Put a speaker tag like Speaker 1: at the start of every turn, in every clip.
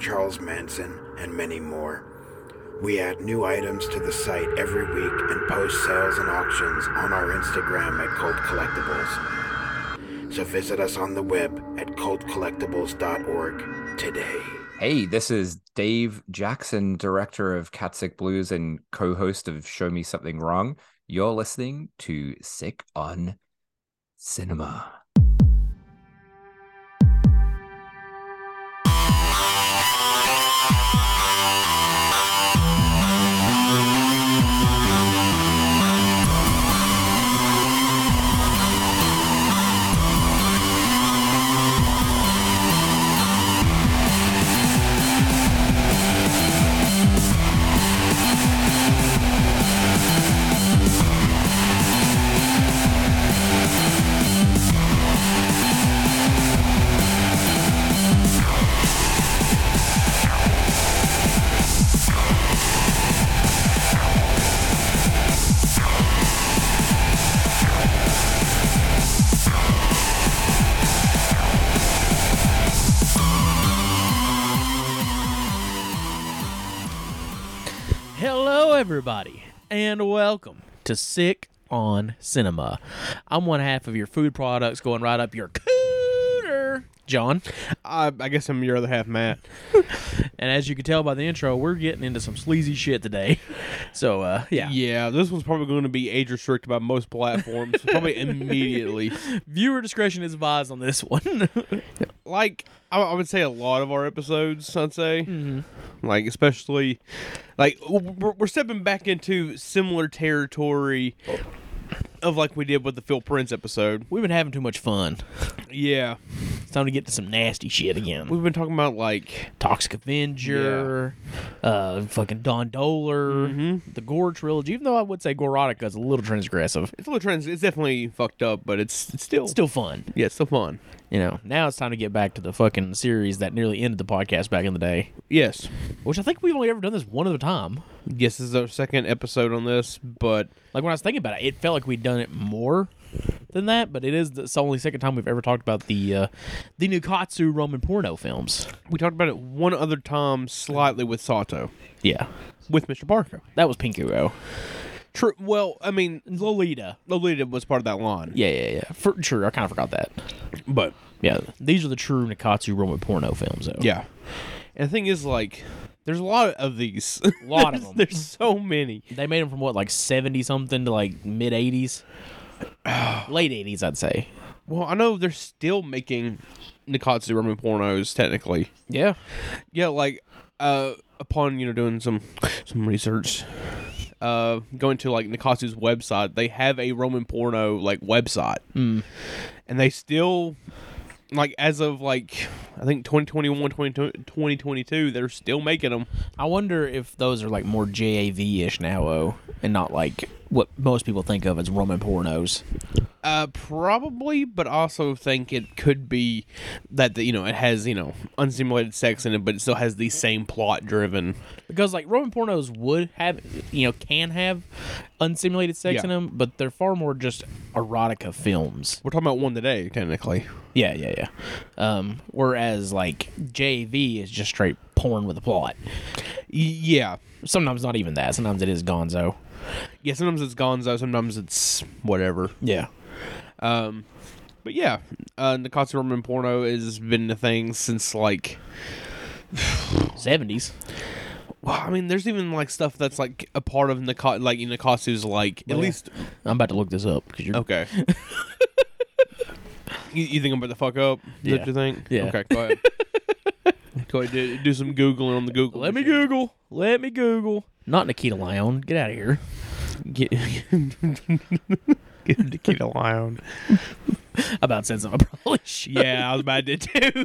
Speaker 1: Charles Manson, and many more. We add new items to the site every week and post sales and auctions on our Instagram at Cult Collectibles. So visit us on the web at cultcollectibles.org today.
Speaker 2: Hey, this is Dave Jackson, director of Catsick Blues and co host of Show Me Something Wrong. You're listening to Sick on Cinema.
Speaker 3: everybody, and welcome to Sick on Cinema. I'm one half of your food products going right up your cooter, John.
Speaker 4: I, I guess I'm your other half, Matt.
Speaker 3: and as you can tell by the intro, we're getting into some sleazy shit today. So, uh, yeah.
Speaker 4: Yeah, this one's probably going to be age restricted by most platforms, probably immediately.
Speaker 3: Viewer discretion is advised on this one.
Speaker 4: like, I, I, would say a lot of our episodes, I'd say. Mm-hmm like especially like we're, we're, stepping back into similar territory of like we did with the Phil Prince episode.
Speaker 3: We've been having too much fun.
Speaker 4: Yeah.
Speaker 3: It's time to get to some nasty shit again.
Speaker 4: We've been talking about like
Speaker 3: Toxic Avenger, yeah. uh, fucking Don Doler, mm-hmm. the Gore trilogy. Even though I would say Gorotica is a little transgressive.
Speaker 4: It's a little trans. It's definitely fucked up, but it's, it's still
Speaker 3: it's still fun.
Speaker 4: Yeah, it's still fun.
Speaker 3: You know, now it's time to get back to the fucking series that nearly ended the podcast back in the day.
Speaker 4: Yes,
Speaker 3: which I think we've only ever done this one other time.
Speaker 4: Yes, this is our second episode on this, but
Speaker 3: like when I was thinking about it, it felt like we'd done it more than that, but it is the only second time we've ever talked about the uh, the Nukatsu Roman porno films.
Speaker 4: We talked about it one other time, slightly with Sato.
Speaker 3: Yeah,
Speaker 4: with Mr. Barker.
Speaker 3: That was Pinkuo.
Speaker 4: True. Well, I mean,
Speaker 3: Lolita.
Speaker 4: Lolita was part of that line.
Speaker 3: Yeah, yeah, yeah. For, true. I kind of forgot that.
Speaker 4: But
Speaker 3: yeah, these are the true Nikatsu Roman porno films, though.
Speaker 4: Yeah. And the thing is, like, there's a lot of these.
Speaker 3: A lot of them.
Speaker 4: There's so many.
Speaker 3: They made them from what, like seventy something to like mid eighties, late eighties, I'd say.
Speaker 4: Well, I know they're still making Nikatsu Roman pornos, technically.
Speaker 3: Yeah.
Speaker 4: Yeah, like, uh, upon you know doing some some research, uh, going to like Nikatsu's website, they have a Roman porno like website,
Speaker 3: mm.
Speaker 4: and they still like as of like I think 2021 2022 they're still making them.
Speaker 3: I wonder if those are like more JAV-ish now oh and not like what most people think of as Roman pornos.
Speaker 4: Uh probably, but also think it could be that the, you know it has, you know, unsimulated sex in it but it still has the same plot driven.
Speaker 3: Because like Roman pornos would have you know can have unsimulated sex yeah. in them, but they're far more just erotica films.
Speaker 4: We're talking about one today technically.
Speaker 3: Yeah, yeah, yeah. Um, whereas like JV is just straight porn with a plot.
Speaker 4: Yeah.
Speaker 3: Sometimes not even that. Sometimes it is Gonzo.
Speaker 4: Yeah. Sometimes it's Gonzo. Sometimes it's whatever.
Speaker 3: Yeah.
Speaker 4: Um, but yeah, uh, Nikatsu Roman porno has been a thing since like
Speaker 3: seventies.
Speaker 4: Well, I mean, there's even like stuff that's like a part of Nikatsu, like Nikatsu's like at yeah. least.
Speaker 3: I'm about to look this up because you're
Speaker 4: okay. You, you, think I'm about to fuck up? Yeah. What you think?
Speaker 3: Yeah.
Speaker 4: Okay, go ahead. go ahead, do, do, some googling on the Google.
Speaker 3: Let me Google. Let me Google. Not Nikita Lyon. Get out of here.
Speaker 4: Get, get Nikita Lyon.
Speaker 3: about said something. I probably should.
Speaker 4: Yeah, I was about to too.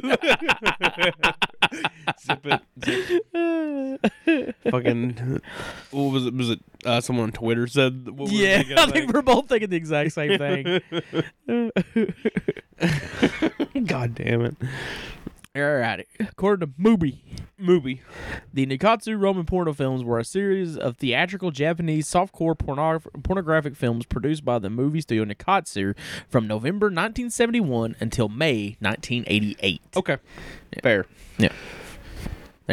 Speaker 4: Zip it. Zip. fucking what was it? Was it uh, someone on Twitter said? What we were
Speaker 3: yeah,
Speaker 4: thinking
Speaker 3: I
Speaker 4: of, like-
Speaker 3: think we're both thinking the exact same thing.
Speaker 4: God damn it.
Speaker 3: Alrighty. According to Mubi,
Speaker 4: Movie.
Speaker 3: the Nikatsu Roman porno films were a series of theatrical Japanese softcore pornograph- pornographic films produced by the movie studio Nikatsu from November 1971 until May 1988.
Speaker 4: Okay. Fair.
Speaker 3: There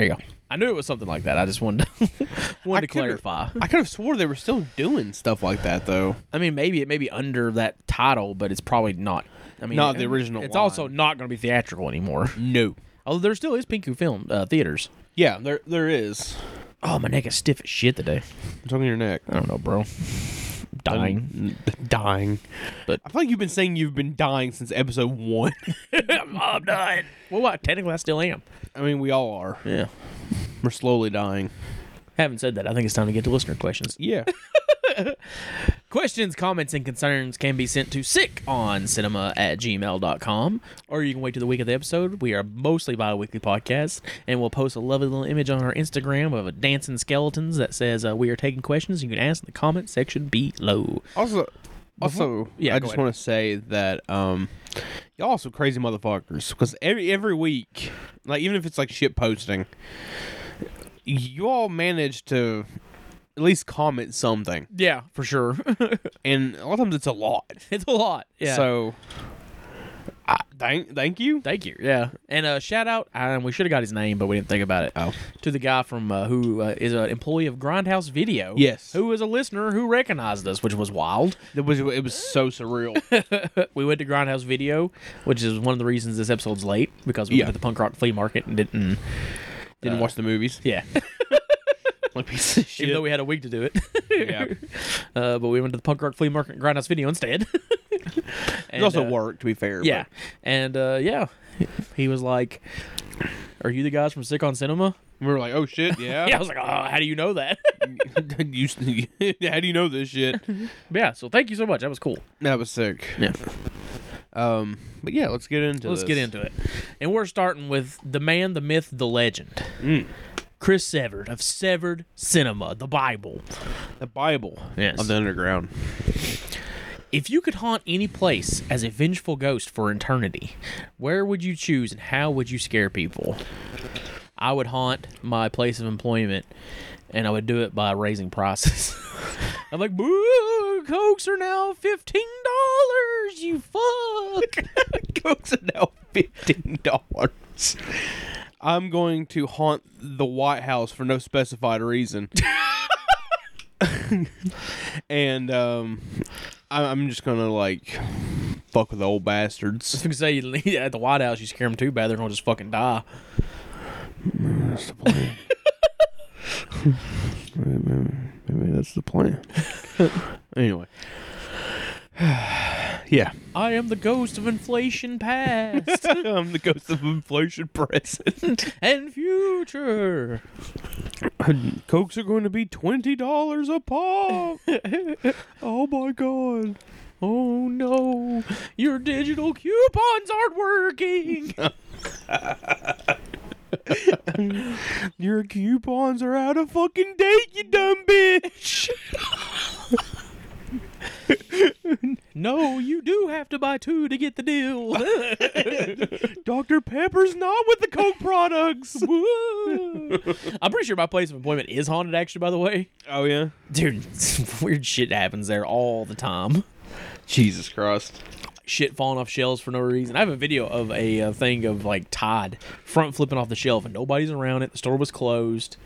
Speaker 3: you go. I knew it was something like that. I just wanted to, wanted
Speaker 4: I
Speaker 3: to
Speaker 4: could've-
Speaker 3: clarify.
Speaker 4: I could have swore they were still doing stuff like that though.
Speaker 3: I mean, maybe it may be under that title, but it's probably not. I mean,
Speaker 4: Not the original
Speaker 3: It's
Speaker 4: line.
Speaker 3: also not going to be theatrical anymore.
Speaker 4: No.
Speaker 3: Although there still is Pinku film uh, theaters.
Speaker 4: Yeah, there there is.
Speaker 3: Oh, my neck is stiff as shit today.
Speaker 4: What's on your neck?
Speaker 3: I don't know, bro. Dying.
Speaker 4: Dying.
Speaker 3: But-
Speaker 4: I feel like you've been saying you've been dying since episode one.
Speaker 3: I'm dying. Well, what? Technically, I still am.
Speaker 4: I mean, we all are.
Speaker 3: Yeah.
Speaker 4: We're slowly dying.
Speaker 3: Having said that, I think it's time to get to listener questions.
Speaker 4: Yeah.
Speaker 3: Questions, comments, and concerns can be sent to sickoncinema at gmail.com, or you can wait to the week of the episode. We are mostly bi weekly podcast, and we'll post a lovely little image on our Instagram of a dancing skeletons that says uh, we are taking questions. You can ask in the comment section below.
Speaker 4: Also, also,
Speaker 3: yeah,
Speaker 4: I
Speaker 3: go
Speaker 4: just
Speaker 3: ahead.
Speaker 4: want to say that um, y'all also crazy motherfuckers because every every week, like even if it's like shit posting, you all manage to at least comment something,
Speaker 3: Yeah, for sure.
Speaker 4: and a lot of times it's a lot.
Speaker 3: it's a lot. Yeah.
Speaker 4: So, I, thank thank you.
Speaker 3: Thank you. Yeah. And uh, shout out, and we should have got his name, but we didn't think about it. uh,
Speaker 4: Oh.
Speaker 3: To the guy from uh, who uh, is an employee of Grindhouse Video.
Speaker 4: Yes.
Speaker 3: Who is a listener who recognized us, which was wild.
Speaker 4: It was it was so surreal.
Speaker 3: We went to Grindhouse Video, which is one of the reasons this episode's late because we
Speaker 4: Yeah.
Speaker 3: went to the punk rock flea market and didn't.
Speaker 4: Didn't watch the movies.
Speaker 3: Yeah.
Speaker 4: Like piece of shit.
Speaker 3: Even though we had a week to do it.
Speaker 4: yeah.
Speaker 3: uh, but we went to the punk rock flea market and Grindhouse Video instead.
Speaker 4: It
Speaker 3: and,
Speaker 4: also
Speaker 3: uh,
Speaker 4: worked. To be fair.
Speaker 3: Yeah. And uh, yeah, he was like, Are you the guys from Sick on Cinema?
Speaker 4: but we were like, oh shit,
Speaker 3: Yeah, I was like, oh, how do you know that?
Speaker 4: you, how do you know this shit?
Speaker 3: yeah, so thank you so much. That was cool.
Speaker 4: That was sick.
Speaker 3: Yeah.
Speaker 4: Um, but yeah, let's get into
Speaker 3: Let's
Speaker 4: this.
Speaker 3: get into it. And we're starting with the man, the myth, the legend. Chris Severed of Severed Cinema, the Bible.
Speaker 4: the Bible
Speaker 3: Yes.
Speaker 4: of the underground.
Speaker 3: If you could haunt any place as a vengeful ghost for eternity, where would you choose and how would you scare people? I would haunt my place of employment and I would do it by raising prices. I'm like, boo, cokes are now $15, you fuck.
Speaker 4: Cokes are now fifteen dollars. I'm going to haunt the White House for no specified reason. and um, I- I'm just gonna like fuck with the old bastards.
Speaker 3: I was gonna say you- at the White House, you scare them too bad, they're gonna just fucking die.
Speaker 4: Maybe, maybe that's the plan. anyway, yeah.
Speaker 3: I am the ghost of inflation past
Speaker 4: I'm the ghost of inflation present.
Speaker 3: and future.
Speaker 4: Cokes are going to be twenty dollars a pop. oh my god!
Speaker 3: Oh no, your digital coupons aren't working.
Speaker 4: Your coupons are out of fucking date, you dumb bitch.
Speaker 3: no, you do have to buy two to get the deal.
Speaker 4: Dr Pepper's not with the Coke products.
Speaker 3: I'm pretty sure my place of employment is haunted, actually, by the way.
Speaker 4: oh yeah.
Speaker 3: Dude, weird shit happens there all the time.
Speaker 4: Jesus Christ.
Speaker 3: Shit falling off shelves for no reason. I have a video of a uh, thing of like Todd front flipping off the shelf and nobody's around it. The store was closed.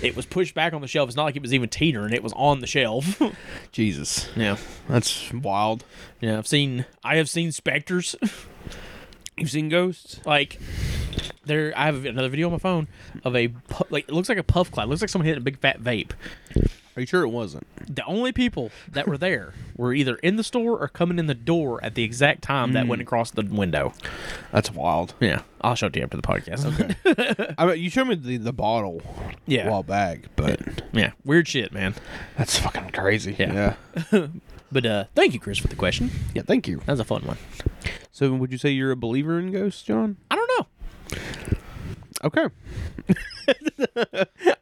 Speaker 3: It was pushed back on the shelf. It's not like it was even teetering. It was on the shelf.
Speaker 4: Jesus,
Speaker 3: yeah.
Speaker 4: that's wild.
Speaker 3: Yeah, I've seen I have seen specters.
Speaker 4: You've seen ghosts?
Speaker 3: like there I have another video on my phone of a pu- like it looks like a puff cloud. It looks like someone hit a big fat vape.
Speaker 4: Are you sure it wasn't?
Speaker 3: The only people that were there were either in the store or coming in the door at the exact time that went across the window.
Speaker 4: That's wild.
Speaker 3: Mm. Yeah, I'll show it to you after the podcast. Okay.
Speaker 4: I mean, you showed me the, the bottle
Speaker 3: Yeah.
Speaker 4: a while back, but
Speaker 3: yeah, weird shit, man.
Speaker 4: that's fucking crazy.
Speaker 3: Yeah.
Speaker 4: yeah.
Speaker 3: But uh thank you, Chris, for the question.
Speaker 4: Yeah, thank you.
Speaker 3: That was a fun one.
Speaker 4: So, would you say you're a believer in ghosts, John?
Speaker 3: I don't know.
Speaker 4: Okay.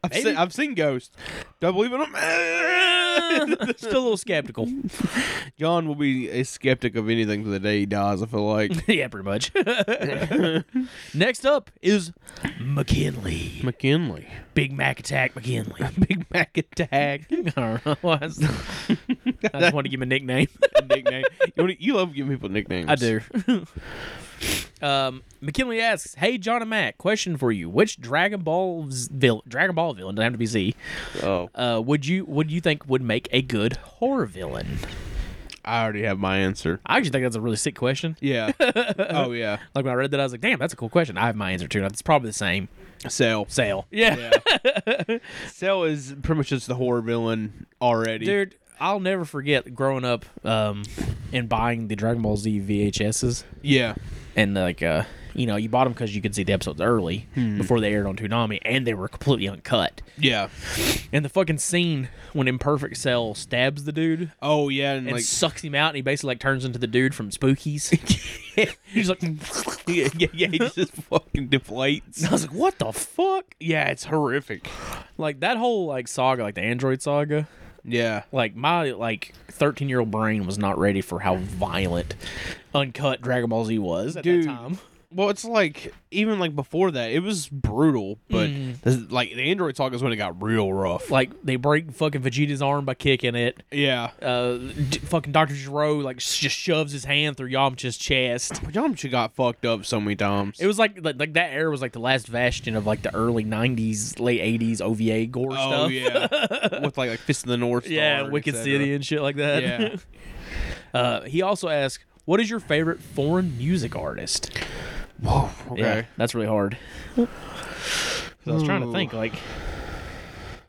Speaker 4: I've
Speaker 3: Maybe.
Speaker 4: I've seen ghosts. Don't believe in them.
Speaker 3: Uh, Still a little skeptical.
Speaker 4: John will be a skeptic of anything to the day he dies. I feel like
Speaker 3: yeah, pretty much. Next up is McKinley.
Speaker 4: McKinley.
Speaker 3: Big Mac Attack McKinley.
Speaker 4: Big Mac attack.
Speaker 3: I don't know. why I s- I just want to give him a nickname.
Speaker 4: nickname. You, wanna- you love giving people nicknames.
Speaker 3: I do. um, McKinley asks, "Hey, John and Mac, question for you: Which Dragon Ball villain, Dragon Ball villain, doesn't have to be Z,
Speaker 4: Oh,
Speaker 3: uh, would you would you think would make a good horror villain?"
Speaker 4: I already have my answer.
Speaker 3: I actually think that's a really sick question.
Speaker 4: Yeah. oh yeah.
Speaker 3: Like when I read that, I was like, "Damn, that's a cool question." I have my answer too. and It's probably the same.
Speaker 4: Sell.
Speaker 3: Sale. Yeah,
Speaker 4: Sell is pretty much just the horror villain already.
Speaker 3: dude. I'll never forget growing up um, and buying the Dragon Ball Z VHSs.
Speaker 4: Yeah.
Speaker 3: and like uh you know you bought them because you could see the episodes early
Speaker 4: Hmm.
Speaker 3: before they aired on Toonami and they were completely uncut
Speaker 4: Yeah.
Speaker 3: and the fucking scene when imperfect cell stabs the dude
Speaker 4: Oh yeah, and,
Speaker 3: and
Speaker 4: like
Speaker 3: sucks him out and he basically like turns into the dude from spookies he's like
Speaker 4: yeah, yeah, yeah, he just fucking deflates.
Speaker 3: I was like, what the fuck?
Speaker 4: Yeah, it's horrific.
Speaker 3: Like that whole like saga, like the Android saga.
Speaker 4: Yeah.
Speaker 3: Like my like thirteen year old brain was not ready for how violent, uncut Dragon Ball Z was at
Speaker 4: Dude.
Speaker 3: that time.
Speaker 4: Well, it's like even like before that, it was brutal, but this- like the Android talk is when it got real rough.
Speaker 3: Like they break fucking Vegeta's arm by kicking it.
Speaker 4: Yeah.
Speaker 3: uh, d- fucking Doctor Giroux like sh- just shoves his hand through Yamcha's chest.
Speaker 4: But Yamcha got fucked up so many times.
Speaker 3: It was like, like like that era was like the last bastion of like the early '90s, late '80s OVA gore
Speaker 4: oh
Speaker 3: stuff.
Speaker 4: yeah, with like like Fist of the North. Star,
Speaker 3: yeah,
Speaker 4: et
Speaker 3: Wicked
Speaker 4: cetera.
Speaker 3: City and shit like that.
Speaker 4: Yeah.
Speaker 3: uh, he also asked, "What is your favorite foreign music artist?"
Speaker 4: Whoa. Okay.
Speaker 3: Yeah, that's really hard. 'Cause I was trying to
Speaker 4: Ooh.
Speaker 3: think like.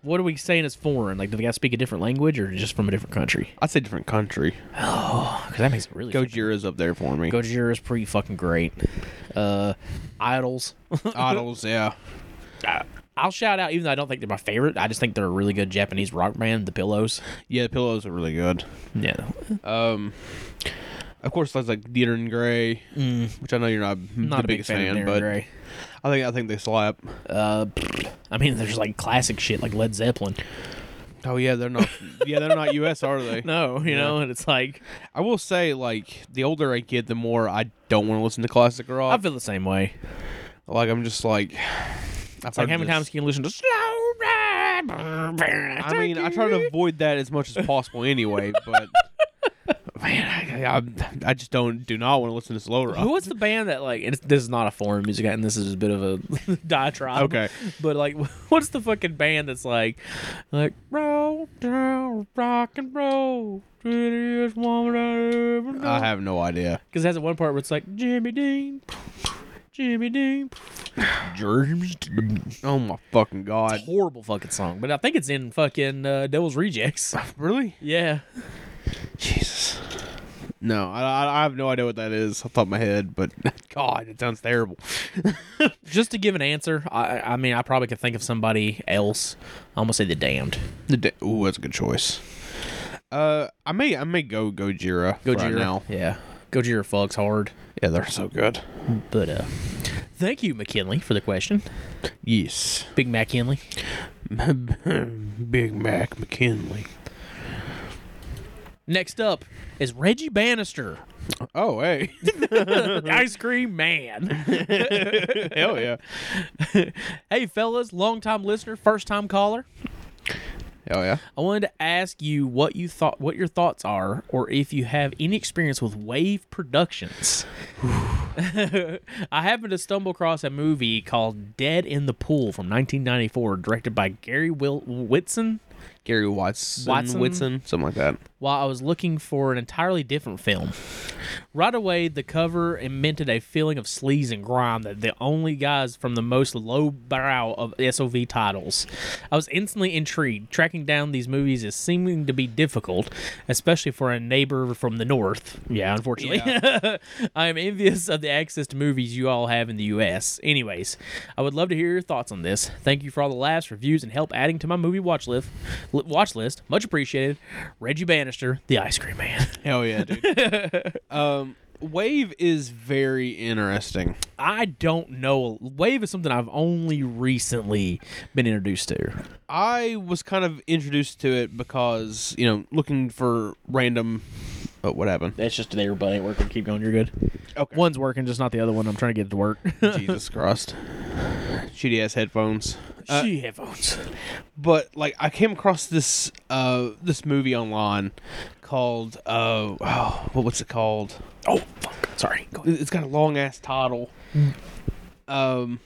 Speaker 3: What are we saying is foreign? Like, do they got to speak a different language or just from a different country?
Speaker 4: I'd say different country.
Speaker 3: Because that makes it really
Speaker 4: Gojira's up there for me.
Speaker 3: Gojira's pretty fucking great. Uh, Idols.
Speaker 4: Idols, yeah.
Speaker 3: I'll shout out, even though I don't think they're my favorite. I just think they're a really good Japanese rock band, The Pillows.
Speaker 4: Yeah, the pillows are really good.
Speaker 3: Yeah.
Speaker 4: Um, of course, there's like Dieter and Gray, which I know you're Mm. not,
Speaker 3: Not
Speaker 4: the
Speaker 3: a big
Speaker 4: biggest
Speaker 3: fan, of
Speaker 4: fan,
Speaker 3: Darren
Speaker 4: but
Speaker 3: Gray.
Speaker 4: I think I think they slap.
Speaker 3: Uh, pfft, I mean, there's like classic shit like Led Zeppelin.
Speaker 4: Oh yeah, they're not. yeah, they're not U.S. are they?
Speaker 3: No, you know, and it's like,
Speaker 4: I will say, like, the older I get, the more I don't want to listen to classic
Speaker 3: I
Speaker 4: rock.
Speaker 3: feel the same way.
Speaker 4: like, I'm just like, I've
Speaker 3: It's like, how many times can you listen to Slow Ride?
Speaker 4: I mean, I try to avoid that as much as possible anyway, but man, I, I, I just don't do not want to listen to slow
Speaker 3: Who
Speaker 4: rock.
Speaker 3: was the band that like? And it's, this is not a foreign music, and this is a bit of a diatribe.
Speaker 4: Okay.
Speaker 3: but like, what's the fucking band that's like, like roll down rock and roll, prettiest woman I ever
Speaker 4: I
Speaker 3: know?
Speaker 4: have no idea.
Speaker 3: Because that's the one part where it's like Jimmy Dean, Jimmy Dean.
Speaker 4: Oh my fucking god!
Speaker 3: Horrible fucking song, but I think it's in fucking uh, Devil's Rejects.
Speaker 4: Really?
Speaker 3: Yeah,
Speaker 4: Jesus. No, I, I, I have no idea what that is off the top of my head, but God, it sounds terrible.
Speaker 3: just to give an answer, I, I mean, I probably could think of somebody else. I'm gonna say the Damned.
Speaker 4: The da- Ooh, that's a good choice. Uh, I may I may go Gojira
Speaker 3: Gojira.
Speaker 4: right now.
Speaker 3: Yeah. Gojira fucks hard.
Speaker 4: Yeah, they're so good.
Speaker 3: But uh thank you, McKinley, for the question.
Speaker 4: Yes,
Speaker 3: Big Mac Kinley.
Speaker 4: Big Mac McKinley.
Speaker 3: Next up is Reggie Bannister.
Speaker 4: Oh hey,
Speaker 3: Ice cream man.
Speaker 4: hell yeah,
Speaker 3: hey fellas, long time listener, first time caller.
Speaker 4: hell yeah.
Speaker 3: I wanted to ask you what you thought what your thoughts are or if you have any experience with Wave Productions. I happened to stumble across a movie called Dead in the Pool from 1994 directed by Gary Wil- Whitson.
Speaker 4: Gary Watson,
Speaker 3: Watson?
Speaker 4: Whitson, something like that.
Speaker 3: while I was looking for an entirely different film. Right away, the cover invented a feeling of sleaze and grime that the only guys from the most lowbrow of SOV titles. I was instantly intrigued. Tracking down these movies is seeming to be difficult, especially for a neighbor from the north. Yeah, unfortunately. I am envious of the access to movies you all have in the US. Anyways, I would love to hear your thoughts on this. Thank you for all the laughs, reviews, and help adding to my movie watch list. li- Watch list, much appreciated. Reggie Bannister, the Ice Cream Man.
Speaker 4: Hell yeah, dude. um, Wave is very interesting.
Speaker 3: I don't know. Wave is something I've only recently been introduced to.
Speaker 4: I was kind of introduced to it because you know looking for random. Oh, what happened?
Speaker 3: That's just there, buddy. Working. Keep going. You're good.
Speaker 4: Okay.
Speaker 3: One's working, just not the other one. I'm trying to get it to work.
Speaker 4: Jesus Christ. Shitty ass headphones. Uh,
Speaker 3: she headphones.
Speaker 4: but like I came across this uh this movie online called uh oh, what what's it called?
Speaker 3: Oh fuck. Sorry. Go ahead.
Speaker 4: It- It's got a long ass title. Um,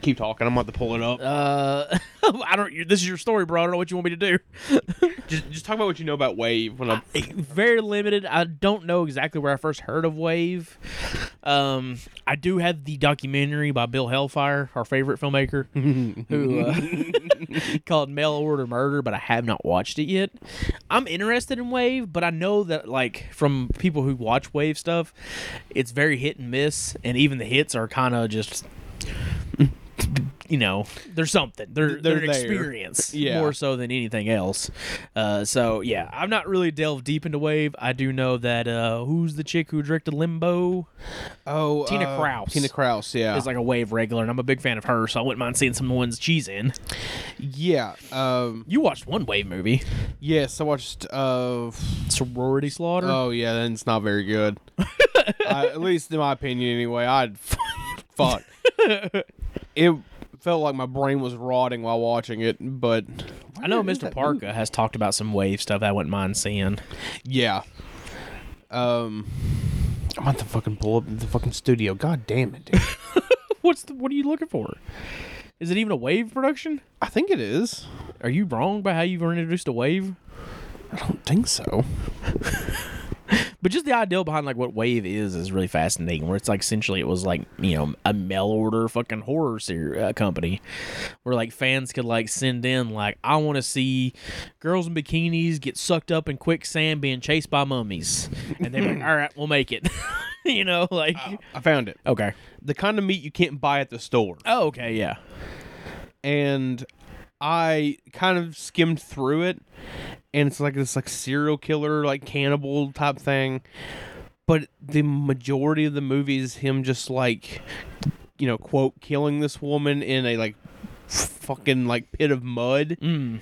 Speaker 4: keep talking. I'm about to pull it up.
Speaker 3: Uh, I don't. You, this is your story, bro. I don't know what you want me to do.
Speaker 4: Just just talk about what you know about Wave. When I
Speaker 3: Very limited. I don't know exactly where I first heard of Wave. Um, I do have the documentary by Bill Hellfire, our favorite filmmaker, who uh, called Mail Order Murder, but I have not watched it yet. I'm interested in Wave, but I know that like from people who watch Wave stuff, it's very hit and miss, and even the hits are kind of just. You know, there's something. They're
Speaker 4: They're
Speaker 3: they're, an
Speaker 4: there.
Speaker 3: experience
Speaker 4: Yeah.
Speaker 3: more so than anything else. Uh, so yeah, I've not really delved deep into Wave. I do know that uh, who's the chick who directed Limbo
Speaker 4: oh
Speaker 3: Tina
Speaker 4: uh,
Speaker 3: Kraus.
Speaker 4: Tina Kraus. Yeah.
Speaker 3: is like a Wave regular, and I'm a big fan of her, so I wouldn't mind seeing some of the ones she's in.
Speaker 4: yeah. Um.
Speaker 3: You watched one Wave movie,
Speaker 4: Yes, I watched. Uh.
Speaker 3: Sorority Slaughter.
Speaker 4: Oh yeah, then it's not very good. I, at least in my opinion, anyway. I'd fuck. it felt like my brain was rotting while watching it, but
Speaker 3: I know Mr. Parker has talked about some Wave stuff. I wouldn't mind seeing.
Speaker 4: Yeah. Um, I'm about to fucking pull up the fucking studio. God damn it, dude.
Speaker 3: What's the, what are you looking for? Is it even a Wave production?
Speaker 4: I think it is.
Speaker 3: Are you wrong by how you were introduced to Wave?
Speaker 4: I don't think so.
Speaker 3: But just the idea behind like what Wave is is really fascinating. Where it's like essentially it was like you know a mail order fucking horror ser- uh, company, where like fans could like send in like I want to see girls in bikinis get sucked up in quicksand being chased by mummies, and they're like, all right, we'll make it. you know, like
Speaker 4: I found it.
Speaker 3: okay,
Speaker 4: The kind of meat you can't buy at the store.
Speaker 3: oh okay, yeah,
Speaker 4: And I kind of skimmed through it, and it's like this like serial killer, like cannibal type thing. But the majority of the movie is him just like, you know, quote, killing this woman in a like fucking like pit of mud.
Speaker 3: mm.
Speaker 4: And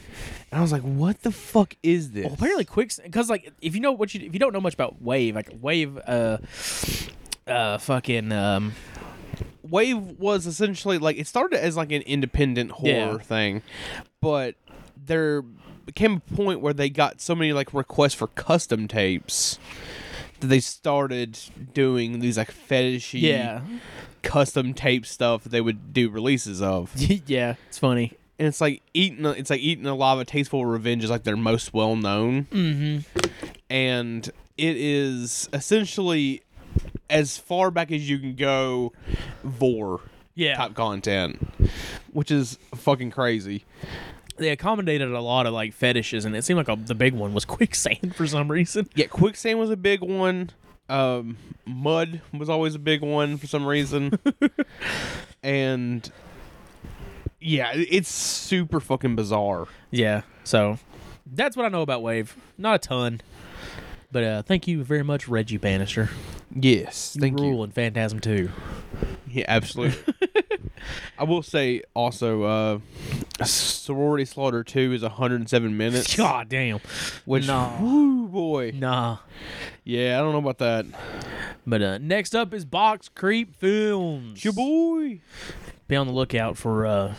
Speaker 4: I was like, what the fuck is this?
Speaker 3: Well, apparently quicksand because like if you know what you if you don't know much about Wave, like Wave, uh, uh, fucking um,
Speaker 4: Wave was essentially like it started as like an independent horror
Speaker 3: Yeah.
Speaker 4: thing, but there came a point where they got so many like requests for custom tapes that they started doing these like fetishy
Speaker 3: yeah,
Speaker 4: custom tape stuff they would do releases of.
Speaker 3: yeah, it's funny.
Speaker 4: And it's like eating it's like eating alive a tasteful revenge is like their most well known.
Speaker 3: Mm-hmm.
Speaker 4: and it is essentially as far back as you can go vor
Speaker 3: Yeah.
Speaker 4: type content which is fucking crazy
Speaker 3: they accommodated a lot of like fetishes, and it seemed like a, the big one was quicksand for some reason.
Speaker 4: yeah quicksand was a big one um, mud was always a big one for some reason and yeah it- it's super fucking bizarre
Speaker 3: Yeah, so that's what I know about Wave. Not a ton, but uh, thank you very much, Reggie Bannister.
Speaker 4: yes thank
Speaker 3: Rule
Speaker 4: you
Speaker 3: and Phantasm Two.
Speaker 4: yeah absolutely i will say also uh sorority slaughter 2 is 107 minutes
Speaker 3: God damn.
Speaker 4: Which,
Speaker 3: Nah.
Speaker 4: woo boy.
Speaker 3: Nah.
Speaker 4: Yeah, I don't know about that.
Speaker 3: But uh, next up is Box Creep Films.
Speaker 4: boy.
Speaker 3: Be on the lookout for uh,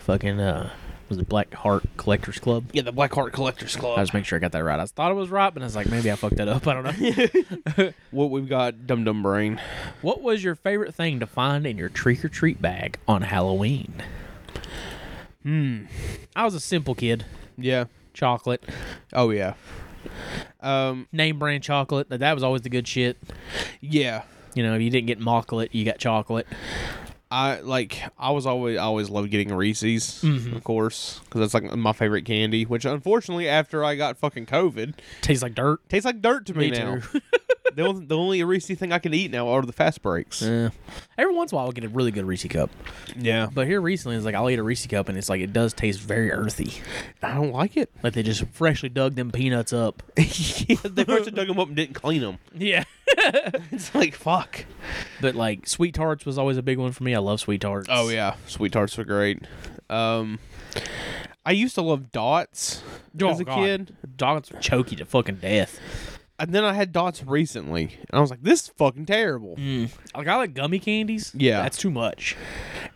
Speaker 3: fucking uh, was it Black Heart Collectors Club?
Speaker 4: Yeah, the Black Heart Collectors
Speaker 3: I
Speaker 4: Club.
Speaker 3: just make sure I got that right. I thought it was right, but I was like, maybe I fucked that up. I don't know.
Speaker 4: What we've got, Dum Dum Brain.
Speaker 3: What was your favorite thing to find in your trick or treat bag on Halloween? Hmm. I was a simple kid.
Speaker 4: Yeah.
Speaker 3: Chocolate,
Speaker 4: Oh yeah. Um.
Speaker 3: name brand chocolate. That- That was always the good shit.
Speaker 4: Yeah.
Speaker 3: You know, if you didn't get mocklet, you got chocolate.
Speaker 4: I like. I was always I always loved getting Reese's,
Speaker 3: Mm-hmm.
Speaker 4: of course, because that's like my favorite candy. Which unfortunately, after I got fucking COVID,
Speaker 3: Tastes like dirt.
Speaker 4: tastes like dirt to me,
Speaker 3: Me
Speaker 4: now.
Speaker 3: too.
Speaker 4: the, only, the only Reese's thing I can eat now are the fast breaks.
Speaker 3: Yeah. Eh. Every once in a while, I'll get a really good Reese cup.
Speaker 4: Yeah.
Speaker 3: But here recently, it's like I'll eat a Reese cup, and it's like it does taste very earthy.
Speaker 4: I don't like it.
Speaker 3: Like they just freshly dug them peanuts up.
Speaker 4: yeah, they first dug them up and didn't clean them.
Speaker 3: Yeah.
Speaker 4: It's like fuck.
Speaker 3: But like sweet tarts was always a big one for me. I love sweet tarts.
Speaker 4: Oh yeah, sweet tarts were great. Um, I used to love dots
Speaker 3: Oh,
Speaker 4: as a
Speaker 3: God.
Speaker 4: kid,
Speaker 3: dogs would choke you to fucking death.
Speaker 4: and then I had dots recently, and I was like, this is fucking terrible.
Speaker 3: Like I like gummy candies.
Speaker 4: Yeah.
Speaker 3: that's too much.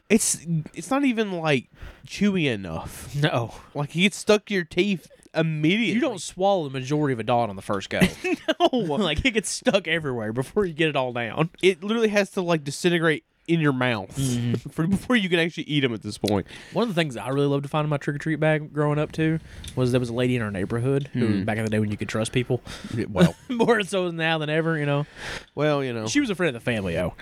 Speaker 4: It's it's not even like chewy enough.
Speaker 3: No,
Speaker 4: Like you get stuck to your teeth immediately.
Speaker 3: you don't swallow the majority of a dog on the first go. no, like it gets stuck everywhere before you get it all down.
Speaker 4: It literally has to like disintegrate in your mouth
Speaker 3: Mm-hmm.
Speaker 4: for, before you can actually eat them. At this point,
Speaker 3: One of the things that I really loved to find in my trick or treat bag growing up too was there was a lady in our neighborhood
Speaker 4: Hmm.
Speaker 3: who back in the day when you could trust people
Speaker 4: well,
Speaker 3: more so now than ever, you know.
Speaker 4: well, you know,
Speaker 3: She was a friend of the family, yo.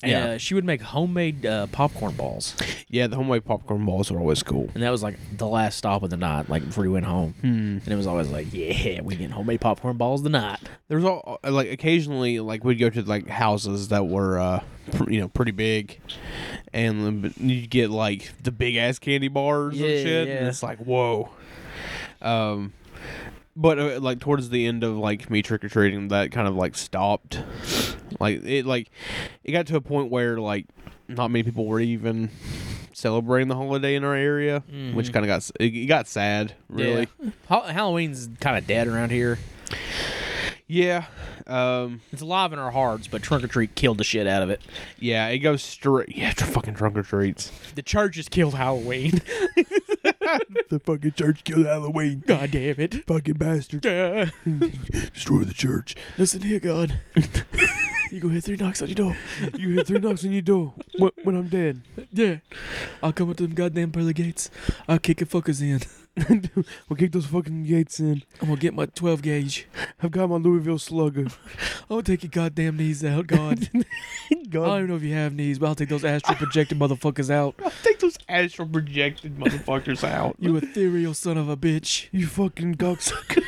Speaker 3: And,
Speaker 4: Yeah.
Speaker 3: uh, she would make homemade uh, popcorn balls,
Speaker 4: yeah, the homemade popcorn balls are always cool.
Speaker 3: and that was like the last stop of the night, like before we went home.
Speaker 4: Hmm.
Speaker 3: And it was always like, yeah, we getting homemade popcorn balls tonight.
Speaker 4: There's all uh, like occasionally like we'd go to like houses that were uh pr- you know pretty big, and then b- you'd get like the big ass candy bars
Speaker 3: Yeah,
Speaker 4: and shit, and
Speaker 3: yeah.
Speaker 4: it's like whoa. Um, but uh, like towards the end of like me trick or treating, that kind of like stopped. Like it like it got to a point where like not many people were even celebrating the holiday in our area,
Speaker 3: Mm-hmm.
Speaker 4: which kind of got s- it, it got sad really.
Speaker 3: Yeah. Ha- Halloween's kind of dead around here.
Speaker 4: Yeah. Um.
Speaker 3: It's alive in our hearts, but trunk or treat killed the shit out of it.
Speaker 4: Yeah, it goes straight. Yeah, tr- fucking trunk or treats.
Speaker 3: The church has killed Halloween.
Speaker 5: The fucking church killed Halloween.
Speaker 3: God damn it.
Speaker 5: Fucking bastard.
Speaker 3: Yeah.
Speaker 5: Destroy the church.
Speaker 3: Listen here, God. you go hit three knocks on your door.
Speaker 5: You hear three knocks on your door when, when I'm dead.
Speaker 3: Yeah. I'll come up to them goddamn pearly gates. I'll kick your fuckers in.
Speaker 5: We'll kick those fucking gates in.
Speaker 3: I'm gonna get my 12 gauge.
Speaker 5: I've got my Louisville slugger.
Speaker 3: I'm gonna take your goddamn knees out, God. I don't
Speaker 5: God.
Speaker 3: even know if you have knees, but I'll take those astral projected motherfuckers out.
Speaker 4: Take those astral projected motherfuckers out.
Speaker 3: You ethereal son of a bitch.
Speaker 5: You fucking cocksucker.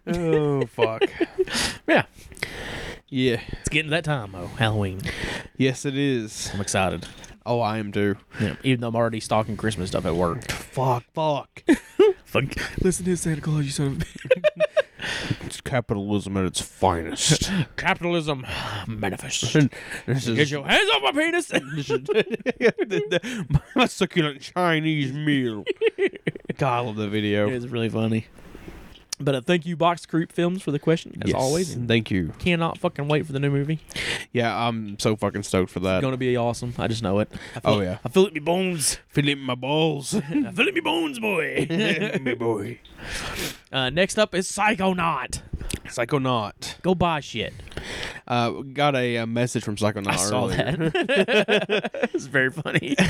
Speaker 4: oh fuck.
Speaker 3: Yeah.
Speaker 4: Yeah.
Speaker 3: Oh, It's getting that time, though. Halloween.
Speaker 4: Yes, it is.
Speaker 3: I'm excited.
Speaker 4: Oh, I am too.
Speaker 3: Even though I'm already stocking Christmas stuff at work.
Speaker 4: Fuck. Fuck.
Speaker 3: Fuck.
Speaker 5: Listen to Santa Claus, you son of a bitch.
Speaker 4: It's capitalism at its finest.
Speaker 3: Capitalism manifest.
Speaker 4: this
Speaker 3: Get
Speaker 4: is
Speaker 3: your hands off my penis.
Speaker 4: my succulent Chinese meal. God, I love the video.
Speaker 3: it's really funny. But uh, thank you, Box Creep Films, for the question, as always. And
Speaker 4: Thank you.
Speaker 3: Cannot fucking wait for the new movie.
Speaker 4: Yeah, I'm so fucking stoked for that.
Speaker 3: Gonna be awesome. I just know it. I feel
Speaker 4: Oh,
Speaker 3: it-
Speaker 4: yeah.
Speaker 3: I feel it in my bones.
Speaker 4: Fill in my balls.
Speaker 3: I feel it in my bones, boy.
Speaker 4: my boy.
Speaker 3: uh, next up is Psychonaut.
Speaker 4: Psychonaut.
Speaker 3: Go buy shit.
Speaker 4: Uh, got a, uh message from Psychonaut
Speaker 3: I saw
Speaker 4: earlier.
Speaker 3: that. it's very funny.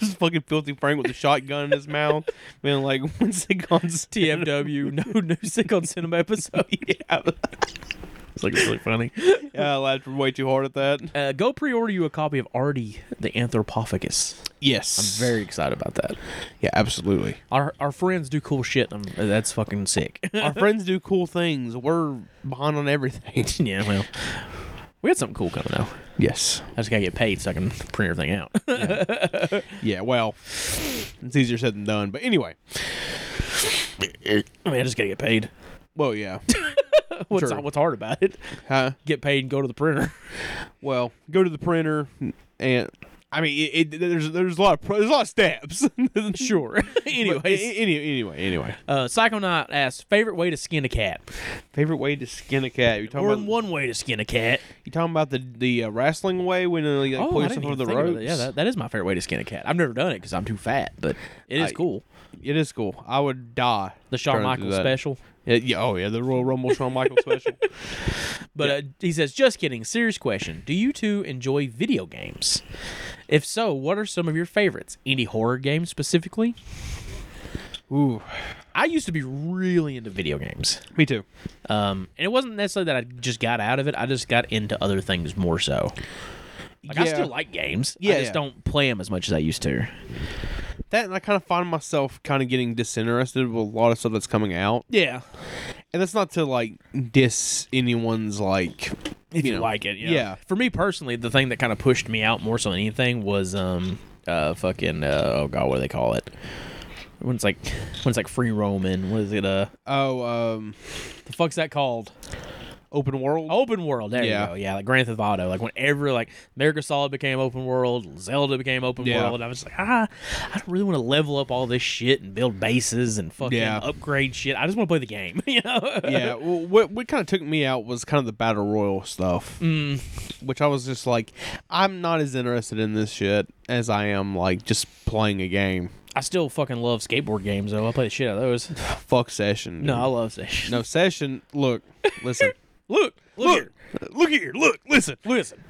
Speaker 4: This fucking filthy Frank with a shotgun in his mouth. Man, like, when's it gone?
Speaker 3: TFW, no new sick on cinema episode.
Speaker 4: Yeah,
Speaker 3: It's like really funny.
Speaker 4: I laughed way too hard at that.
Speaker 3: Uh, go pre-order you a copy of Artie the Anthropophagus.
Speaker 4: Yes.
Speaker 3: I'm very excited about that.
Speaker 4: Yeah, absolutely.
Speaker 3: Our our friends do cool shit. Um, that's fucking sick.
Speaker 4: Our friends do cool things. We're behind on everything.
Speaker 3: yeah, well, we had something cool coming out.
Speaker 4: Yes.
Speaker 3: I just gotta get paid so I can print everything out.
Speaker 4: Yeah, well, it's easier said than done. But anyway,
Speaker 3: I mean, I just gotta get paid.
Speaker 4: well, yeah.
Speaker 3: What's
Speaker 4: Sure.
Speaker 3: what's hard about it?
Speaker 4: Huh?
Speaker 3: Get paid and go to the printer.
Speaker 4: Well, go to the printer and. I mean, it, it, there's there's a lot of pro- there's a lot of steps.
Speaker 3: Sure.
Speaker 4: Anyways,
Speaker 3: Anyways,
Speaker 4: anyway, anyway, anyway.
Speaker 3: uh, Psychonaut asks favorite way to skin a cat,
Speaker 4: Favorite way to skin a cat? You talking
Speaker 3: or
Speaker 4: about
Speaker 3: one way to skin a cat. Oh,
Speaker 4: You talking about the the uh, wrestling way when uh, you like, pull yourself over the ropes?
Speaker 3: Yeah, that, that is my favorite way to skin a cat. I've never done it because I'm too fat, but it is
Speaker 4: I-
Speaker 3: cool.
Speaker 4: it is cool. I would die.
Speaker 3: The Shawn
Speaker 4: trying to do
Speaker 3: Michaels
Speaker 4: that.
Speaker 3: special.
Speaker 4: Yeah, yeah, oh yeah, the Royal Rumble Shawn Michaels special.
Speaker 3: But uh, he says, just kidding. Serious question. Do you two enjoy video games? If so, what are some of your favorites? Any horror games specifically?
Speaker 4: Ooh,
Speaker 3: I used to be really into video games.
Speaker 4: me too.
Speaker 3: Um, and it wasn't necessarily that I just got out of it. I just got into other things more so. Like, I
Speaker 4: Yeah.
Speaker 3: still like games. I
Speaker 4: Yeah,
Speaker 3: just
Speaker 4: yeah.
Speaker 3: don't play them as much as I used to.
Speaker 4: That and I kind of find myself kind of getting disinterested with a lot of stuff that's coming out,
Speaker 3: Yeah.
Speaker 4: and that's not to like diss anyone's like
Speaker 3: if you,
Speaker 4: know.
Speaker 3: like it. Yeah.
Speaker 4: Yeah.
Speaker 3: For me personally, the thing that kind of pushed me out more so than anything was um uh fucking uh, oh god, what do they call it? when it's like when it's like free roaming. What is it? Uh,
Speaker 4: Oh, um,
Speaker 3: the fuck's that called?
Speaker 4: open world.
Speaker 3: Open world. There
Speaker 4: Yeah.
Speaker 3: you go. Yeah, like Grand Theft Auto. Like whenever like America Solid became open world, Zelda became open
Speaker 4: Yeah.
Speaker 3: world. I was like, ah, I don't really want to level up all this shit and build bases and fucking
Speaker 4: Yeah.
Speaker 3: upgrade shit. I just want to play the game. You know?
Speaker 4: yeah, well, what what kind of took me out was kind of the battle royal stuff,
Speaker 3: Mm.
Speaker 4: which I was just like, I'm not as interested in this shit as I am like just playing a game.
Speaker 3: I still fucking love skateboard games though. I play the shit out of those.
Speaker 4: Fuck session. dude.
Speaker 3: No, I love that.
Speaker 4: no session. Look, listen,
Speaker 3: Look, look, here.
Speaker 4: look here, look, listen.
Speaker 3: Listen.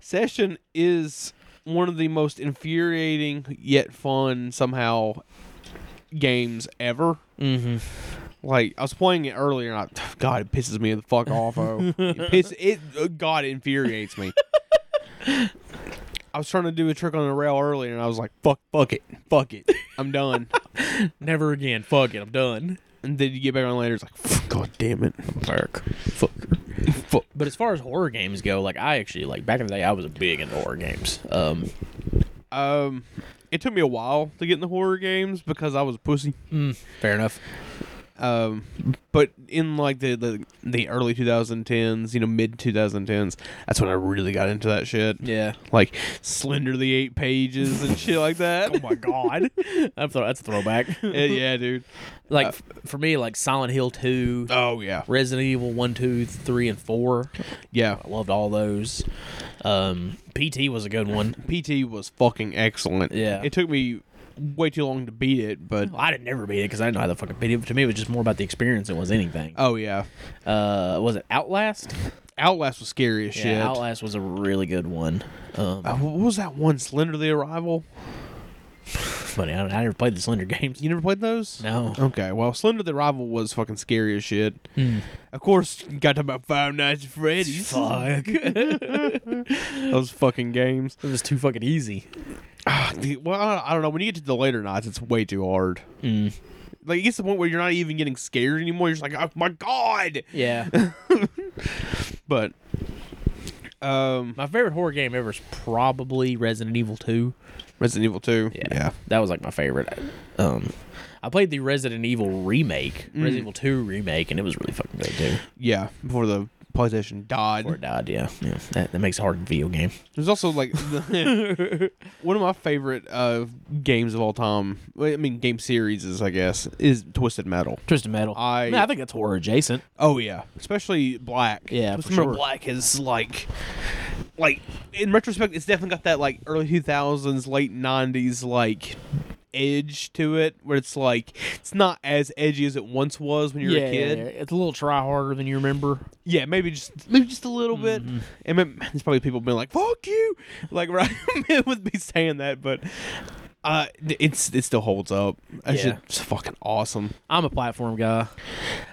Speaker 4: Session is one of the most infuriating yet fun somehow games ever.
Speaker 3: Mm-hmm.
Speaker 4: Like I was playing it earlier, and I, God, it pisses me the fuck off. Oh, it, piss, it uh, God it infuriates me. I was trying to do a trick on the rail earlier, and I was like, "Fuck, fuck it, fuck it, I'm done."
Speaker 3: Never again. Fuck it. I'm done.
Speaker 4: and then you get back on later, it's like, "God damn it,
Speaker 3: Fuck.
Speaker 4: fuck."
Speaker 3: But as far as horror games go, like I actually like back in the day, I was big into horror games. Um,
Speaker 4: Um, it took me a while to get in the horror games because I was a pussy.
Speaker 3: mm, fair enough.
Speaker 4: Um, but in like the the, the early 2010s, you know, mid 2010s, that's when I really got into that shit.
Speaker 3: Yeah.
Speaker 4: Like Slender the Eight Pages and shit like that.
Speaker 3: Oh my god. uh, that's, a, that's a throwback.
Speaker 4: yeah, yeah, dude.
Speaker 3: like f- for me, like Silent Hill two,
Speaker 4: Oh yeah,
Speaker 3: Resident Evil one, two, three, and four.
Speaker 4: yeah.
Speaker 3: I loved all those. Um, PT was a good one.
Speaker 4: PT was fucking excellent.
Speaker 3: Yeah. Oh.
Speaker 4: it took me way too long to beat it, but
Speaker 3: Well, I didn't never beat it because I didn't know how the fucking beat it. To me, it was just more about the experience than it was anything.
Speaker 4: oh yeah,
Speaker 3: Uh, was it Outlast?
Speaker 4: Outlast was scary as shit.
Speaker 3: Yeah, Outlast was a really good one. Um,
Speaker 4: Uh, what was that one? Slender the Arrival.
Speaker 3: funny, I, I never played the Slender games.
Speaker 4: You never played those?
Speaker 3: No.
Speaker 4: Okay, well, Slender the Arrival was fucking scary as shit.
Speaker 3: Hmm.
Speaker 4: Of course, you got to about Five Nights at Freddy's.
Speaker 3: Fuck.
Speaker 4: Those fucking games.
Speaker 3: It was too fucking easy.
Speaker 4: Ah, the- Well, I I don't know. When you get to the later nights, it's way too hard.
Speaker 3: Mm.
Speaker 4: Like, it gets to the point where you're not even getting scared anymore. You're just like, oh my god.
Speaker 3: Yeah.
Speaker 4: But, um,
Speaker 3: my favorite horror game ever is probably Resident Evil 2.
Speaker 4: Resident Evil 2.
Speaker 3: That was like my favorite. Um I played the Resident Evil remake, Resident Evil 2 remake, and it was really fucking good too.
Speaker 4: Yeah. Before the PlayStation died.
Speaker 3: Before it died, yeah. yeah. That, that makes it hard to video game.
Speaker 4: There's also, like, the- one of my favorite uh, games of all time. well, I mean, game series, is, I guess, is Twisted Metal.
Speaker 3: Twisted Metal.
Speaker 4: I-
Speaker 3: Man, I think that's horror adjacent.
Speaker 4: Oh yeah, especially Black.
Speaker 3: Yeah,
Speaker 4: Just
Speaker 3: for
Speaker 4: remember
Speaker 3: sure.
Speaker 4: Black is like, like in retrospect, it's definitely got that like early two thousands, late nineties like edge to it, where it's like it's not as edgy as it once was when you were a kid. Yeah,
Speaker 3: it's a little try harder than you remember. maybe just
Speaker 4: Maybe just a little
Speaker 3: Mm-hmm.
Speaker 4: bit, and then- there's probably people been like, "Fuck you," like right with me saying that, but uh, it's it still holds up. It's
Speaker 3: Yeah.
Speaker 4: just fucking awesome.
Speaker 3: I'm a platform guy.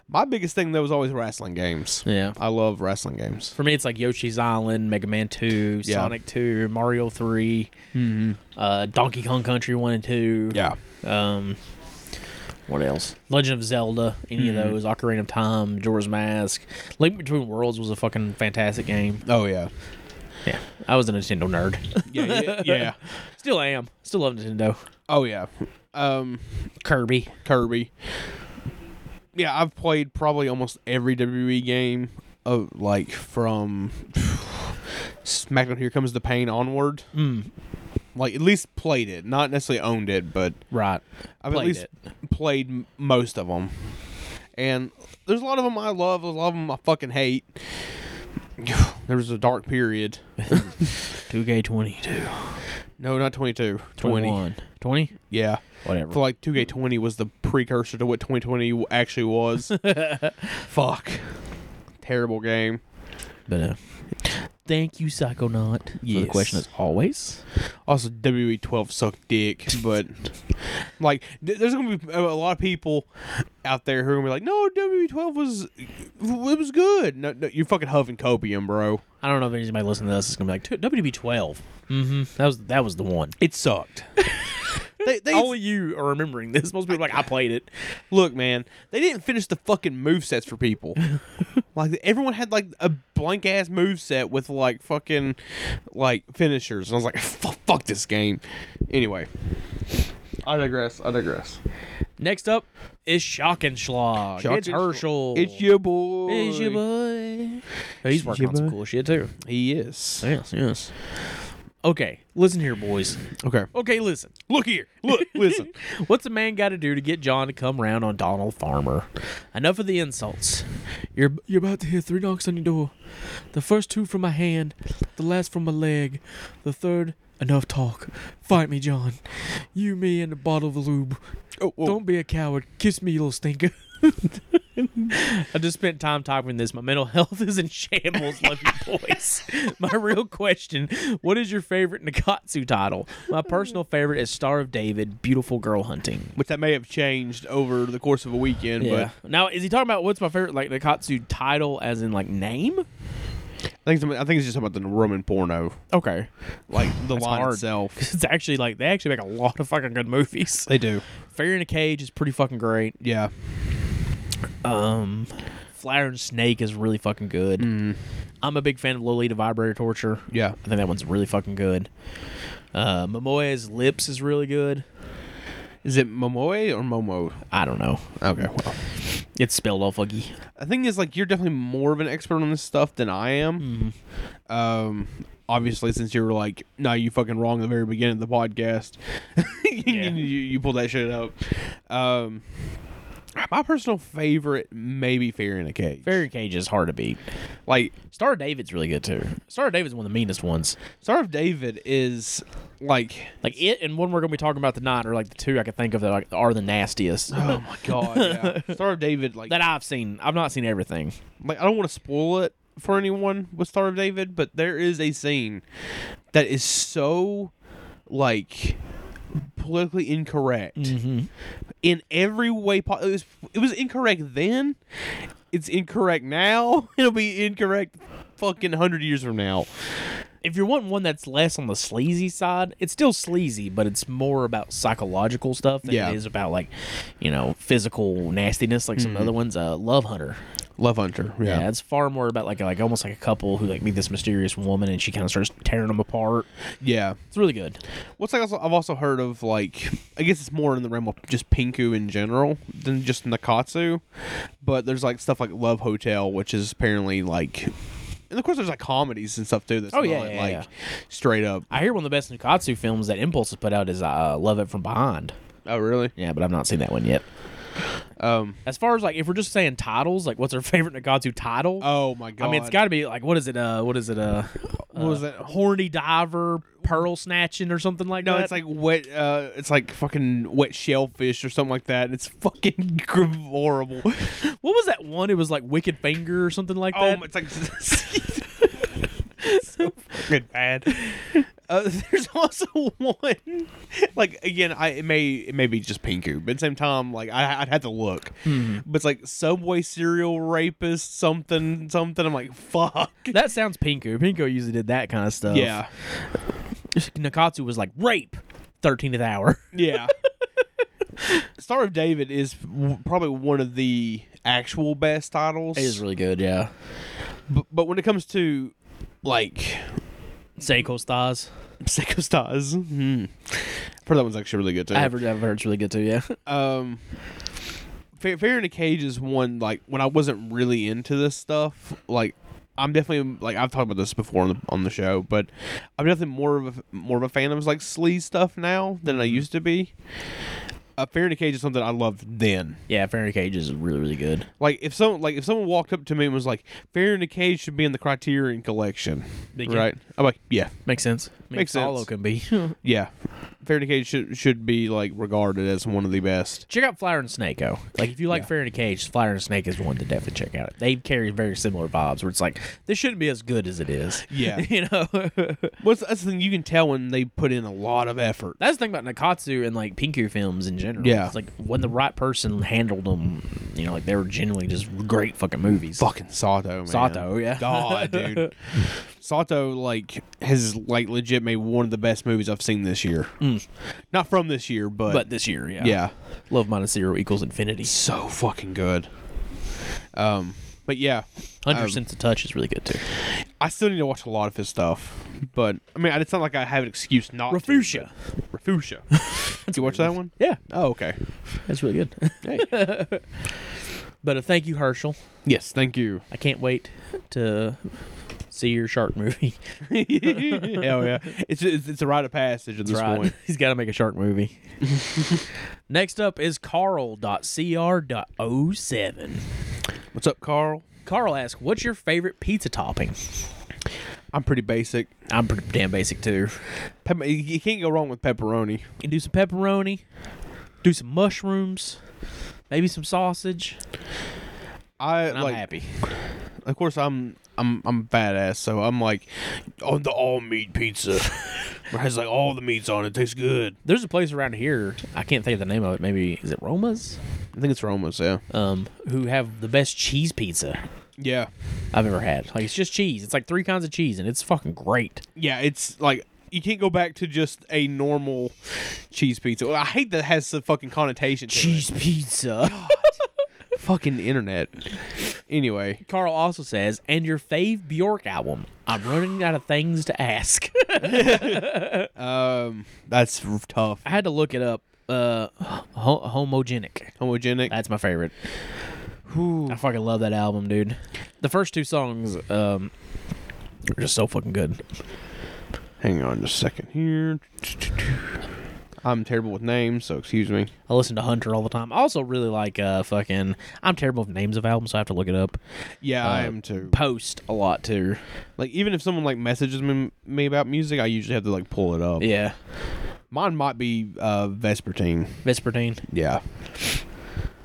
Speaker 4: My biggest thing though was always wrestling games.
Speaker 3: Yeah.
Speaker 4: I love wrestling games.
Speaker 3: For me, it's like Yoshi's Island, Mega Man 2,
Speaker 4: Yeah.
Speaker 3: Sonic 2, Mario 3, uh, Donkey Kong Country 1 and 2.
Speaker 4: Yeah.
Speaker 3: Um, what else? Legend of Zelda, any of those, Ocarina of Time, Majora's Mask. Link Between Worlds was a fucking fantastic game.
Speaker 4: Oh yeah.
Speaker 3: Yeah. I was a Nintendo nerd.
Speaker 4: Yeah, yeah, yeah.
Speaker 3: Still am. Still love Nintendo.
Speaker 4: Oh yeah. Um
Speaker 3: Kirby.
Speaker 4: Kirby. Yeah, I've played probably almost every WWE game of like from SmackDown Here Comes the Pain onward.
Speaker 3: Mm.
Speaker 4: Like at least played it, not necessarily owned it, but
Speaker 3: Right.
Speaker 4: I've
Speaker 3: Played
Speaker 4: at least played m- most of them. And there's a lot of them I love, a lot of them I fucking hate. There was a dark period.
Speaker 3: 2K22.
Speaker 4: No, not 22. 20.
Speaker 3: 21. 20?
Speaker 4: Yeah.
Speaker 3: Whatever.
Speaker 4: feel like 2K20 was the precursor to what 2020 w- actually was. Fuck. Terrible game.
Speaker 3: But uh, thank you, Psychonaut, for the
Speaker 4: Yes.
Speaker 3: question as always.
Speaker 4: Also, WE12 sucked dick, but like, th- there's gonna be a a lot of people out there who are gonna be like, "No, WE12 was it was good." No, no you're fucking huffing copium, bro.
Speaker 3: I don't know if anybody listening to this is gonna be like "Dude, WB twelve. Mm-hmm. That was that was the one.
Speaker 4: It sucked. they, they
Speaker 3: you are remembering this. Most people are like I played it.
Speaker 4: Look, man, they didn't finish the fucking movesets for people. like everyone had like a blank ass moveset with like fucking like finishers, and I was like, "Fu- fuck this game. Anyway, I digress. I digress.
Speaker 3: Next up is Shock and Schlag.
Speaker 4: Shock
Speaker 3: it's
Speaker 4: and
Speaker 3: Herschel.
Speaker 4: It's your boy.
Speaker 3: It's your boy. He's working
Speaker 4: your
Speaker 3: on some
Speaker 4: boy.
Speaker 3: cool shit too.
Speaker 4: Yes.
Speaker 3: Yes, yes. Okay, listen here, boys.
Speaker 4: Okay.
Speaker 3: Okay, listen.
Speaker 4: Look here. Look. Listen.
Speaker 3: What's a man got to do to get John to come round on Donald Farmer? Enough of the insults. You're you're about to hear three knocks on your door. The first two from my hand, the last from my leg, the third. Enough talk. Fight me, John. You, me, and a bottle of lube.
Speaker 4: Oh, oh.
Speaker 3: Don't be a coward. Kiss me, you little stinker. I just spent time talking this. My mental health is in shambles, love you boys. My real question what is your favorite Nakatsu title? My personal favorite is Star of David, Beautiful Girl Hunting.
Speaker 4: Which that may have changed over the course of a weekend,
Speaker 3: now, is he talking about what's my favorite, like, Nakatsu title as in, like, name?
Speaker 4: but I think it's- I think it's just about the Roman porno,
Speaker 3: Okay.
Speaker 4: like the
Speaker 3: That's
Speaker 4: line
Speaker 3: hard.
Speaker 4: itself.
Speaker 3: It's actually, like, they actually make a lot of fucking good movies.
Speaker 4: They do.
Speaker 3: Fair in a Cage is pretty fucking great.
Speaker 4: Yeah.
Speaker 3: Um, mm. Flyer and Snake is really fucking good. I'm a big fan of Lolita Vibrator Torture.
Speaker 4: Yeah.
Speaker 3: I think that one's really fucking good. Uh, Momoya's Lips is really good.
Speaker 4: Is it Momoe or Momo?
Speaker 3: I don't know.
Speaker 4: Okay. Well,
Speaker 3: It's spelled all fucky.
Speaker 4: the thing is, like, you're definitely more of an expert on this stuff than I am. Um, obviously, since you were like, "No, you fucking wrong" at the very beginning of the podcast, you,
Speaker 3: Yeah.
Speaker 4: you you pulled that shit up. Um, my personal favorite, maybe Fear in a Cage.
Speaker 3: Fairy Cage is hard to beat.
Speaker 4: Like,
Speaker 3: Star of David's really good too. Star of David's one of the meanest ones.
Speaker 4: Star of David is like,
Speaker 3: Like it and one we're gonna be talking about tonight are like the two I can think of that like, are the nastiest
Speaker 4: oh my god, yeah. Star of David. Like,
Speaker 3: that I've seen. I've not seen everything.
Speaker 4: like I don't want to spoil it for anyone with Star of David, but there is a scene that is so like politically incorrect in every way. Po- it was it was incorrect then. It's incorrect now. It'll be incorrect fucking hundred years from now.
Speaker 3: If you're wanting one that's less on the sleazy side, it's still sleazy, but it's more about psychological stuff than
Speaker 4: Yeah.
Speaker 3: it is about like, you know, physical nastiness. Like some other ones, uh, Love Hunter.
Speaker 4: Love Hunter.
Speaker 3: Yeah. it's far more about like like almost like a couple who like meet this mysterious woman and she kind of starts tearing them apart.
Speaker 4: yeah.
Speaker 3: It's really good.
Speaker 4: What's like also, I've also heard of like I guess it's more in the realm of just Pinku in general than just Nakatsu, but there's like stuff like Love Hotel, which is apparently like, and of course there's like comedies and stuff too. That's
Speaker 3: Oh, yeah,
Speaker 4: not,
Speaker 3: yeah,
Speaker 4: like
Speaker 3: yeah.
Speaker 4: straight up.
Speaker 3: I hear one of the best Nikatsu films that Impulse has put out is uh, Love It From Behind.
Speaker 4: Oh really?
Speaker 3: Yeah, but I've not seen that one yet.
Speaker 4: Um.
Speaker 3: As far as like if we're just saying titles, like what's our favorite Nikatsu title?
Speaker 4: Oh my god.
Speaker 3: I mean, it's got to be like what is it? Uh, what is it? Uh,
Speaker 4: What was that?
Speaker 3: horny diver, pearl snatching, or something like
Speaker 4: No,
Speaker 3: that.
Speaker 4: it's like wet. Uh, it's like fucking wet shellfish or something like that. and It's fucking horrible.
Speaker 3: what was that one? It was like Wicked Finger or something like
Speaker 4: Oh,
Speaker 3: that.
Speaker 4: my- it's like so fucking bad. Uh, there's also one, like again, I it may it may be just Pinku, but at the same time, like I, I'd have to look.
Speaker 3: Hmm.
Speaker 4: But it's like Subway cereal rapist something something. I'm like fuck.
Speaker 3: That sounds Pinku. Pinku usually did that kind of stuff.
Speaker 4: Yeah,
Speaker 3: Nakatsu was like rape, thirteenth hour.
Speaker 4: yeah. Star of David is w- probably one of the actual best titles.
Speaker 3: It is really good, yeah.
Speaker 4: but, but when it comes to like
Speaker 3: Seiko Stars.
Speaker 4: Psycho Stars, hmm. I heard that one's actually really good too.
Speaker 3: I have heard, I've heard it's really good too, yeah.
Speaker 4: um Fair, Fair in a Cage is one like when I wasn't really into this stuff, like I'm definitely like I've talked about this before on the on the show, but I'm definitely more of a, more of a fan of like sleaze stuff now than I used to be. Uh, Fair in a Cage is something I loved then.
Speaker 3: Yeah, Fairy Cage is really, really good.
Speaker 4: Like if some like if someone walked up to me and was like, "Fair in a Cage should be in the Criterion Collection,"
Speaker 3: They can-
Speaker 4: right? I'm like, "Yeah,
Speaker 3: Makes sense. I mean,
Speaker 4: Makes
Speaker 3: Solo
Speaker 4: sense.
Speaker 3: can be.
Speaker 4: yeah." Fair in a Cage should should be like regarded as one of the best.
Speaker 3: check out Flyer and Snake, oh. Like, if you like Fairy Cage, Flyer and Snake is one to definitely check out. They carry very similar vibes where it's like, this shouldn't be as good as it is.
Speaker 4: Yeah.
Speaker 3: you know?
Speaker 4: What's that's the thing you can tell when they put in a lot of effort.
Speaker 3: That's the thing about Nakatsu and like Pinku films in general.
Speaker 4: Yeah.
Speaker 3: It's like when the right person handled them, you know, like they were genuinely just great fucking movies.
Speaker 4: fucking Sato, man.
Speaker 3: Sato, yeah.
Speaker 4: God, dude. Sato like has like legit made one of the best movies I've seen this year. Not from this year, but,
Speaker 3: But this year, yeah.
Speaker 4: yeah,
Speaker 3: Love minus zero equals infinity.
Speaker 4: so fucking good. Um, but yeah,
Speaker 3: Hundred
Speaker 4: Um,
Speaker 3: Cents a Touch is really good too.
Speaker 4: I still need to watch a lot of his stuff. But I mean, it's not like I have an excuse not. to,
Speaker 3: Rafusia.
Speaker 4: but- Rafusia. Did you watch that one?
Speaker 3: Yeah,
Speaker 4: Oh, okay.
Speaker 3: that's really good. but uh, thank you, Herschel.
Speaker 4: Yes, thank you.
Speaker 3: I can't wait to see your shark movie.
Speaker 4: Hell yeah. It's, it's it's a rite of passage at this point.
Speaker 3: He's got to make a shark movie. Next up is carl.cr.07.
Speaker 4: What's up, Carl?
Speaker 3: Carl asks, "What's your favorite pizza topping?"
Speaker 4: I'm pretty basic.
Speaker 3: I'm pretty damn basic too.
Speaker 4: Pepper- you- you can't go wrong with pepperoni.
Speaker 3: You can do some pepperoni, do some mushrooms, maybe some sausage.
Speaker 4: I
Speaker 3: And I'm
Speaker 4: like
Speaker 3: happy.
Speaker 4: of course I'm I'm I'm badass, so I'm like on the all meat pizza. Where it has like all the meats on it, tastes good.
Speaker 3: There's a place around here. I can't think of the name of it. Maybe is it Roma's?
Speaker 4: I think it's Roma's, yeah.
Speaker 3: Um, who have the best cheese pizza
Speaker 4: Yeah.
Speaker 3: I've ever had. Like it's just cheese. It's like three kinds of cheese, and it's fucking great.
Speaker 4: Yeah, it's like you can't go back to just a normal cheese pizza. Well, I hate that it has the fucking connotation. to it.
Speaker 3: Cheese pizza.
Speaker 4: Fucking internet. Anyway.
Speaker 3: Carl also says, "And your fave Bjork album." I'm running out of things to ask.
Speaker 4: Um, that's r- tough.
Speaker 3: I had to look it up. Uh, ho- homogenic.
Speaker 4: Homogenic.
Speaker 3: That's my favorite.
Speaker 4: Ooh.
Speaker 3: I fucking love that album, dude. The first two songs um, are just so fucking good.
Speaker 4: Hang on just a second here. I'm terrible with names, so excuse me.
Speaker 3: I listen to Hunter all the time. I also really like uh, fucking. I'm terrible with names of albums, so I have to look it up.
Speaker 4: Yeah, I
Speaker 3: Uh,
Speaker 4: am too.
Speaker 3: Post a lot too.
Speaker 4: Like even if someone like messages me, me about music, I usually have to like pull it up.
Speaker 3: Yeah,
Speaker 4: Mine might be uh Vespertine.
Speaker 3: Vespertine.
Speaker 4: Yeah.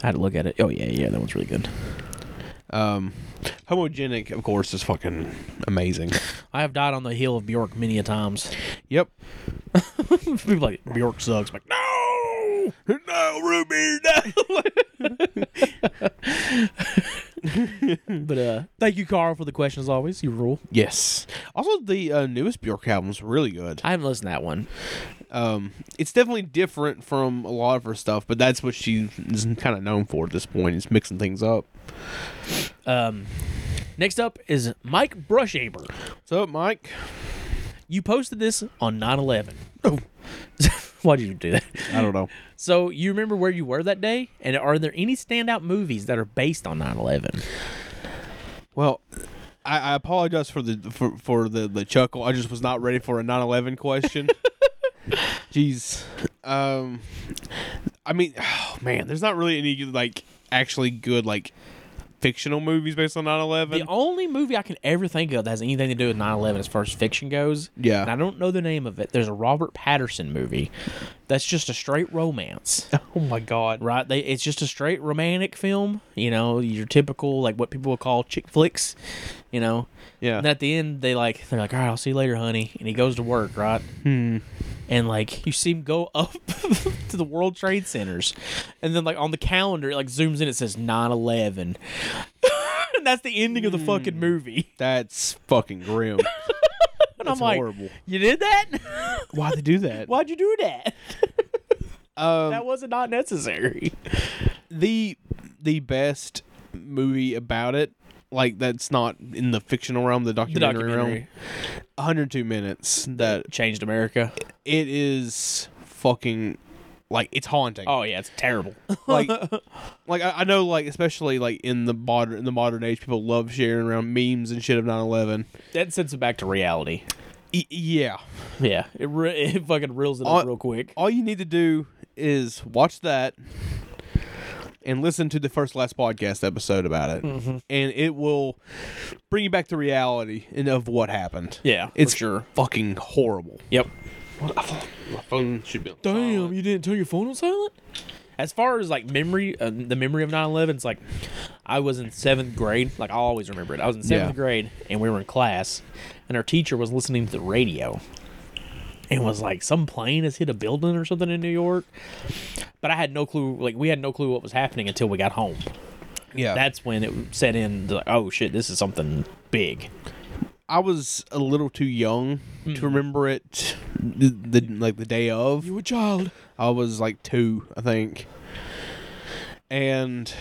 Speaker 3: I had to look at it. Oh yeah, yeah, that one's really good.
Speaker 4: Um homogenic of course is fucking amazing.
Speaker 3: I have died on the heel of Bjork many a times.
Speaker 4: yep.
Speaker 3: People like Bjork sucks. I'm like no, no, Ruby, no. but uh, thank you, Carl, for the question as always. You rule.
Speaker 4: Yes. Also the uh, newest Bjork album's really good.
Speaker 3: I haven't listened to that one.
Speaker 4: Um it's definitely different from a lot of her stuff, but that's what she is kind of known for at this point. Is mixing things up.
Speaker 3: Um, next up is Mike Brushaber.
Speaker 4: What's up, Mike?
Speaker 3: You posted this on 9 11. Oh. Why did you do that?
Speaker 4: I don't know.
Speaker 3: So, you remember where you were that day? And are there any standout movies that are based on 9 11?
Speaker 4: Well, I, I apologize for the for, for the, the chuckle. I just was not ready for a 9/11 question. Jeez. Um I mean, oh man, there's not really any like actually good like fictional movies based on 9/11.
Speaker 3: The only movie I can ever think of that has anything to do with 9 11 as far as fiction goes,
Speaker 4: Yeah.
Speaker 3: and I don't know the name of it, there's a Robert Patterson movie that's just a straight romance.
Speaker 4: oh my god.
Speaker 3: Right, they, it's just a straight romantic film, you know, your typical like what people would call chick flicks, you know.
Speaker 4: Yeah.
Speaker 3: And at the end, they like they're like, "All right, I'll see you later, honey," and he goes to work, right? Hmm. And like you see him go up to the World Trade Centers, and then like on the calendar, it like zooms in, it says 9-11. and that's the ending of the
Speaker 4: Hmm.
Speaker 3: fucking movie.
Speaker 4: That's fucking grim.
Speaker 3: And
Speaker 4: That's
Speaker 3: I'm like,
Speaker 4: horrible.
Speaker 3: "You did that?
Speaker 4: Why'd they do that?
Speaker 3: Why'd you do that?
Speaker 4: Um,
Speaker 3: that wasn't not necessary."
Speaker 4: the the best movie about it, like that's not in the fictional realm, the documentary, realm.
Speaker 3: documentary.
Speaker 4: 102 minutes. That
Speaker 3: Changed America.
Speaker 4: it is fucking like it's haunting.
Speaker 3: Oh yeah, it's terrible.
Speaker 4: Like, like I, I know, like especially like in the modern in the modern age, people love sharing around memes and shit of 9/11.
Speaker 3: that sends it back to reality.
Speaker 4: E- yeah,
Speaker 3: Yeah, it, re- it fucking reels it
Speaker 4: Uh,
Speaker 3: up real quick.
Speaker 4: all you need to do is watch that and listen to the first last podcast episode about it,
Speaker 3: Mm-hmm.
Speaker 4: and it will bring you back to reality and of what happened.
Speaker 3: Yeah, for
Speaker 4: it's
Speaker 3: sure.
Speaker 4: fucking horrible.
Speaker 3: Yep.
Speaker 4: My phone should be. on
Speaker 3: Damn, Oh, you didn't turn your phone on silent? As far as like memory, uh, the memory of 9 11, it's like I was in seventh grade. Like I always remember it. I was in seventh
Speaker 4: Yeah.
Speaker 3: grade and we were in class, and our teacher was listening to the radio and was like, some plane has hit a building or something in New York. But I had no clue. Like we had no clue what was happening until we got home.
Speaker 4: Yeah,
Speaker 3: That's when it set in, like, oh shit, this is something big.
Speaker 4: I was a little too young
Speaker 3: Hmm.
Speaker 4: to remember it. The, the like the day of
Speaker 3: a child.
Speaker 4: I was like two, I think. And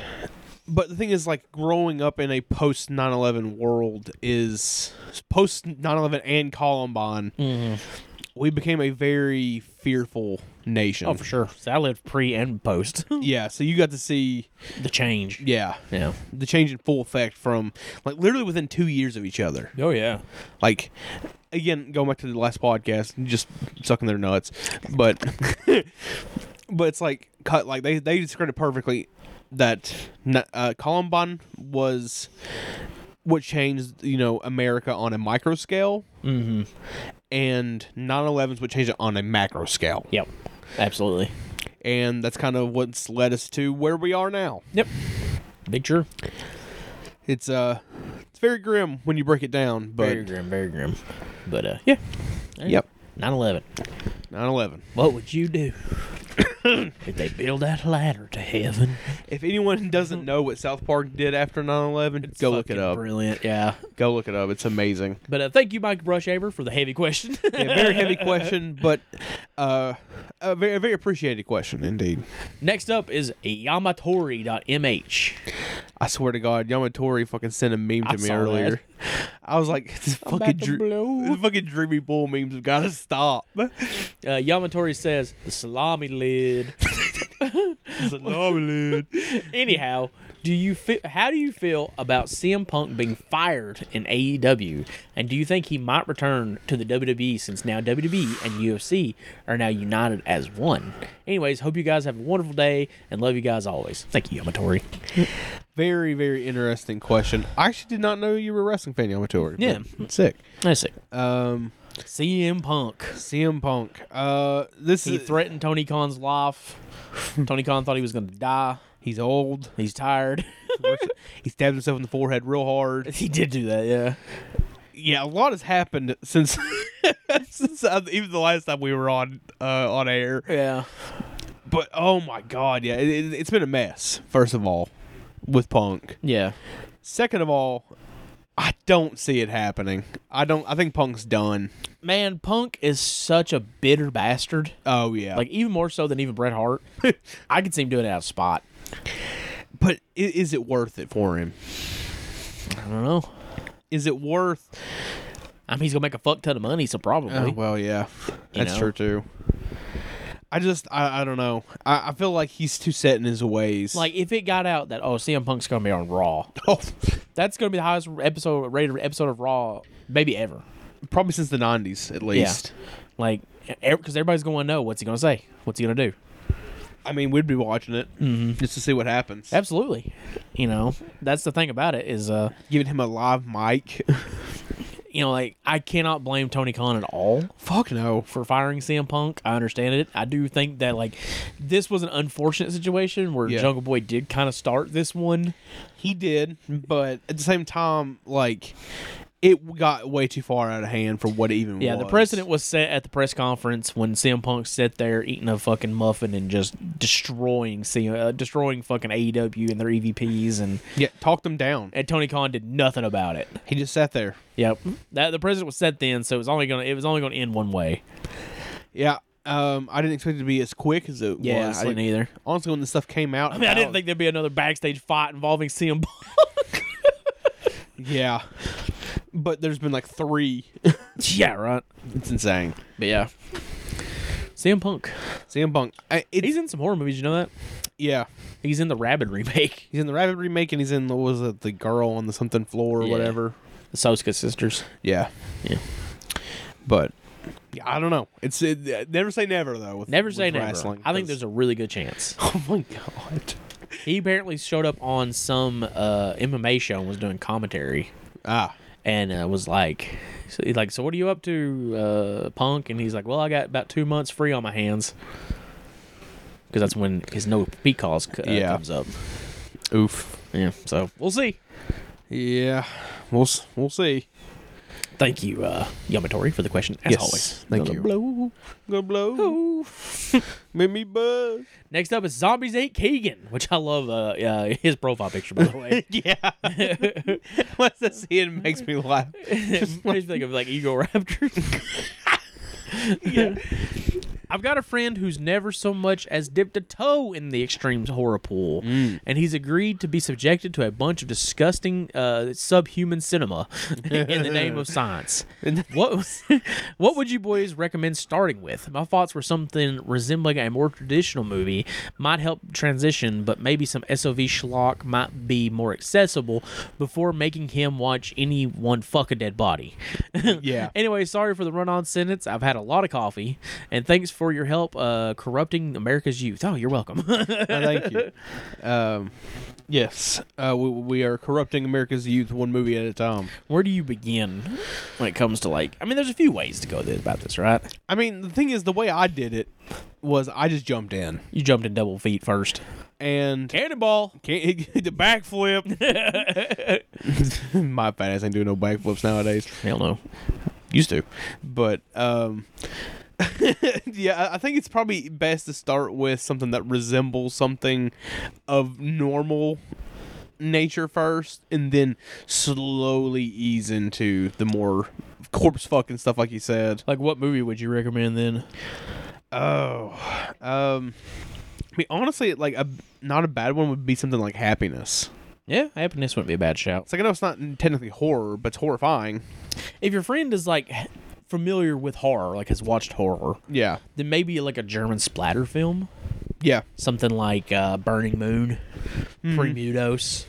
Speaker 4: but the thing is like growing up in a post
Speaker 3: Mm-hmm.
Speaker 4: 9/11 world is post 9/11 and Columbine we became a very fearful nation.
Speaker 3: Oh, for sure. So I lived pre and post
Speaker 4: Yeah, so you got to see,
Speaker 3: the change.
Speaker 4: yeah,
Speaker 3: Yeah.
Speaker 4: the change in full effect from like literally within two years of each other.
Speaker 3: Oh yeah.
Speaker 4: Like, again, going back to the last podcast, just sucking their nuts, but but it's like cut like they they described it perfectly that n- uh, Columbine was what changed you know America on a micro scale, mm-hmm. and 9-11 is what changed it on a macro scale,
Speaker 3: Yep. Absolutely.
Speaker 4: and that's kind of what's led us to where we are now.
Speaker 3: Yep. Big true.
Speaker 4: It's uh it's very grim when you break it down, but
Speaker 3: very grim. Very grim. But uh, yeah.
Speaker 4: yep,
Speaker 3: 9-11.
Speaker 4: 9/11.
Speaker 3: What would you do if they build that ladder to heaven?
Speaker 4: If anyone doesn't know what South Park did after 9/11, go look it
Speaker 3: Fucking
Speaker 4: up.
Speaker 3: Brilliant. Yeah.
Speaker 4: Go look it up. It's amazing.
Speaker 3: But uh, thank you, Mike Brushaver, for the heavy question.
Speaker 4: Yeah, very heavy question, but uh, a very, a very appreciated question indeed.
Speaker 3: Next up is yamatori.mh.
Speaker 4: I swear to God, Yamatori fucking sent a meme to
Speaker 3: I
Speaker 4: me
Speaker 3: saw
Speaker 4: earlier. I was like, this fucking,
Speaker 3: to
Speaker 4: dre-
Speaker 3: blow.
Speaker 4: this fucking dreamy bull memes have got to stop.
Speaker 3: Uh, Yamatori says the salami lid. Anyhow, do you feel? How do you feel about CM Punk being fired in AEW, and do you think he might return to the WWE since now WWE and UFC are now united as one? Anyways, hope you guys have a wonderful day and love you guys always. Thank you, Yamatori.
Speaker 4: very, very interesting question. I actually did not know you were a wrestling fan, Yamatori. but
Speaker 3: Yeah.
Speaker 4: sick.
Speaker 3: That's it.
Speaker 4: Um,
Speaker 3: CM Punk.
Speaker 4: CM Punk. Uh, this
Speaker 3: He
Speaker 4: is
Speaker 3: threatened Tony Khan's life. Tony Khan thought he was going to die.
Speaker 4: he's old.
Speaker 3: He's tired.
Speaker 4: he stabbed himself in the forehead real hard.
Speaker 3: he did do that, yeah.
Speaker 4: Yeah, a lot has happened since since uh, even the last time we were on uh, on air.
Speaker 3: Yeah.
Speaker 4: But oh my god, yeah, it, it, it's been a mess. First of all, with Punk.
Speaker 3: Yeah.
Speaker 4: Second of all, I don't see it happening. I don't. I think Punk's done.
Speaker 3: Man, Punk is such a bitter bastard.
Speaker 4: Oh yeah,
Speaker 3: Like, even more so than even Bret Hart. I could see him doing it out of spot.
Speaker 4: but i- is it worth it for him?
Speaker 3: I don't know.
Speaker 4: Is it worth?
Speaker 3: I mean, he's going to make a fuck ton of money, so probably.
Speaker 4: Oh, well, yeah,
Speaker 3: You
Speaker 4: that's
Speaker 3: know?
Speaker 4: true too. I just, I, I don't know. I, I feel like he's too set in his ways.
Speaker 3: Like, if it got out that, oh, CM Punk's going to be on Raw,
Speaker 4: oh,
Speaker 3: that's going to be the highest episode rated episode of Raw, maybe ever.
Speaker 4: probably since the '90s at least.
Speaker 3: Like, because everybody's going to know what's he going to say? What's he going to do?
Speaker 4: I mean, we'd be watching it
Speaker 3: Mm-hmm.
Speaker 4: just to see what happens.
Speaker 3: Absolutely. You know, that's the thing about it is, uh,
Speaker 4: Giving him a live mic.
Speaker 3: you know, like I cannot blame Tony Khan at all
Speaker 4: Fuck no.
Speaker 3: for firing CM Punk. I understand it. I do think that like this was an unfortunate situation where
Speaker 4: Yeah.
Speaker 3: Jungle Boy did kind of start this one.
Speaker 4: He did, but at the same time, like it got way too far out of hand for what it even
Speaker 3: Yeah,
Speaker 4: was.
Speaker 3: the president was set at the press conference when CM Punk sat there eating a fucking muffin and just destroying C- uh, destroying fucking AEW and their EVPs and
Speaker 4: Yeah, talked them down.
Speaker 3: and Tony Khan did nothing about it.
Speaker 4: He just sat there.
Speaker 3: Yep. That the president was set then, so it was only going to it was only going to end one way.
Speaker 4: Yeah. Um, I didn't expect it to be as quick as it was. I
Speaker 3: I didn't
Speaker 4: didn't-
Speaker 3: either.
Speaker 4: honestly, when this stuff came out,
Speaker 3: I mean, I didn't think there'd be another backstage fight involving CM Punk.
Speaker 4: Yeah, but there's been like three.
Speaker 3: yeah, right.
Speaker 4: it's insane.
Speaker 3: But yeah. CM Punk.
Speaker 4: CM Punk. I, it,
Speaker 3: He's in some horror movies, you know that?
Speaker 4: yeah,
Speaker 3: He's in the Rabbit remake.
Speaker 4: he's in the Rabbit remake, and he's in the what was it the girl on the something floor or
Speaker 3: Yeah.
Speaker 4: whatever.
Speaker 3: The Soska sisters.
Speaker 4: Yeah,
Speaker 3: Yeah.
Speaker 4: But yeah, I don't know. It's it, uh, never say never though. With,
Speaker 3: Never
Speaker 4: with
Speaker 3: say never.
Speaker 4: wrestling,
Speaker 3: I think
Speaker 4: 'cause-
Speaker 3: there's a really good chance.
Speaker 4: Oh my god.
Speaker 3: He apparently showed up on some uh, MMA show and was doing commentary
Speaker 4: Ah,
Speaker 3: and uh, was like, so he's like, so what are you up to, uh, Punk? And he's like, well, I got about two months free on my hands. Because that's when his no beat calls uh,
Speaker 4: Yeah.
Speaker 3: comes up.
Speaker 4: oof.
Speaker 3: Yeah, so we'll see.
Speaker 4: Yeah, we'll s- we'll see.
Speaker 3: Thank you, uh, Yamatori, for the question. As
Speaker 4: Yes,
Speaker 3: always,
Speaker 4: thank
Speaker 3: Gonna
Speaker 4: you.
Speaker 3: blow.
Speaker 4: Gonna blow, make me buzz.
Speaker 3: Next up is Zombies Eight Keegan, which I love. Uh, uh, his profile picture, by the way.
Speaker 4: Yeah, once I see it, it makes me laugh.
Speaker 3: Just think of like Eagle Raptor. I've got a friend who's never so much as dipped a toe in the extreme horror pool, and he's agreed to be subjected to a bunch of disgusting uh, subhuman cinema in the name of science. what what would you boys recommend starting with? My thoughts were something resembling a more traditional movie might help transition, but maybe some SOV schlock might be more accessible before making him watch anyone fuck a dead body.
Speaker 4: Yeah.
Speaker 3: Anyway, sorry for the run-on sentence. I've had a lot of coffee, and thanks for your help uh, corrupting America's youth. Oh, you're welcome.
Speaker 4: Uh, thank you. Um, yes, uh, we, we are corrupting America's youth one movie at a time.
Speaker 3: Where do you begin when it comes to like? I mean, there's a few ways to go th- about this, right?
Speaker 4: I mean, the thing is, the way I did it was I just jumped in
Speaker 3: You jumped in double feet first.
Speaker 4: and
Speaker 3: Cannonball.
Speaker 4: can't the backflip. My fat ass ain't doing no backflips nowadays.
Speaker 3: Hell no.
Speaker 4: Used to, but um, yeah, I- I think it's probably best to start with something that resembles something of normal nature first, and then slowly ease into the more corpse fucking stuff, like you said.
Speaker 3: Like, what movie would you recommend then?
Speaker 4: Oh, um, I mean, honestly, like a not a bad one would be something like Happiness.
Speaker 3: Yeah, happiness wouldn't be a bad shout.
Speaker 4: It's like I know it's not technically horror, but it's horrifying.
Speaker 3: If your friend is like familiar with horror, like has watched horror,
Speaker 4: Yeah,
Speaker 3: then maybe like a German splatter film,
Speaker 4: yeah,
Speaker 3: something like uh, Burning Moon, Hmm. Premutos.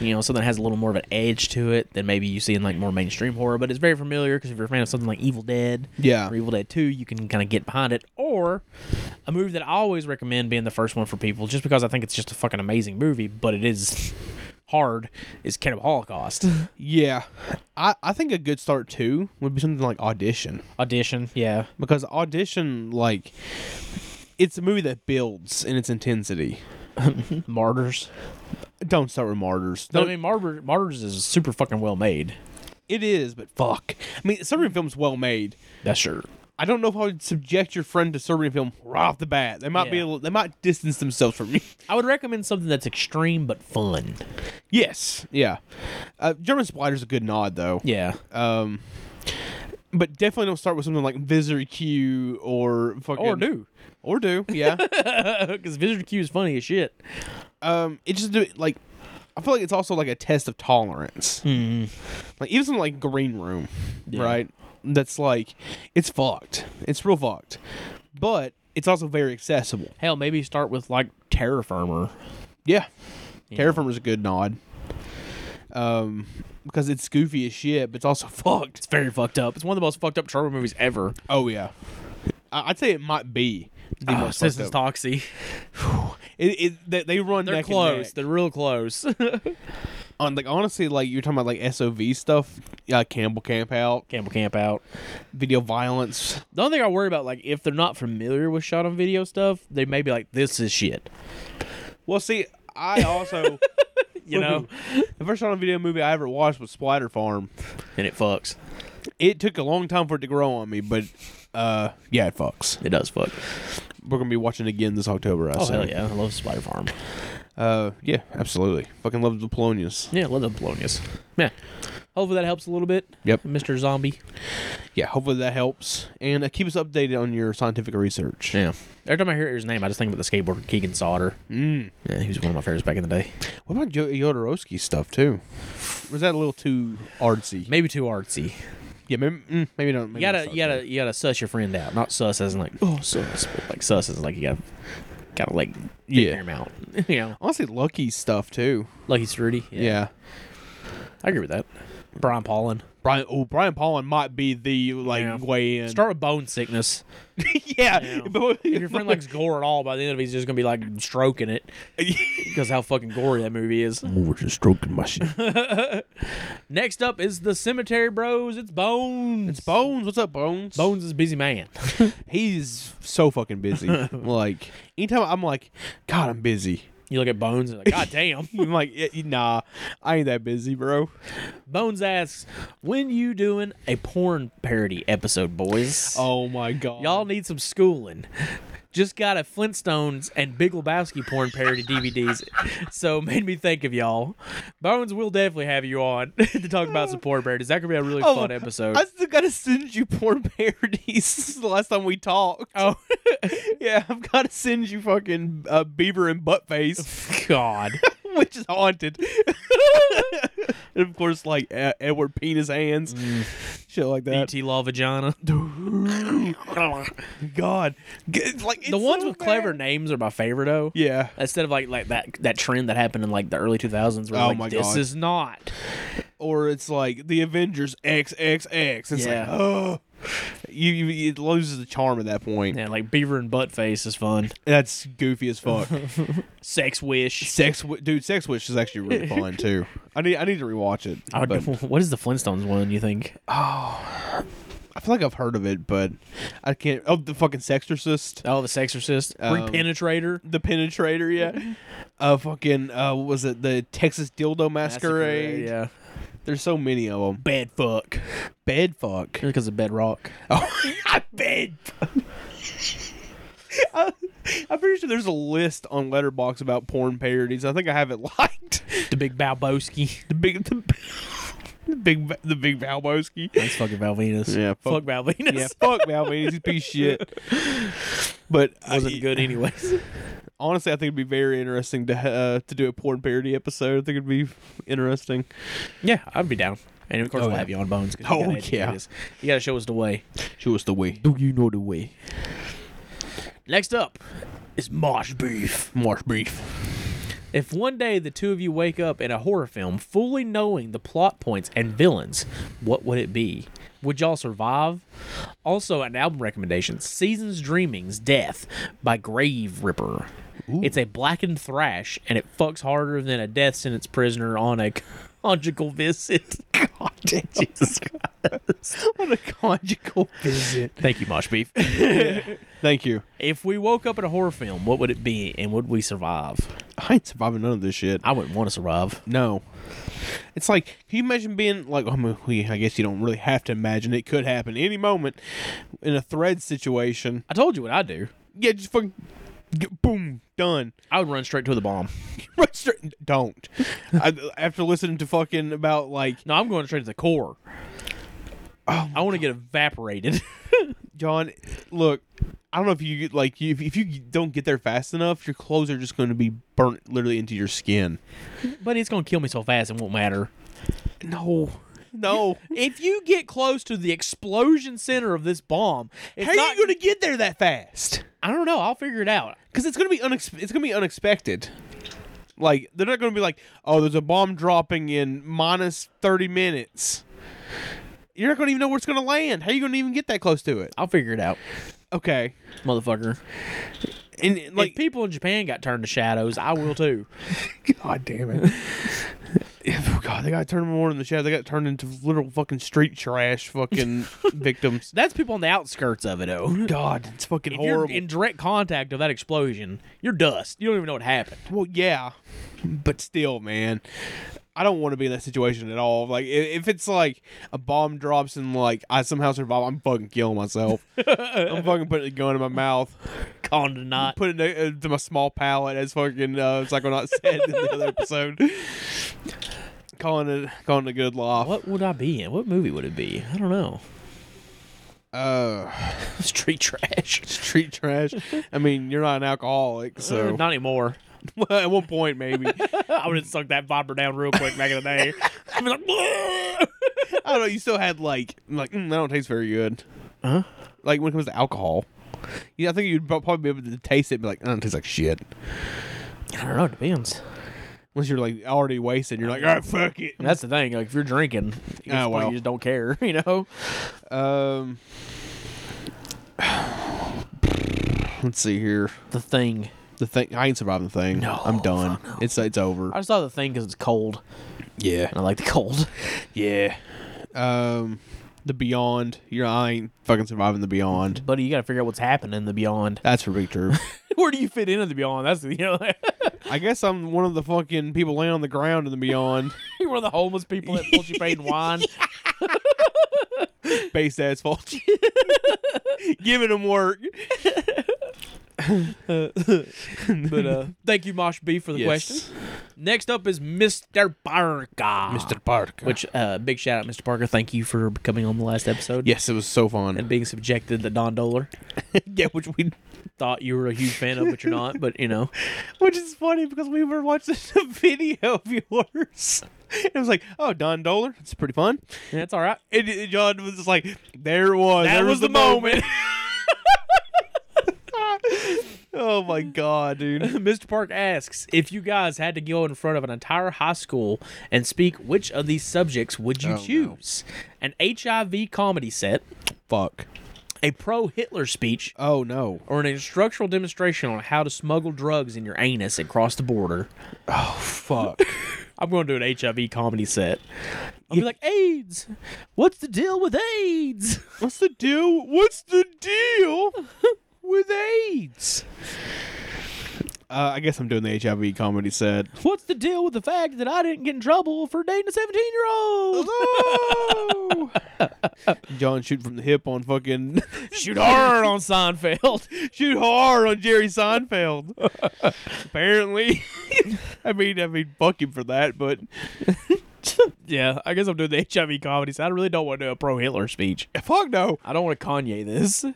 Speaker 3: You know, something that has a little more of an edge to it than maybe you see in like more mainstream horror, but it's very familiar because if you're a fan of something like Evil Dead,
Speaker 4: yeah.
Speaker 3: or Evil Dead 2, you can kind of get behind it. Or a movie that I always recommend being the first one for people, just because I think it's just a fucking amazing movie, but it is hard, is Cannibal Holocaust.
Speaker 4: Yeah, I, I think a good start too would be something like Audition
Speaker 3: Audition, yeah.
Speaker 4: because Audition like it's a movie that builds in its intensity.
Speaker 3: Martyrs.
Speaker 4: Don't start with Martyrs.
Speaker 3: No,
Speaker 4: No,
Speaker 3: I mean, Martyr, Martyrs is super fucking well made.
Speaker 4: it is, but fuck. I mean, Serbian film's well made.
Speaker 3: That's sure.
Speaker 4: I don't know if I would subject your friend to Serbian film right off the bat. They might be
Speaker 3: Yeah.
Speaker 4: a little, they might distance themselves from you.
Speaker 3: I would recommend something that's extreme but fun.
Speaker 4: yes, yeah. Uh, German Splatter's a good nod though.
Speaker 3: Yeah.
Speaker 4: Um, but definitely don't start with something like Visitor Q or fucking
Speaker 3: Or do.
Speaker 4: or do yeah.
Speaker 3: Because Visitor Q is funny as shit.
Speaker 4: um it just do- like I feel like it's also like a test of tolerance. Like even something like Green Room, right? That's like it's fucked. It's real fucked. But it's also very accessible.
Speaker 3: Hell, maybe start with like Terra Firmer.
Speaker 4: Yeah. Terraformer's a good nod. Um because it's goofy as shit, but it's also fucked.
Speaker 3: It's very fucked up. It's one of the most fucked up Trevor movies ever.
Speaker 4: Oh yeah. I- I'd say it might be the
Speaker 3: Oh,
Speaker 4: most fucked
Speaker 3: Citizens
Speaker 4: up.
Speaker 3: Toxie.
Speaker 4: It, it, they, they run
Speaker 3: They're
Speaker 4: neck and
Speaker 3: close.
Speaker 4: neck.
Speaker 3: They're real close.
Speaker 4: On like honestly, like you're talking about like SOV stuff, uh, Campbell Camp Out,
Speaker 3: Campbell Camp Out.
Speaker 4: video violence.
Speaker 3: The only thing I worry about, like, if they're not familiar with shot on video stuff, they may be like, this is shit.
Speaker 4: Well, see, I also
Speaker 3: You know?
Speaker 4: the first on video movie I ever watched was Splatter Farm.
Speaker 3: and it fucks.
Speaker 4: It took a long time for it to grow on me, but uh, yeah, it fucks.
Speaker 3: It does fuck.
Speaker 4: We're gonna be watching it again this October. I
Speaker 3: Oh,
Speaker 4: say.
Speaker 3: hell yeah. I love Spider Farm.
Speaker 4: Uh, yeah, absolutely. Fucking love the Polonius.
Speaker 3: Yeah, I love the Polonius. Yeah. Hopefully that helps a little bit.
Speaker 4: Yep.
Speaker 3: Mr. Zombie.
Speaker 4: Yeah, hopefully that helps, and uh, keep us updated on your scientific research.
Speaker 3: Yeah. Every time I hear his name, I just think about the skateboarder Keegan Sauter.
Speaker 4: Mm.
Speaker 3: Yeah, he was one of my favorites back in the day.
Speaker 4: What about jo- Jodorowsky stuff too? Was that a little too artsy?
Speaker 3: Maybe too artsy.
Speaker 4: Yeah, maybe, mm, maybe
Speaker 3: You
Speaker 4: don't. Maybe
Speaker 3: gotta,
Speaker 4: don't
Speaker 3: you gotta, you gotta suss your friend out. Not suss as in like, oh, sus, but like suss as in like you gotta, gotta like figure
Speaker 4: Yeah.
Speaker 3: him out. you know,
Speaker 4: Honestly, Lucky stuff too.
Speaker 3: Lucky Cerruti.
Speaker 4: Yeah.
Speaker 3: I agree with that. Brian Paulin.
Speaker 4: Brian. Oh, Brian Paulin might be the like
Speaker 3: Yeah.
Speaker 4: way in.
Speaker 3: Start with bone sickness.
Speaker 4: yeah. but-
Speaker 3: If your friend likes gore at all, by the end of it, he's just gonna be like stroking it because how fucking gory that movie is.
Speaker 4: we're just stroking my shit.
Speaker 3: Next up is the Cemetery Bros. It's Bones.
Speaker 4: It's Bones. What's up, Bones?
Speaker 3: Bones is a busy man.
Speaker 4: He's so fucking busy. like anytime I'm like, God, I'm busy.
Speaker 3: You look at Bones and like, God damn.
Speaker 4: I'm like, "Yeah, nah, I ain't that busy, bro.
Speaker 3: Bones asks, "When you doing a porn parody episode, boys?
Speaker 4: Oh my god.
Speaker 3: Y'all need some schooling. Just got a Flintstones and Big Lebowski porn parody DVDs, so it made me think of y'all. Bones, we'll definitely have you on to talk about some porn parodies. That could be a really fun episode.
Speaker 4: Oh, I still gotta send you porn parodies. Since the last time we talked.
Speaker 3: oh
Speaker 4: yeah, I've gotta send you fucking uh, Beaver and Buttface,
Speaker 3: God!
Speaker 4: which is haunted. and of course, like uh, Edward Penis Hands,
Speaker 3: Mm.
Speaker 4: shit like that.
Speaker 3: BT Law Vagina.
Speaker 4: God, G- like it's
Speaker 3: the ones
Speaker 4: so
Speaker 3: with clever
Speaker 4: bad.
Speaker 3: names are my favorite though.
Speaker 4: Yeah,
Speaker 3: Instead of like like that that trend that happened in like the early 2000s where
Speaker 4: Oh
Speaker 3: like
Speaker 4: my
Speaker 3: this
Speaker 4: God.
Speaker 3: is not.
Speaker 4: or it's like the Avengers XXX. It's
Speaker 3: Yeah.
Speaker 4: like oh, you, you it loses the charm at that point.
Speaker 3: Yeah, like Beaver and Buttface is fun.
Speaker 4: That's goofy as fuck.
Speaker 3: Sex Wish.
Speaker 4: Sex, Wi- dude, Sex Witch is actually really fun too. I need I need to rewatch it.
Speaker 3: I would-
Speaker 4: but-
Speaker 3: what is the Flintstones one? You think?
Speaker 4: I feel like I've heard of it, but I can't. Oh, the fucking sexorcist,
Speaker 3: Oh, the Sexorcist,
Speaker 4: Um,
Speaker 3: Repenetrator,
Speaker 4: the penetrator, yeah. uh, fucking, uh, what was it the Texas dildo masquerade?
Speaker 3: yeah,
Speaker 4: There's so many of them.
Speaker 3: bed fuck,
Speaker 4: Bed fuck.
Speaker 3: because of bedrock.
Speaker 4: Oh, bed. fuck. I- I'm pretty sure there's a list on Letterbox about porn parodies. I think I have it liked.
Speaker 3: The big Balboski.
Speaker 4: The big, the, the big, the big Valboski.
Speaker 3: That's fucking Valvinus.
Speaker 4: Yeah,
Speaker 3: fuck,
Speaker 4: fuck-
Speaker 3: Valvinus.
Speaker 4: Yeah, fuck Valvini's a piece of shit. But
Speaker 3: wasn't good anyways.
Speaker 4: honestly, I think it'd be very interesting to uh, to do a porn parody episode. I think it'd be interesting.
Speaker 3: yeah, I'd be down. And of course,
Speaker 4: Oh,
Speaker 3: we'll
Speaker 4: yeah.
Speaker 3: have you on Bones. 'cause you
Speaker 4: Oh,
Speaker 3: gotta educate
Speaker 4: yeah.
Speaker 3: us. you gotta show us the way.
Speaker 4: Show us the way. Do you know the way?
Speaker 3: Next up is Mosh Beef.
Speaker 4: Marsh beef.
Speaker 3: If one day the two of you wake up in a horror film fully knowing the plot points and villains, what would it be? Would y'all survive? Also, an album recommendation Seasons Dreaming's Death by Grave Ripper. It's a blackened thrash and it fucks harder than a death sentence prisoner on a conjugal visit. God damn, Jesus Christ.
Speaker 4: What a conjugal visit.
Speaker 3: Thank you, Mosh Beef.
Speaker 4: Thank you.
Speaker 3: if we woke up in a horror film, what would it be and would we survive?
Speaker 4: I ain't surviving none of this shit.
Speaker 3: I wouldn't want to survive.
Speaker 4: No. It's like, can you imagine being like, I, mean, we, I guess you don't really have to imagine. It could happen any moment in a thread situation.
Speaker 3: I told you what I do.
Speaker 4: Yeah, just fucking, get- boom, done.
Speaker 3: I would run straight to the bomb.
Speaker 4: Right straight- Don't. I, after listening to fucking about like
Speaker 3: No, I'm going straight to the core.
Speaker 4: Oh
Speaker 3: I want to get evaporated.
Speaker 4: John, look, I don't know if you get- like if, if you don't get there fast enough, your clothes are just going to be burnt literally into your skin.
Speaker 3: but it's going to kill me so fast it won't matter.
Speaker 4: No, no.
Speaker 3: If you get close to the explosion center of this bomb, it's
Speaker 4: How are
Speaker 3: not
Speaker 4: you going to get there that fast?
Speaker 3: I don't know. I'll figure it out.
Speaker 4: Because it's going to be unex- it's going to be unexpected. Like they're not going to be like, oh, there's a bomb dropping in minus thirty minutes. You're not going to even know where it's going to land. How are you going to even get that close to it?
Speaker 3: I'll figure it out,
Speaker 4: Okay,
Speaker 3: motherfucker.
Speaker 4: and
Speaker 3: Like
Speaker 4: like,
Speaker 3: people in Japan got turned to shadows, I will too.
Speaker 4: God damn it. Oh, God, they got turned more in the shadow. They got turned into literal fucking street trash fucking victims.
Speaker 3: That's people on the outskirts of it, though.
Speaker 4: God, it's fucking
Speaker 3: If you're
Speaker 4: horrible.
Speaker 3: in direct contact of that explosion, you're dust. You don't even know what happened.
Speaker 4: well, yeah, but still, man, I don't want to be in that situation at all. Like, i- if it's like a bomb drops and like I somehow survive, I'm fucking killing myself. I'm fucking putting a gun in my mouth,
Speaker 3: Condonite. not.
Speaker 4: putting it uh, to my small palate, as fucking uh, Psychonaut said in the other episode. Calling it, calling it a good life.
Speaker 3: What would I be in? What movie would it be? I don't know.
Speaker 4: Uh,
Speaker 3: Street trash.
Speaker 4: street trash. I mean, you're not an alcoholic, so
Speaker 3: Uh, not anymore.
Speaker 4: at one point maybe. I
Speaker 3: I would have sucked that viper down real quick back in the day. I'd be like,
Speaker 4: don't know. You still had like like mm, that don't taste very good.
Speaker 3: Huh?
Speaker 4: Like when it comes to alcohol, yeah, I think you'd prob- probably be able to taste it, and be like, "Mm, it tastes like shit.
Speaker 3: I don't know. It depends.
Speaker 4: Unless you're like already wasted, you're like, all right, fuck it.
Speaker 3: And that's the thing. Like if you're drinking, you,
Speaker 4: Ah, well.
Speaker 3: you just don't care. You know.
Speaker 4: Um, let's see here.
Speaker 3: The thing.
Speaker 4: The thing, I ain't surviving the thing.
Speaker 3: No,
Speaker 4: I'm done. It's it's over.
Speaker 3: I just saw the thing because it's cold,
Speaker 4: yeah,
Speaker 3: and I like the cold.
Speaker 4: yeah. Um, the Beyond. You're I ain't fucking surviving the Beyond.
Speaker 3: Buddy, you got to figure out what's happening in the beyond.
Speaker 4: That's for big true.
Speaker 3: Where do you fit into the beyond? That's you know,
Speaker 4: I guess I'm one of the fucking people laying on the ground in the beyond,
Speaker 3: you're one of the homeless people that pulls you paid in wine.
Speaker 4: based asphalt, giving them work.
Speaker 3: But uh, thank you, Mosh B, for the question. Next up is Mr. Parker.
Speaker 4: Mr. Parker.
Speaker 3: Which, uh, big shout out, Mr. Parker. Thank you for coming on the last episode.
Speaker 4: yes, it was so
Speaker 3: And
Speaker 4: fun.
Speaker 3: being subjected to Don Doler.
Speaker 4: yeah, which we,
Speaker 3: Thought you were a huge fan of, but you're not. But, you know.
Speaker 4: which is funny because we were watching a video of yours. It was like, oh, Don Doler, that's pretty fun.
Speaker 3: Yeah, it's all right.
Speaker 4: And, and John was just like, there it was.
Speaker 3: That
Speaker 4: there
Speaker 3: was the moment.
Speaker 4: oh my god, dude.
Speaker 3: Mr. Park asks if you guys had to go in front of an entire high school and speak, which of these subjects would you
Speaker 4: Oh, no.
Speaker 3: choose? An HIV comedy set,
Speaker 4: Fuck.
Speaker 3: a pro Hitler speech,
Speaker 4: Oh no.
Speaker 3: or an instructional demonstration on how to smuggle drugs in your anus and cross the border.
Speaker 4: Oh, Fuck.
Speaker 3: I'm going to do an HIV comedy set. I'll be like, AIDS! What's the deal with AIDS?
Speaker 4: What's the deal? What's the deal with AIDS? Uh, I guess I'm doing the HIV comedy set.
Speaker 3: What's the deal with the fact that I didn't get in trouble for dating a 17 year old?
Speaker 4: Oh! John shoot from the hip on fucking
Speaker 3: Shoot hard on Seinfeld.
Speaker 4: shoot hard on Jerry Seinfeld. Apparently, I mean, I mean, fuck him for that, but
Speaker 3: Yeah, I guess I'm doing the HIV comedies. I really don't want to do a pro Hitler speech.
Speaker 4: fuck no.
Speaker 3: I don't want to Kanye this. I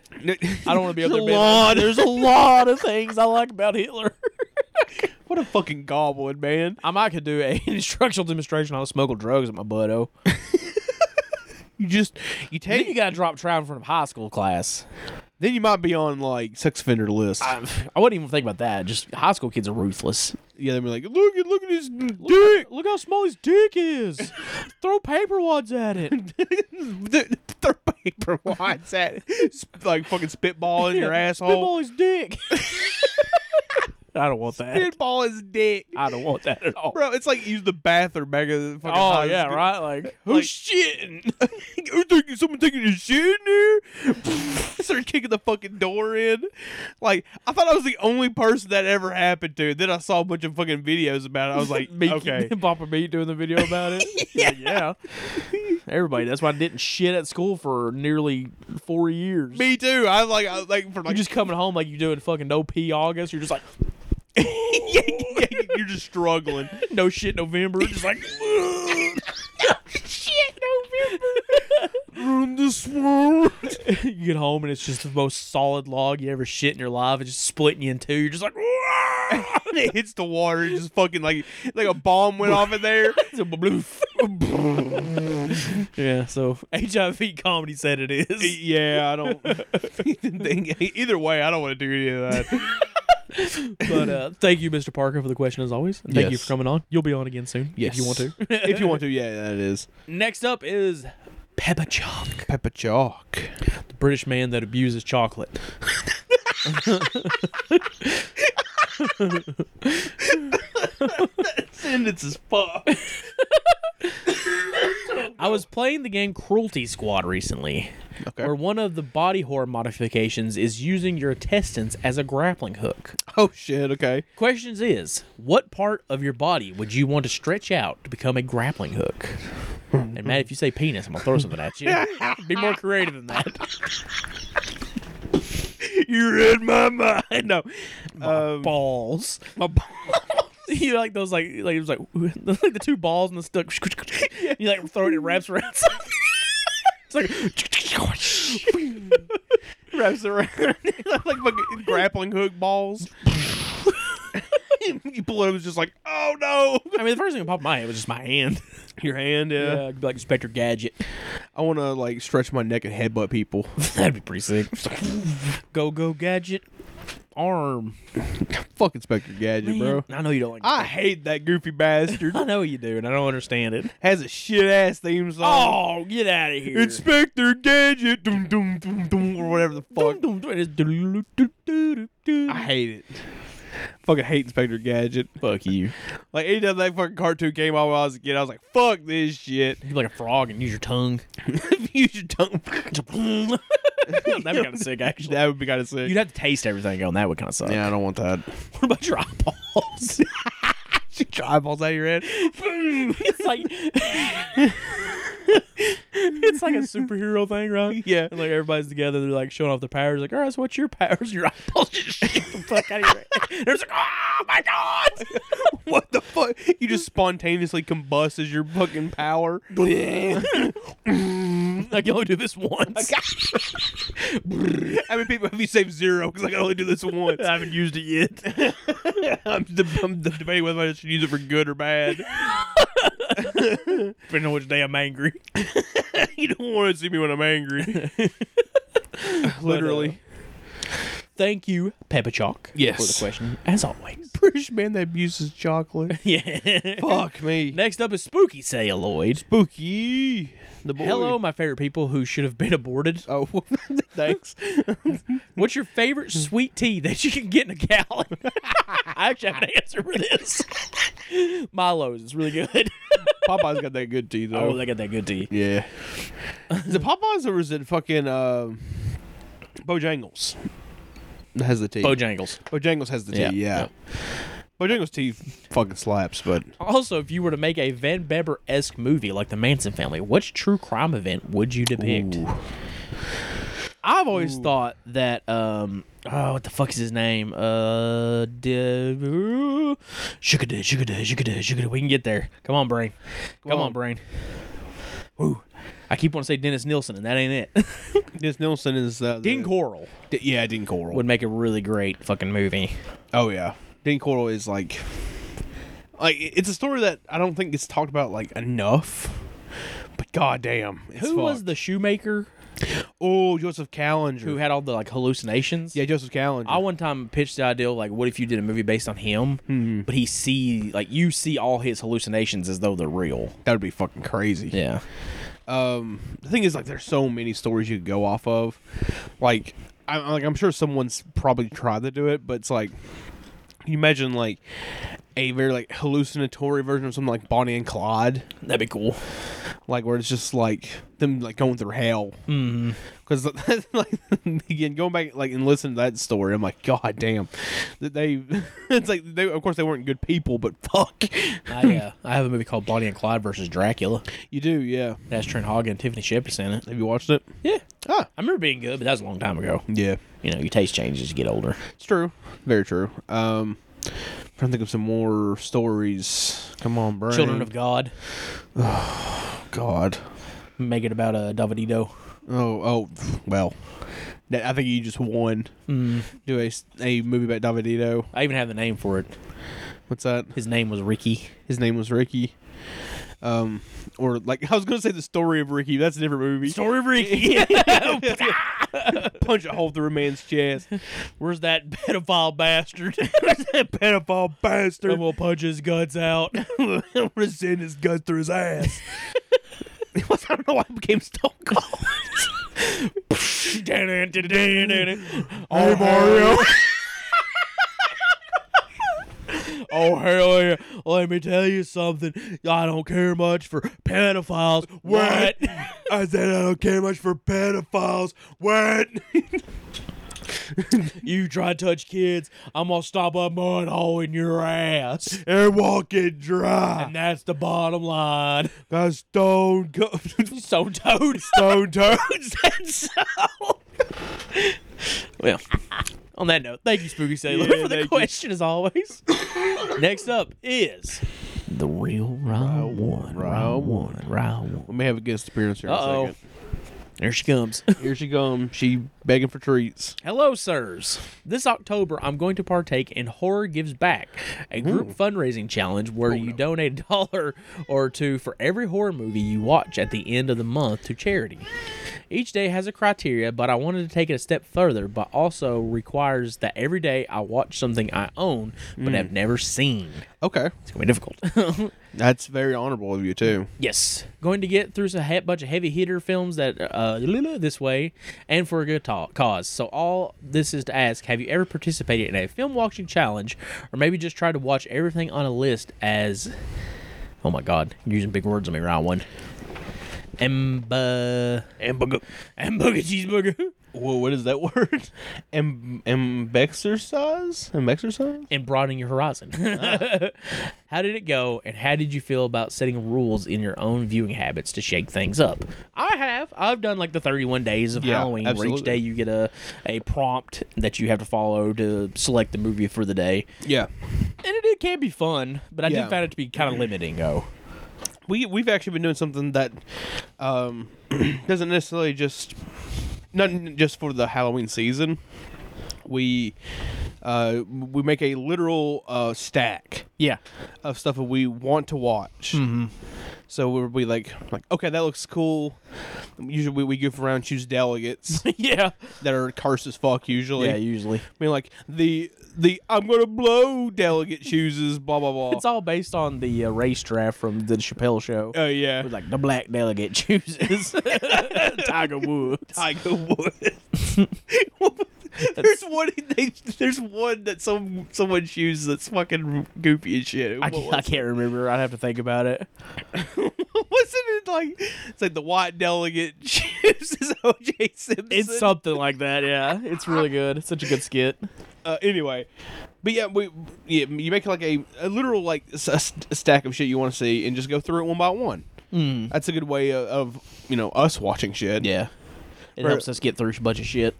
Speaker 4: I
Speaker 3: don't want to be up there
Speaker 4: There's a
Speaker 3: being
Speaker 4: lot.
Speaker 3: like, There's a lot of things I like about Hitler.
Speaker 4: What a fucking goblin, man.
Speaker 3: I might could do a instructional demonstration on how to smuggle drugs at my butto.
Speaker 4: You just you
Speaker 3: Then
Speaker 4: take
Speaker 3: you gotta drop trial in front of high school class.
Speaker 4: then you might be on like sex offender list.
Speaker 3: I, I wouldn't even think about that. Just high school kids are ruthless.
Speaker 4: yeah, they'll be like, look at look at his dick.
Speaker 3: Look how small his dick is. Throw paper wads at it.
Speaker 4: the, the paper wads at sp- like fucking spitball in your asshole.
Speaker 3: Pinball his dick. I don't want that.
Speaker 4: Spitball is dick,
Speaker 3: I don't want that at all.
Speaker 4: bro. It's like use the bathroom back of the fucking. Oh,
Speaker 3: Oh
Speaker 4: house.
Speaker 3: yeah, right. Like
Speaker 4: Who's shitting? Who's taking- someone taking a shit in there? Start kicking the fucking door in. Like I thought I was the only person that ever happened to. Then I saw a bunch of fucking videos about it. I was like,
Speaker 3: Meek,
Speaker 4: okay,
Speaker 3: Papa Meat doing the video about it. yeah. yeah. Everybody, that's why I didn't shit at school for nearly four years.
Speaker 4: me too. I like, I like for
Speaker 3: You're
Speaker 4: like
Speaker 3: just coming home like you're doing fucking no pee August. You're just like,
Speaker 4: you're just struggling.
Speaker 3: no shit November. Just like,
Speaker 4: From this world.
Speaker 3: you get home and it's just the most solid log you ever shit in your life. It's just splitting you in two. You're just like,
Speaker 4: it hits the water, it just fucking like like a bomb went off in there.
Speaker 3: yeah, so HIV comedy said it is.
Speaker 4: yeah, I don't. Either way, I don't want to do any of that.
Speaker 3: But uh, thank you, Mr. Parker, for the question as always. And thank you
Speaker 4: Yes.
Speaker 3: for coming on. You'll be on again soon if you want to.
Speaker 4: if you want to, yeah, that is
Speaker 3: Next up is Peppa Chalk,
Speaker 4: Peppa Chalk.
Speaker 3: the British man that abuses chocolate.
Speaker 4: Sentence is fuck.
Speaker 3: I was playing the game Cruelty Squad recently,
Speaker 4: Okay.
Speaker 3: where one of the body horror modifications is using your intestines as a grappling hook.
Speaker 4: Oh shit. Okay.
Speaker 3: Questions is, what part of your body would you want to stretch out to become a grappling hook? And Matt, if you say penis, I'm gonna throw something at you. Be more creative than that.
Speaker 4: You read my mind. No. Um,
Speaker 3: Balls.
Speaker 4: my
Speaker 3: You know, like those, like like it was like like the two balls and the stuck. You like throw it, it wraps around. something. it's like
Speaker 4: wraps around like fucking grappling hook balls. you pull it up, it's just like, oh no,
Speaker 3: I mean, the first thing that popped in my head was just my hand.
Speaker 4: your hand. Yeah.
Speaker 3: it'd be like Inspector Gadget.
Speaker 4: I want to like stretch my neck and headbutt people.
Speaker 3: That'd be pretty sick. go go gadget, arm,
Speaker 4: Fuck Inspector Gadget, bro.
Speaker 3: I know you don't like.
Speaker 4: I hate that goofy bastard.
Speaker 3: I know you do, and I don't understand it.
Speaker 4: Has a shit ass theme song.
Speaker 3: Oh, get out of here!
Speaker 4: Inspector Gadget, dum dum dum dum, or whatever the fuck. I hate it. Fucking hate Inspector Gadget.
Speaker 3: Fuck you.
Speaker 4: Like anytime that fucking cartoon came out when I was a kid, I was like, "Fuck this shit."
Speaker 3: You're like a frog and use your tongue.
Speaker 4: Use your tongue.
Speaker 3: That'd be kind of sick, actually.
Speaker 4: That would be kind of sick.
Speaker 3: You'd have to taste everything, and that would kind of suck.
Speaker 4: yeah, I don't want that.
Speaker 3: What about your eyeballs?
Speaker 4: Shoot your eyeballs out of your head.
Speaker 3: it's like it's like a superhero thing, right?
Speaker 4: Yeah.
Speaker 3: And like everybody's together, they're like showing off their powers. Like, all right, so what's your powers? Your eyeballs just shoot the fuck out of your head. There's like, oh my god!
Speaker 4: What the fuck? You just spontaneously combust as your fucking power.
Speaker 3: I can only do this once.
Speaker 4: How many people have you saved zero? Because I can only do this once.
Speaker 3: I haven't used it yet.
Speaker 4: I'm, de- I'm de- debating whether I should use it for good or bad.
Speaker 3: Depending on which day I'm angry.
Speaker 4: you don't want to see me when I'm angry. Literally.
Speaker 3: Thank you, Peppa Chalk.
Speaker 4: Yes.
Speaker 3: For the question, as always.
Speaker 4: British man that abuses chocolate.
Speaker 3: yeah.
Speaker 4: Fuck me.
Speaker 3: Next up is Spooky Celluloid.
Speaker 4: Spooky. The boy.
Speaker 3: Hello, my favorite people who should have been aborted.
Speaker 4: Oh, thanks.
Speaker 3: What's your favorite sweet tea that you can get in a gallon? I actually have an answer for this. Milo's is really good.
Speaker 4: Popeye's got that good tea though.
Speaker 3: oh, they got that good tea.
Speaker 4: yeah. is it Popeye's or is it fucking um, Bojangles? That Has the tea.
Speaker 3: Bojangles.
Speaker 4: Bojangles has the tea.
Speaker 3: Yeah,
Speaker 4: Yeah. Bojangles tea fucking slaps, but
Speaker 3: Also, if you were to make a Van Beber esque movie like The Manson Family, which true crime event would you depict?
Speaker 4: Ooh.
Speaker 3: I've always thought that um oh what the fuck is his name uh de- ooh, shugada shugada shugada shugada we can get there come on brain come, on.
Speaker 4: on.
Speaker 3: brain Woo. I keep wanting to say Dennis Nielsen and that ain't it
Speaker 4: Dennis Nelson is uh, the-
Speaker 3: Dean Coral
Speaker 4: D- yeah, Dean Coral.
Speaker 3: would make a really great fucking movie
Speaker 4: Oh yeah, Dean Coral is like, like it's a story that I don't think gets talked about like enough. But goddamn, it's
Speaker 3: who was
Speaker 4: fucked.
Speaker 3: the shoemaker
Speaker 4: oh Joseph Callinger?
Speaker 3: who had all the like hallucinations
Speaker 4: yeah, Joseph Callinger.
Speaker 3: I one time pitched the idea of, like, what if you did a movie based on him, but he see like you see all his hallucinations as though they're real.
Speaker 4: that would be fucking crazy.
Speaker 3: Yeah,
Speaker 4: Um, the thing is, like, there's so many stories you could go off of. Like, I'm like, I'm sure someone's probably tried to do it, but it's like, can you imagine like a very like hallucinatory version of something like Bonnie and Clyde,
Speaker 3: that'd be cool.
Speaker 4: like where it's just like them like going through hell. Mm-hmm. Because like again, going back like and listening to that story, I'm like, God damn, that they. It's like they, of course, they weren't good people, but fuck,
Speaker 3: I uh, I have a movie called Bonnie and Clyde versus Dracula.
Speaker 4: you do, yeah.
Speaker 3: That's Trent Hogg and Tiffany Shepard's in it.
Speaker 4: Have you watched it?
Speaker 3: Yeah,
Speaker 4: Ah,
Speaker 3: I remember being good, but that was a long time ago.
Speaker 4: yeah.
Speaker 3: You know, your taste changes as you get older.
Speaker 4: It's true. Very true. Um, trying to think of some more stories. Come on, brain.
Speaker 3: Children of God,
Speaker 4: God.
Speaker 3: make it about a Davidido.
Speaker 4: Oh, oh, well. That, I think you just won. Do a, s- a movie about Davidito.
Speaker 3: Mm. I even have the name for it.
Speaker 4: What's that?
Speaker 3: His name was Ricky.
Speaker 4: His name was Ricky. Um, or like I was gonna say the story of Ricky. That's a different movie.
Speaker 3: Story of Ricky.
Speaker 4: Punch a hole through a man's chest.
Speaker 3: Where's that pedophile bastard? Where's that pedophile bastard? And we'll punch his guts out.
Speaker 5: Send his guts through his ass.
Speaker 4: I don't know why I became Stone Cold.
Speaker 3: oh, Mario. oh, hell yeah. Let me tell you something. I don't care much for pedophiles. What?
Speaker 5: I said I don't care much for pedophiles. What?
Speaker 3: you try to touch kids, I'm going to stop a mud hole in your ass.
Speaker 5: They're walking dry.
Speaker 3: And that's the bottom line.
Speaker 5: That's stone cold.
Speaker 3: So toad.
Speaker 5: Stone toad.
Speaker 3: That's so. well, on that note, thank you, Spooky Sailor, for the question as always. Next up is the real round one. Round one. Round one.
Speaker 4: We may have a guest appearance here
Speaker 3: Uh oh.
Speaker 4: in
Speaker 3: There she comes.
Speaker 4: a second. Here she comes. She begging for treats.
Speaker 3: Hello, sirs. This October, I'm going to partake in Horror Gives Back, a group fundraising challenge where you donate a dollar or two for every horror movie you watch at the end of the month to charity. Each day has a criteria, but I wanted to take it a step further, but also requires that every day I watch something I own but have never seen.
Speaker 4: Okay.
Speaker 3: It's going to be difficult.
Speaker 4: That's very honorable of you too.
Speaker 3: Yes, going to get through a he- bunch of heavy hitter films that uh, this way, and for a good ta- cause. So all this is to ask: Have you ever participated in a film watching challenge, or maybe just tried to watch everything on a list as? Oh my God, you're using big words on me, round one. Amba. Hamburger. Hamburger cheeseburger.
Speaker 4: Whoa, what is that word? Am ambexercise? Ambexercise?
Speaker 3: and broadening your horizon. Ah. how did it go, and how did you feel about setting rules in your own viewing habits to shake things up? I have. I've done like the 31 days of
Speaker 4: Yeah,
Speaker 3: Halloween, where
Speaker 4: absolutely.
Speaker 3: each day you get a, a prompt that you have to follow to select the movie for the day.
Speaker 4: Yeah.
Speaker 3: And it, it can be fun, but I
Speaker 4: Yeah.
Speaker 3: did find it to be kind of limiting, though.
Speaker 4: we we've actually been doing something that um, doesn't necessarily just not n- just for the Halloween season. We uh, we make a literal uh, stack
Speaker 3: Yeah.
Speaker 4: of stuff that we want to watch. Mm-hmm. So we'll be like, like, okay, that looks cool. Usually we, we goof around, choose delegates
Speaker 3: yeah.
Speaker 4: that are cursed as fuck. Usually,
Speaker 3: Yeah, usually.
Speaker 4: I mean, like the the I'm gonna blow delegate chooses blah blah blah.
Speaker 3: It's all based on the uh, race draft from the Chappelle show.
Speaker 4: oh yeah,
Speaker 3: With, like the black delegate chooses Tiger Woods.
Speaker 4: Tiger Woods. there's one. They, there's one that some someone shoes that's fucking goofy as
Speaker 3: I
Speaker 4: shit. What
Speaker 3: can't,
Speaker 4: was
Speaker 3: I can't remember. I'd have to think about it.
Speaker 4: it? Wasn't it like it's like the white delegate chooses O.J. Simpson?
Speaker 3: It's something like that. Yeah, it's really good. It's such a good skit.
Speaker 4: uh, anyway. But yeah, we yeah you make like a, a literal like s- a s- a stack of shit you want to see and just go through it one by one. That's a good way of, of you know us watching shit.
Speaker 3: Hmm. Yeah, it
Speaker 4: Right.
Speaker 3: helps us get through a bunch of shit.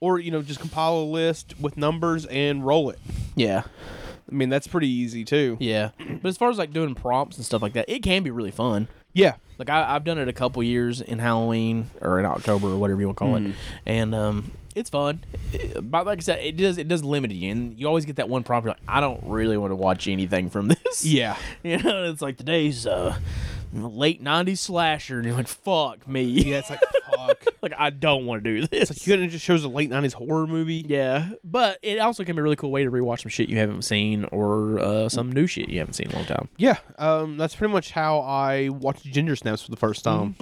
Speaker 4: Or you know just compile a list with numbers and roll it.
Speaker 3: Yeah,
Speaker 4: I mean that's pretty easy too.
Speaker 3: yeah. But as far as like doing prompts and stuff like that, it can be really fun.
Speaker 4: Yeah.
Speaker 3: Like I, I've done it a couple years in Halloween or in October or whatever you want to call
Speaker 4: Hmm.
Speaker 3: it, and um, it's fun. It- but like I said, it does it does limit you, and you always get that one prompt. You're like, I don't really want to watch anything from this.
Speaker 4: Yeah.
Speaker 3: you know, it's like today's uh, late '90s slasher, and you're like, fuck me.
Speaker 4: Yeah, it's like fuck.
Speaker 3: like I don't want to do this.
Speaker 4: You couldn't just shows a late nineties horror movie.
Speaker 3: yeah, but it also can be a really cool way to rewatch some shit you haven't seen or uh, some new shit you haven't seen in a long time.
Speaker 4: Yeah, um, that's pretty much how I watched Ginger Snaps for the first time,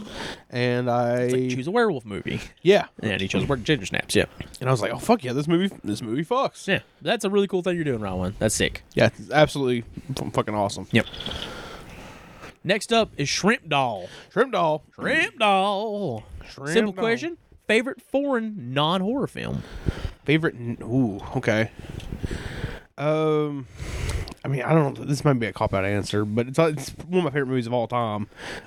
Speaker 4: and I
Speaker 3: Like choose a werewolf movie,
Speaker 4: yeah,
Speaker 3: and he chose work ginger snaps. Yeah,
Speaker 4: and I was like, oh fuck yeah, this movie, this movie fucks.
Speaker 3: yeah, that's a really cool thing you're doing, Rowan. That's sick.
Speaker 4: Yeah, it's absolutely f- fucking awesome.
Speaker 3: Yep. Next up is shrimp doll.
Speaker 4: Shrimp Doll.
Speaker 3: Shrimp doll.
Speaker 4: Shrimp
Speaker 3: Simple
Speaker 4: Doll.
Speaker 3: question. Favorite foreign non horror film?
Speaker 4: Favorite? n- Ooh, okay. Um, I mean, I don't know. This might be a cop out answer, but it's uh, it's one of my favorite movies of all time.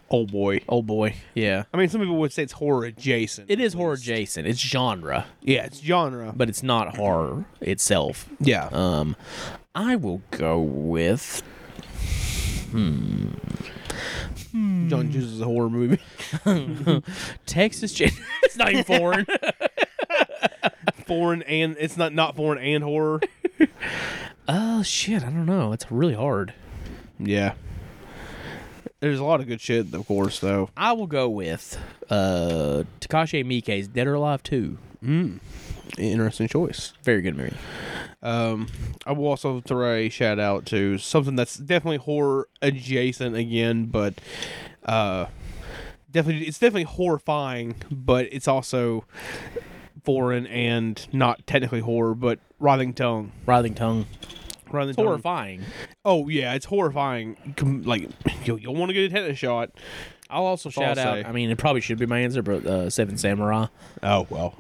Speaker 4: Old boy.
Speaker 3: Oh boy, yeah.
Speaker 4: I mean, some people would say it's horror adjacent.
Speaker 3: It is horror adjacent. It's genre,
Speaker 4: Yeah, it's genre.
Speaker 3: but it's not horror itself.
Speaker 4: yeah,
Speaker 3: Um, I will go with
Speaker 4: John chooses a horror movie.
Speaker 3: Texas. Chain- it's not even foreign.
Speaker 4: foreign and it's not not foreign and horror.
Speaker 3: oh shit! I don't know. It's really hard.
Speaker 4: yeah. There's a lot of good shit, of course, though.
Speaker 3: I will go with uh Takashi Miike's Dead or Alive Two.
Speaker 4: Mm. Interesting choice.
Speaker 3: Very good movie.
Speaker 4: Um, I will also throw a shout out to something that's definitely horror adjacent again, but uh, definitely it's definitely horrifying, but it's also foreign and not technically horror, but Writhing Tongue.
Speaker 3: Writhing Tongue.
Speaker 4: Writhing Tongue.
Speaker 3: Horrifying.
Speaker 4: Oh yeah, it's horrifying. Com- Like you, you'll want to get a tetanus shot.
Speaker 3: I'll also shout
Speaker 4: I'll
Speaker 3: out.
Speaker 4: say.
Speaker 3: I mean, it probably should be my answer, but uh, Seven Samurai.
Speaker 4: Oh well.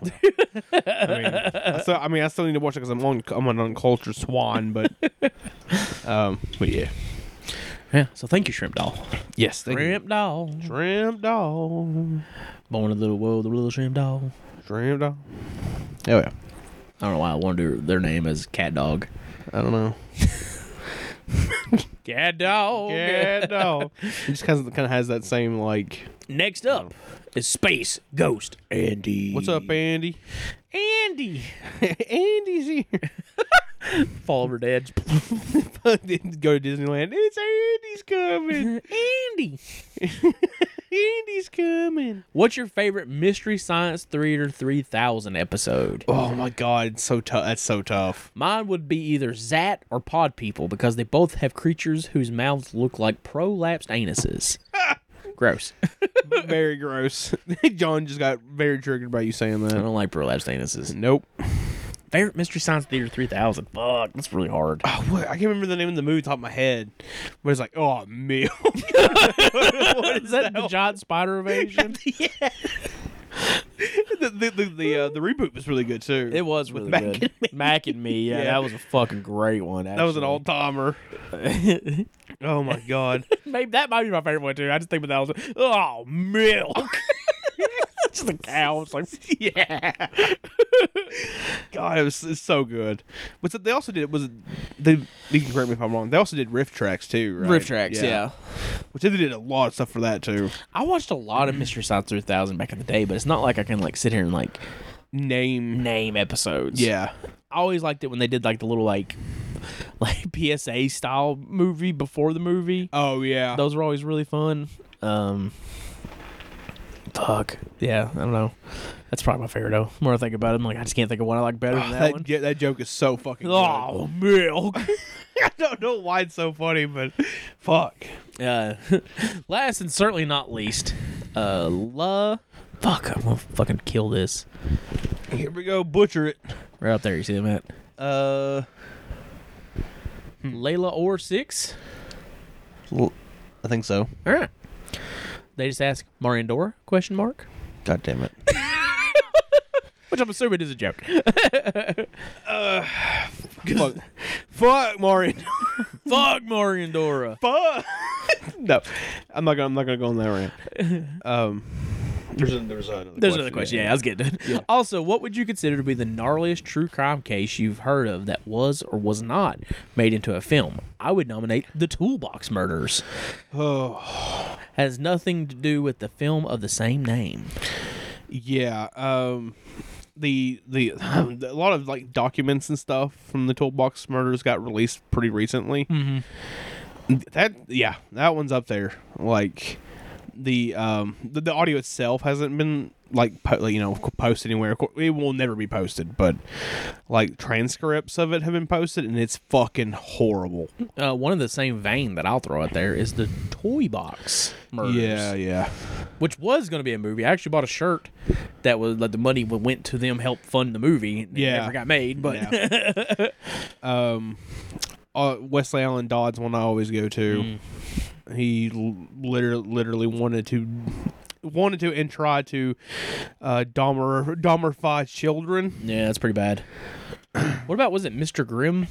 Speaker 4: I mean, I still, I mean, I still need to watch it because I'm on, I'm an uncultured swan, but, um, but yeah,
Speaker 3: Yeah. So thank you, Shrimp Doll.
Speaker 4: yes, thank you.
Speaker 3: Shrimp Doll.
Speaker 4: shrimp doll,
Speaker 3: Born in the little world, the little shrimp doll.
Speaker 4: shrimp doll. Oh yeah,
Speaker 3: I don't know why I wanted their name as Cat Dog.
Speaker 4: I don't know.
Speaker 3: Cat Dog.
Speaker 4: Yeah, no, it just kind of kind of has that same like,
Speaker 3: Next up is Space Ghost Andy.
Speaker 4: what's up, Andy?
Speaker 3: Andy?
Speaker 4: Andy's here.
Speaker 3: Fall over dead.
Speaker 4: Go to Disneyland. It's Andy's coming.
Speaker 3: Andy.
Speaker 4: Andy's coming.
Speaker 3: What's your favorite Mystery Science Theater 3000 episode?
Speaker 4: Oh my god, it's so tough. That's so tough.
Speaker 3: Mine would be either Zat or Pod People because they both have creatures whose mouths look like prolapsed anuses. Gross. I
Speaker 4: very gross. John just got very triggered by you saying that.
Speaker 3: don't like prolapsed anuses.
Speaker 4: Nope.
Speaker 3: Favorite Mystery Science Theater 3000. Fuck, that's really hard.
Speaker 4: Oh, what? I can't remember the name of the movie top of my head. But it's like, oh, meal.
Speaker 3: Is that the giant spider evasion?
Speaker 4: the, the the the, uh, the reboot was really good too.
Speaker 6: It was really
Speaker 4: With Mac
Speaker 6: good.
Speaker 4: and me.
Speaker 6: Mac and me, yeah,
Speaker 4: Yeah.
Speaker 6: that was a fucking great one.
Speaker 4: that was an all timer.
Speaker 6: old.
Speaker 4: Oh my god.
Speaker 6: Maybe that might be my favorite one too. I just think about that. I was like, oh, milk. just a cow. It's like, yeah.
Speaker 4: God, it was it's so good. Was it, they also did was it, they you can correct me if I'm wrong. They also did riff tracks too, right?
Speaker 6: Riff tracks, yeah.
Speaker 4: Which they did a lot of stuff for that too.
Speaker 6: I watched a lot of Mystery Science 3000 back in the day, but it's not like I can like sit here and like
Speaker 4: Name
Speaker 6: name episodes.
Speaker 4: Yeah.
Speaker 6: I always liked it when they did like the little like like PSA style movie before the movie.
Speaker 4: Oh yeah.
Speaker 6: Those were always really fun. Um Fuck. Yeah, I don't know. That's probably my favorite though. The more I think about it, I'm like, I just can't think of one I like better
Speaker 4: Oh,
Speaker 6: than that,
Speaker 4: that,
Speaker 6: one.
Speaker 4: jo- that joke is so fucking good.
Speaker 6: Oh, milk.
Speaker 4: I don't know why it's so funny, but fuck.
Speaker 6: Uh,
Speaker 3: Last and certainly not least,
Speaker 6: uh, la.
Speaker 3: fuck, I'm gonna fucking kill this.
Speaker 4: Here we go, butcher it.
Speaker 6: Right up there, you see them at.
Speaker 4: Uh
Speaker 3: Layla or six.
Speaker 4: I think so.
Speaker 3: All right. They just ask Mariandora question mark,
Speaker 4: God damn it.
Speaker 3: which I'm assuming is a joke.
Speaker 4: fuck. fuck Mario.
Speaker 3: fuck Mariandora.
Speaker 4: fuck. no, I'm not gonna. I'm not gonna go on that rant. Um, there's, an- there's another.
Speaker 3: There's another question. Yeah, I was getting it. Also, what would you consider to be the gnarliest true crime case you've heard of that was or was not made into a film? I would nominate The Toolbox Murders.
Speaker 4: Oh,
Speaker 3: Has nothing to do with the film of the same name.
Speaker 4: yeah. Um, the the a lot of like documents and stuff from the Toolbox murders got released pretty recently. That yeah, that one's up there. Like the um the, the audio itself hasn't been like po- like, you know posted anywhere. Of cour- It will never be posted, but like transcripts of it have been posted, and it's fucking horrible.
Speaker 3: Uh, one of the same vein that I'll throw out there is the Toy Box Murders.
Speaker 4: Yeah, yeah.
Speaker 3: which was going to be a movie. I actually bought a shirt that was like the money w- went to them help fund the movie. and It
Speaker 4: Yeah.
Speaker 3: never got made, but
Speaker 4: um, uh, Wesley Allen Dodd's one I always go to. He l- literally, literally wanted to, wanted to, and tried to, uh, Dahmer, Dahmerify children.
Speaker 3: yeah, that's pretty bad. what about was it Mr. Grimm?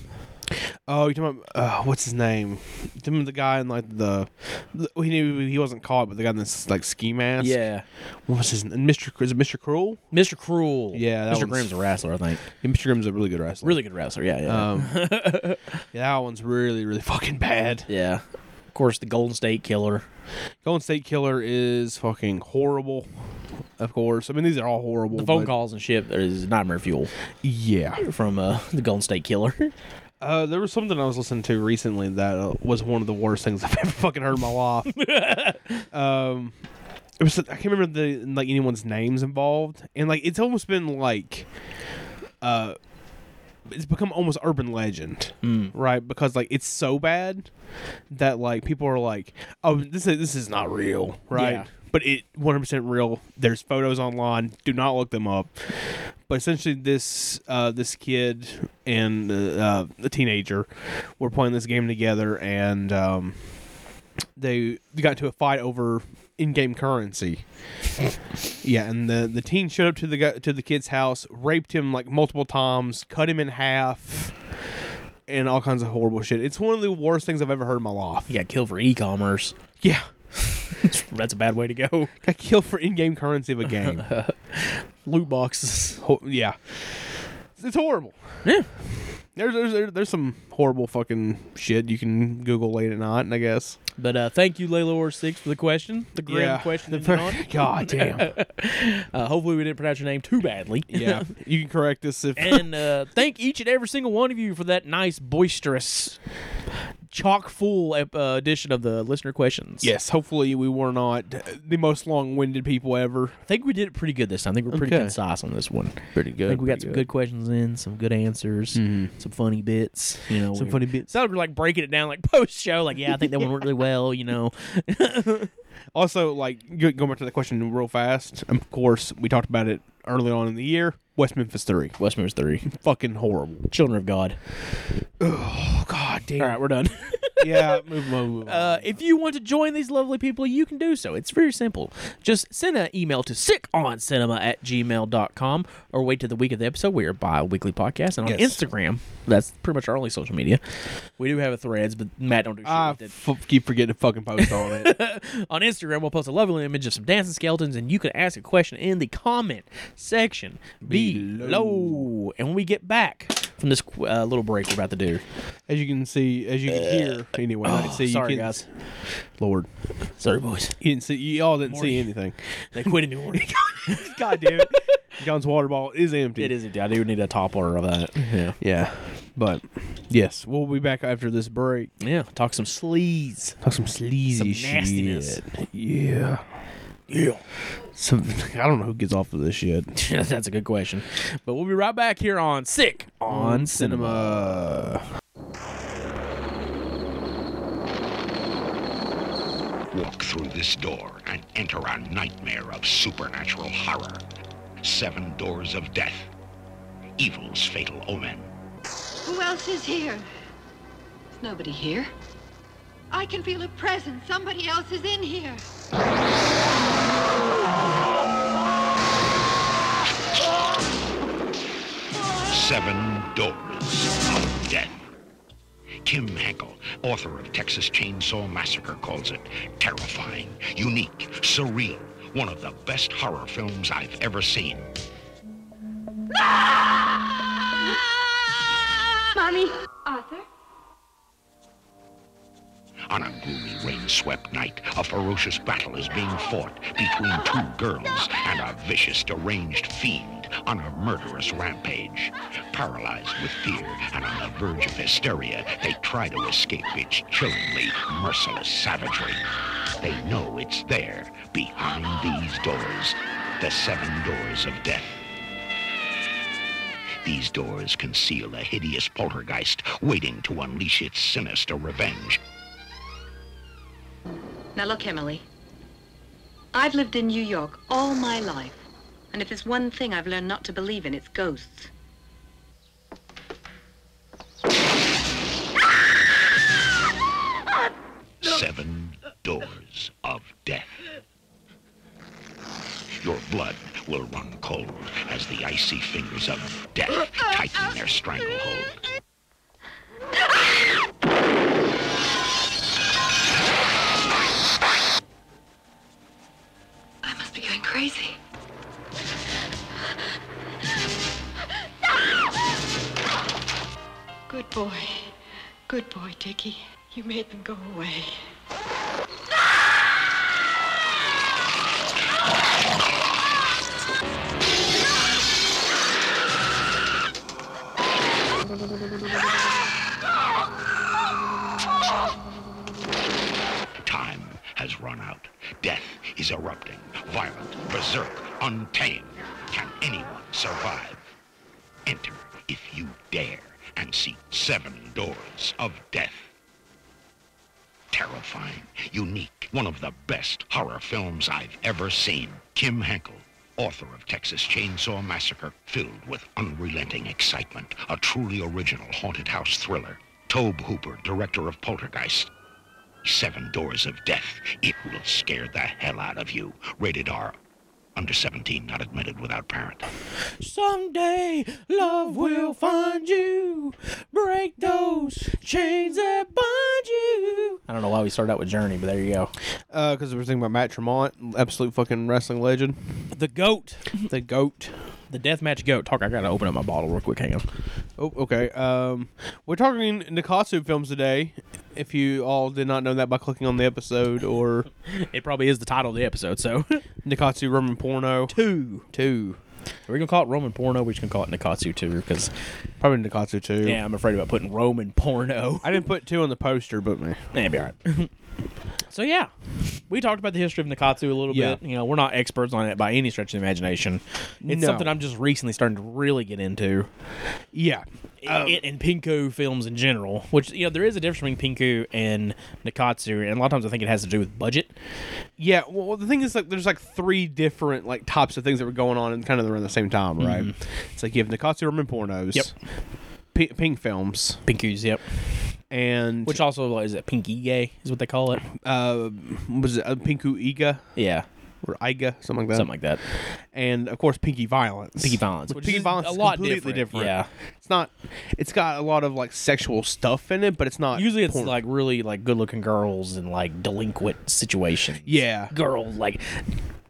Speaker 4: Oh, you talking about uh, what's his name? Remember the guy in like the, the he knew he wasn't caught, but the guy in this like ski mask.
Speaker 3: Yeah,
Speaker 4: what was his name? Mr. Cr- Is it Mr. Cruel?
Speaker 3: Mr. Cruel.
Speaker 4: Yeah, that
Speaker 3: Mr.
Speaker 4: one's-
Speaker 3: Grimm's a wrestler, I think. Uh,
Speaker 4: Yeah, Mr. Grimm's a really good wrestler.
Speaker 3: Really good wrestler. Yeah, yeah,
Speaker 4: Um, yeah, that one's really, really fucking bad.
Speaker 3: yeah. Of course, the Golden State Killer.
Speaker 4: Golden State Killer is fucking horrible. Of course, I mean these are all horrible.
Speaker 3: The phone
Speaker 4: but-
Speaker 3: calls and shit is nightmare fuel
Speaker 4: yeah.
Speaker 3: from uh, the Golden State Killer.
Speaker 4: Uh, there was something I was listening to recently that uh, was one of the worst things I've ever fucking heard in my life. um, it was I can't remember the like anyone's names involved, and like it's almost been like, uh, it's become almost urban legend,
Speaker 3: Mm.
Speaker 4: right? Because like it's so bad that like people are like, oh, this is this is not real, right?
Speaker 3: Yeah.
Speaker 4: But it 100% real. There's photos online. Do not look them up. but essentially this uh, this kid and uh, uh, the teenager were playing this game together, and um, they got into a fight over in-game currency. yeah, and the the teen showed up to the gu- to the kid's house, raped him like multiple times, cut him in half. And all kinds of horrible shit. It's one of the worst things I've ever heard in my life.
Speaker 3: He got killed for e-commerce.
Speaker 4: Yeah.
Speaker 3: That's a bad way to go.
Speaker 4: Got killed for in game currency of a game.
Speaker 3: Loot boxes.
Speaker 4: Ho- yeah. It's- It's horrible.
Speaker 3: Yeah.
Speaker 4: There's, there's there- there's some horrible fucking shit you can Google late at night, I guess.
Speaker 3: But uh, thank you, Layla War Six, for the question. The Grimm question. that you got.
Speaker 4: God damn.
Speaker 3: Uh, hopefully, we didn't pronounce your name too badly.
Speaker 4: yeah. You can correct this if
Speaker 3: and uh, thank each and every single one of you for that nice, boisterous, chock full ep- uh, edition of the listener questions.
Speaker 4: Yes, hopefully we were not the most long-winded people ever.
Speaker 3: I think we did it pretty good this time. I think we're pretty
Speaker 4: Okay.
Speaker 3: concise on this one.
Speaker 4: Pretty good. Mm-hmm.
Speaker 3: I think we got some good questions in, some good answers, some funny bits. You know, we-
Speaker 4: bits.
Speaker 3: Sounded like breaking it down like post show. Like, yeah, I think that one worked really well. You know,
Speaker 4: Also, like go- going back to the question real fast. Of course, we talked about it early on in the year. West Memphis Three,
Speaker 3: Westminster Three,
Speaker 4: fucking horrible.
Speaker 3: Children of God.
Speaker 4: Oh God damn.
Speaker 3: All right, we're done.
Speaker 4: yeah, move on, move on.
Speaker 3: Uh, if you want to join these lovely people, you can do so. It's very simple. Just send an email to sickoncinema at gmail.com or wait to the week of the episode. We are bi weekly podcast. And on
Speaker 4: Yes.
Speaker 3: Instagram, that's pretty much our only social media. We do have a threads, but Matt don't do shit
Speaker 4: I
Speaker 3: with it.
Speaker 4: f- keep forgetting to fucking post on it.
Speaker 3: on Instagram, we'll post a lovely image of some dancing skeletons, and you can ask a question in the comment section below. And when we get back from this qu- uh, little break we're about to do,
Speaker 4: As you can see, as you can hear, anyway. I can see, you
Speaker 3: oh, sorry
Speaker 4: can,
Speaker 3: guys,
Speaker 4: Lord,
Speaker 3: sorry boys,
Speaker 4: you didn't see. You all didn't see anything.
Speaker 3: they quit in the morning.
Speaker 4: God damn it! John's water bottle is empty.
Speaker 3: it is empty. I do need a toppler of that. Yeah,
Speaker 4: Yeah, but yes, we'll be back after this break.
Speaker 3: yeah. Talk some sleaze.
Speaker 4: Talk some sleazy
Speaker 3: Some nastiness.
Speaker 4: shit. Yeah. Yeah. Some, I don't know who gets off of this shit.
Speaker 3: That's a good question. But we'll be right back here on Sick on Cinema.
Speaker 4: Uh,
Speaker 7: Walk through this door and enter a nightmare of supernatural horror. Seven doors of death. Evil's fatal omen.
Speaker 8: Who else is here? There's nobody here. I can feel a presence. Somebody else is in here.
Speaker 7: Seven doors of death. Kim Hankel, author of Texas Chainsaw Massacre, calls it terrifying, unique, surreal, one of the best horror films I've ever seen.
Speaker 8: Mommy. Arthur?
Speaker 7: On a gloomy, rain-swept night, a ferocious battle is being fought between two girls and a vicious, deranged fiend on a murderous rampage. Paralyzed with fear and on the verge of hysteria, they try to escape its chillingly merciless savagery. They know it's there, behind these doors, the seven doors of death. These doors conceal a hideous poltergeist waiting to unleash its sinister revenge.
Speaker 8: Now look, Emily. I've lived in New York all my life. And if there's one thing I've learned not to believe in, it's ghosts.
Speaker 7: Seven Doors of Death. Your blood will run cold as the icy fingers of death tighten their stranglehold.
Speaker 8: I must be going crazy. Good boy. Good boy, Dickie. You made them go away.
Speaker 7: Time has run out. Death is erupting, violent, berserk, untamed. Can anyone survive? Enter if you dare and see seven doors of death. Terrifying, unique, one of the best horror films I've ever seen. Kim Henkel, author of Texas Chainsaw Massacre, filled with unrelenting excitement, a truly original haunted house thriller. Tobe Hooper, director of Poltergeist, Seven Doors of Death. It will scare the hell out of you. Rated R. Under 17, not admitted without parent.
Speaker 3: Someday love will find you. Break those chains that bind you.
Speaker 6: I don't know why we started out with Journey, but there you go.
Speaker 4: because Uh, we're thinking about Matt Tremont, absolute fucking wrestling legend,
Speaker 3: The goat.
Speaker 4: the goat.
Speaker 3: The deathmatch goat. Talk, I gotta open up my bottle real quick. Hang on.
Speaker 4: Oh, okay. Um, we're talking Nikatsu films today. If you all did not know that by clicking on the episode or
Speaker 3: It probably is the title of the episode, so.
Speaker 4: Nikatsu Roman Porno
Speaker 3: Two.
Speaker 4: Two,
Speaker 3: We're gonna call it Roman porno, we're just gonna call it Nikatsu too, because
Speaker 4: probably Nikatsu Two.
Speaker 3: yeah, I'm afraid about putting Roman porno.
Speaker 4: I didn't put two on the poster, but man,
Speaker 3: Yeah, be all right. so yeah, we talked about the history of Nikatsu a little
Speaker 4: Yeah.
Speaker 3: bit. You know, we're not experts on it by any stretch of the imagination. It's
Speaker 4: No.
Speaker 3: something I'm just recently starting to really get into.
Speaker 4: yeah,
Speaker 3: it and Pinku films in general, which you know there is a difference between Pinku and Nikatsu, and a lot of times I think it has to do with budget.
Speaker 4: Yeah, well, the thing is, like, there's like three different like types of things that were going on and kind of around the same time, right?
Speaker 3: Mm-hmm.
Speaker 4: It's like you have Nikatsu Roman pornos,
Speaker 3: Yep.
Speaker 4: pi- pink films,
Speaker 3: Pinku's, yep,
Speaker 4: and
Speaker 3: Which also like, is it pinky gay is what they call it.
Speaker 4: uh, was it uh, Pinku Iga
Speaker 3: Yeah,
Speaker 4: or Iga something like that,
Speaker 3: something like that.
Speaker 4: and of course Pinky Violence.
Speaker 3: Pinky violence. Which
Speaker 4: Pinky
Speaker 3: is
Speaker 4: Violence
Speaker 3: a
Speaker 4: is
Speaker 3: lot
Speaker 4: completely different.
Speaker 3: Yeah.
Speaker 4: It's not. It's got a lot of like sexual stuff in it, but it's not.
Speaker 3: Usually it's
Speaker 4: porn.
Speaker 3: like really like good looking girls and like delinquent situations.
Speaker 4: yeah,
Speaker 3: Girl like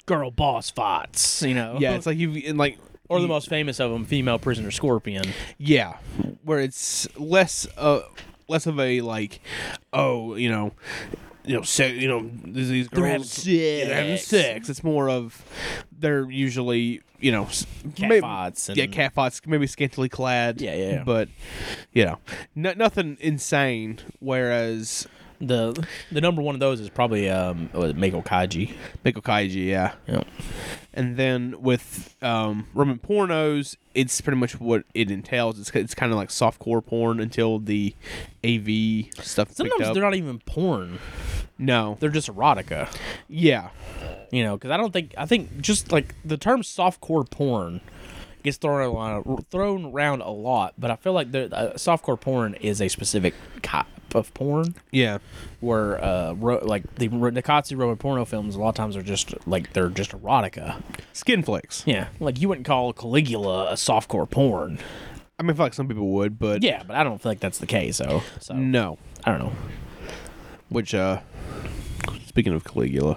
Speaker 3: girl boss fights. You know.
Speaker 4: yeah. It's like you and like
Speaker 3: or the most famous of them, female prisoner scorpion.
Speaker 4: Yeah, where it's less uh less of a like, oh, you know, you know, se- you know, these these girls
Speaker 3: They're having
Speaker 4: yeah, they're having
Speaker 3: sex.
Speaker 4: sex. It's more of they're usually you know s-
Speaker 3: Cat
Speaker 4: may-
Speaker 3: fights
Speaker 4: yeah,
Speaker 3: and-
Speaker 4: cat fights, maybe scantily clad.
Speaker 3: Yeah, yeah.
Speaker 4: But you know, no, nothing insane. Whereas
Speaker 3: The the number one of those is probably um was it Mako Kaiji.
Speaker 4: Miko Kaiji, yeah.
Speaker 3: Yep.
Speaker 4: And then with um, Roman pornos, it's pretty much what it entails. It's it's kind of like softcore porn until the AV stuff. picked
Speaker 3: Sometimes
Speaker 4: up.
Speaker 3: they're not even porn;
Speaker 4: No.
Speaker 3: they're just erotica.
Speaker 4: Yeah.
Speaker 3: You know, because I don't think I think just like the term softcore porn gets thrown around, thrown around a lot, but I feel like the uh, softcore porn is a specific type of porn
Speaker 4: Yeah.
Speaker 3: where uh ro- like the ro- Nikatsu Roman porno films a lot of times are just like they're just erotica.
Speaker 4: Skin flicks.
Speaker 3: Yeah, like you wouldn't call Caligula a softcore porn.
Speaker 4: I mean, I feel like some people would, but
Speaker 3: Yeah, but I don't feel like that's the case. So, so
Speaker 4: no.
Speaker 3: I don't know.
Speaker 4: Which, uh, speaking of Caligula,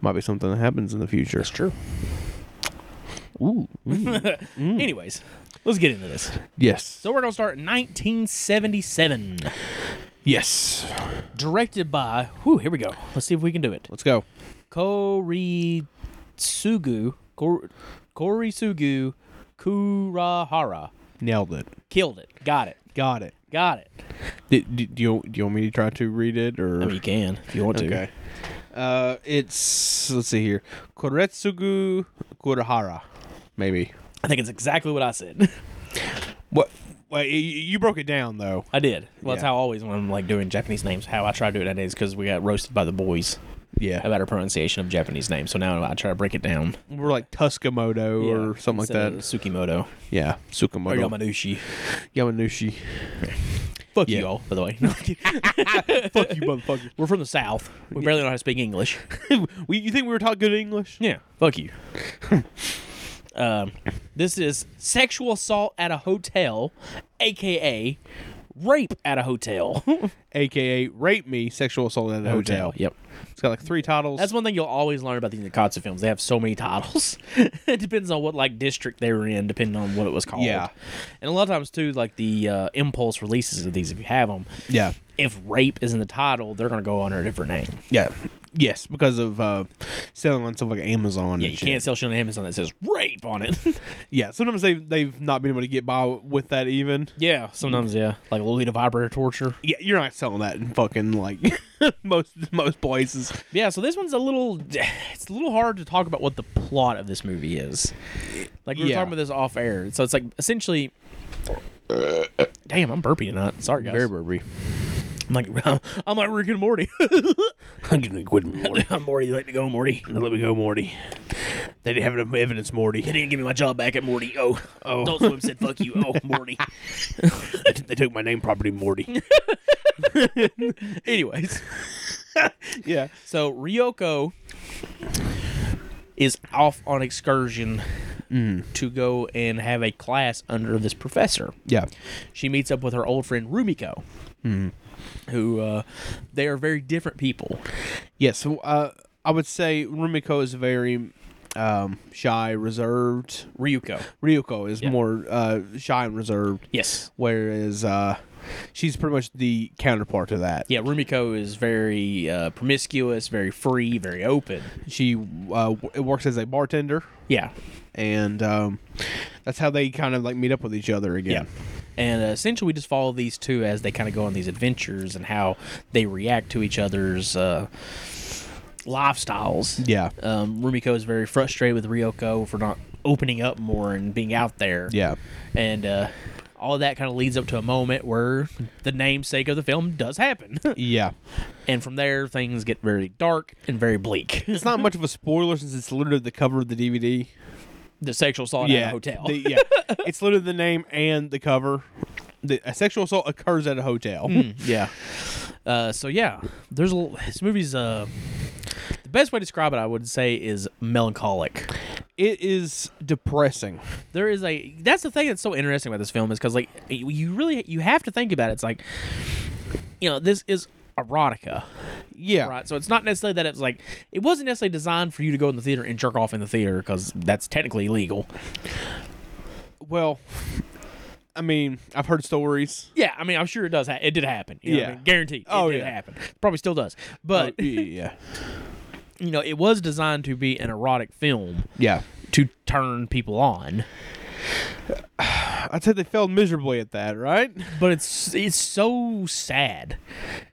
Speaker 4: might be something that happens in the future. That's true.
Speaker 3: Ooh. Anyways, let's get into this.
Speaker 4: Yes.
Speaker 3: So we're gonna start in 1977,
Speaker 4: yes.
Speaker 3: directed by. Whew, here we go. Let's see if we can do it.
Speaker 4: Let's go.
Speaker 3: Korisugu, Kor- Korisugu Kurahara
Speaker 4: Nailed it.
Speaker 3: killed it. Got it.
Speaker 4: Got it.
Speaker 3: Got it.
Speaker 4: Did, do, you, do you want me to try to read it or?
Speaker 3: I mean, you can if you want to.
Speaker 4: okay. Uh, it's let's see here, Koretsugu Kurahara, maybe.
Speaker 3: I think it's exactly what I said.
Speaker 4: What? Wait, you, you broke it down though.
Speaker 3: I did. Well, that's
Speaker 4: Yeah.
Speaker 3: how I always when I'm like doing Japanese names, how I try to do it nowadays because we got roasted by the boys
Speaker 4: Yeah.
Speaker 3: about our pronunciation of Japanese names. So now I try to break it down.
Speaker 4: We're like Tuskamoto or
Speaker 3: Yeah,
Speaker 4: something like
Speaker 3: instead
Speaker 4: that.
Speaker 3: of Tsukimoto.
Speaker 4: Yeah,
Speaker 3: Or
Speaker 4: Sukamoto.
Speaker 3: Yamanushi.
Speaker 4: Yamanushi.
Speaker 3: Fuck
Speaker 4: Yeah.
Speaker 3: you all, by the way. No, I'm kidding.
Speaker 4: Fuck you, motherfucker.
Speaker 3: We're from the South. We barely know how to speak English.
Speaker 4: we, you think we were taught good English?
Speaker 3: Yeah. Fuck you. um, this is sexual assault at a hotel, aka rape at a hotel.
Speaker 4: AKA rape me, sexual assault at a hotel.
Speaker 3: Yep.
Speaker 4: It's got like three titles.
Speaker 3: That's one thing you'll always learn about these Nikatsu films. They have so many titles. it depends on what like district they were in, depending on what it was called.
Speaker 4: Yeah.
Speaker 3: And a lot of times too, like the uh, impulse releases of these, if you have them,
Speaker 4: yeah.
Speaker 3: if rape is in the title, they're gonna go under a different name.
Speaker 4: Yeah. Yes, because of uh, selling on stuff like Amazon.
Speaker 3: Yeah,
Speaker 4: and
Speaker 3: you
Speaker 4: shit.
Speaker 3: can't sell shit on Amazon that says rape on it.
Speaker 4: Yeah, sometimes they they've not been able to get by with that even.
Speaker 3: yeah, sometimes yeah, like Lolita vibrator torture.
Speaker 4: Yeah, you're not selling that in fucking like most most places.
Speaker 3: Yeah, so this one's a little, it's a little hard to talk about what the plot of this movie is. Like we were
Speaker 4: Yeah.
Speaker 3: talking about this off air, so it's like essentially. Damn, I'm burping tonight. Sorry, guys.
Speaker 4: burby.
Speaker 3: I'm like, I'm like Rick and Morty.
Speaker 4: I'm gonna quit Morty.
Speaker 3: I'm Morty. Let me go, Morty.
Speaker 4: Let me go, Morty. They didn't have enough evidence, Morty.
Speaker 3: They didn't give me my job back at Morty. Oh, oh. Adult Swim said, "Fuck you, oh Morty."
Speaker 4: they took my name property, Morty.
Speaker 3: Anyways,
Speaker 4: yeah.
Speaker 3: so Ryoko is off on excursion to go and have a class under this professor.
Speaker 4: Yeah.
Speaker 3: She meets up with her old friend Rumiko, who uh, they are very different people.
Speaker 4: Yes, so, uh, I would say Rumiko is very um, shy, reserved.
Speaker 3: Ryuko,
Speaker 4: Ryuko is
Speaker 3: Yeah.
Speaker 4: more uh, shy and reserved,
Speaker 3: yes,
Speaker 4: whereas uh, she's pretty much the counterpart to that.
Speaker 3: yeah. Rumiko is very uh, promiscuous, very free, very open.
Speaker 4: She uh, w- works as a bartender,
Speaker 3: Yeah,
Speaker 4: and um, that's how they kind of like meet up with each other again.
Speaker 3: And uh, essentially, we just follow these two as they kind of go on these adventures and how they react to each other's uh, lifestyles.
Speaker 4: Yeah.
Speaker 3: Um, Rumiko is very frustrated with Ryoko for not opening up more and being out there.
Speaker 4: Yeah.
Speaker 3: And uh, all of that kind of leads up to a moment where the namesake of the film does happen.
Speaker 4: Yeah.
Speaker 3: and from there, things get very dark and very bleak.
Speaker 4: It's not much of a spoiler since it's literally the cover of the DVD.
Speaker 3: the sexual assault at a hotel.
Speaker 4: the- yeah. it's literally the name and the cover. that a sexual assault occurs at a hotel.
Speaker 3: yeah. Uh, so yeah, there's a l- this movie's uh the best way to describe it I would say is melancholic.
Speaker 4: It is depressing.
Speaker 3: There is a that's the thing that's so interesting about this film is because like you- you really you have to think about it. It's like you know this is erotica,
Speaker 4: Yeah.
Speaker 3: right? So it's not necessarily that it's like it wasn't necessarily designed for you to go in the theater and jerk off in the theater because that's technically illegal.
Speaker 4: Well, I mean, I've heard stories.
Speaker 3: Yeah, I mean I'm sure it does. Ha- it did happen. You know what I
Speaker 4: Yeah.
Speaker 3: mean? guaranteed. It
Speaker 4: Oh,
Speaker 3: did
Speaker 4: yeah.
Speaker 3: happen. Probably still does, but
Speaker 4: Oh, yeah.
Speaker 3: you know it was designed to be an erotic film.
Speaker 4: Yeah.
Speaker 3: to turn people on.
Speaker 4: I'd say they failed miserably at that, right?
Speaker 3: But it's it's so sad.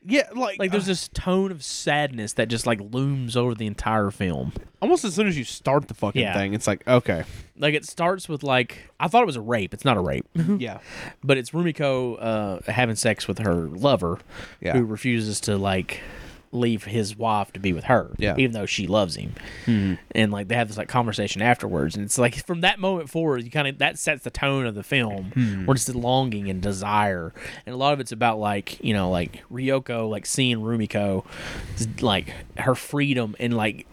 Speaker 4: Yeah, like,
Speaker 3: Like there's this tone of sadness that just like looms over the entire film.
Speaker 4: uh, almost as soon as you start the fucking
Speaker 3: Yeah.
Speaker 4: thing, it's like, okay.
Speaker 3: Like it starts with like I thought it was a rape. It's not a rape,
Speaker 4: yeah.
Speaker 3: but it's Rumiko uh, having sex with her lover,
Speaker 4: Yeah.
Speaker 3: who refuses to like leave his wife to be with her,
Speaker 4: Yeah.
Speaker 3: even though she loves him. And like they have this like conversation afterwards, and it's like from that moment forward, you kind of that sets the tone of the film, where it's the longing and desire, and a lot of it's about like you know like Ryoko like seeing Rumiko, like her freedom and like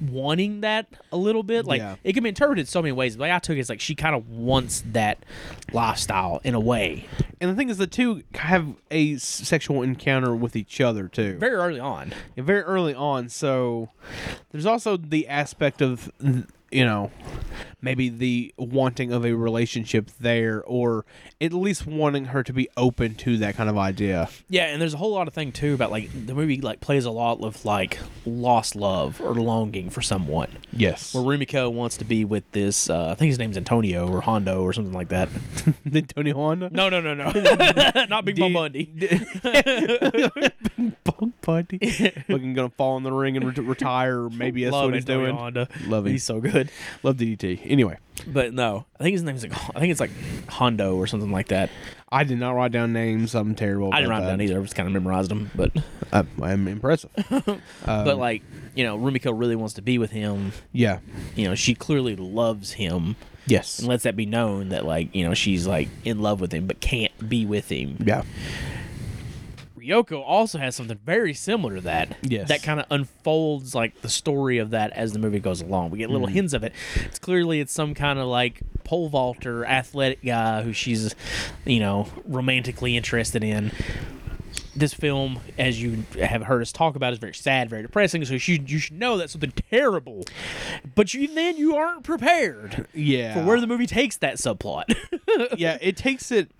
Speaker 3: wanting that a little bit. Like
Speaker 4: Yeah.
Speaker 3: it can be interpreted so many ways. But like I took it as like she kind of wants that lifestyle in a way,
Speaker 4: And the thing is, the two have a s- sexual encounter with each other too,
Speaker 3: very early on.
Speaker 4: Yeah, very early on. So there's also the aspect of you know maybe the wanting of a relationship there, or at least wanting her to be open to that kind of idea.
Speaker 3: Yeah, and there's a whole lot of thing too about like the movie like plays a lot of like lost love or longing for someone.
Speaker 4: Yes,
Speaker 3: Where Rumiko wants to be with this, uh, I think his name's Antonio or Hondo or something like that.
Speaker 4: the Tony Honda.
Speaker 3: No, no, no, no, not Big Bum Bundy.
Speaker 4: Bug Bundy. Looking gonna fall in the ring and re- retire. or Maybe that's
Speaker 3: Love
Speaker 4: what he's
Speaker 3: Antonio
Speaker 4: doing.
Speaker 3: Honda.
Speaker 4: Love him.
Speaker 3: He's so good.
Speaker 4: Love DDT. Anyway,
Speaker 3: But no, I think his name's like I think it's like Hondo or something like that.
Speaker 4: I did not write down names. I'm terrible.
Speaker 3: I didn't
Speaker 4: about
Speaker 3: write 'em down
Speaker 4: that.
Speaker 3: either. I just kind of memorized them, but
Speaker 4: I, I'm impressive.
Speaker 3: but like you know, Rumiko really wants to be with him.
Speaker 4: yeah.
Speaker 3: You know, she clearly loves him.
Speaker 4: Yes.
Speaker 3: and lets that be known that like you know she's like in love with him but can't be with him.
Speaker 4: Yeah.
Speaker 3: Ryoko also has something very similar to that.
Speaker 4: Yes.
Speaker 3: that kind of unfolds like the story of that as the movie goes along. We get little
Speaker 4: Mm-hmm.
Speaker 3: hints of it. It's clearly it's some kind of like pole vaulter, athletic guy who she's you know romantically interested in. This film, as you have heard us talk about, is very sad, very depressing. So you should, you should know that's something terrible, but you then you aren't prepared
Speaker 4: Yeah.
Speaker 3: for where the movie takes that subplot.
Speaker 4: yeah, it takes it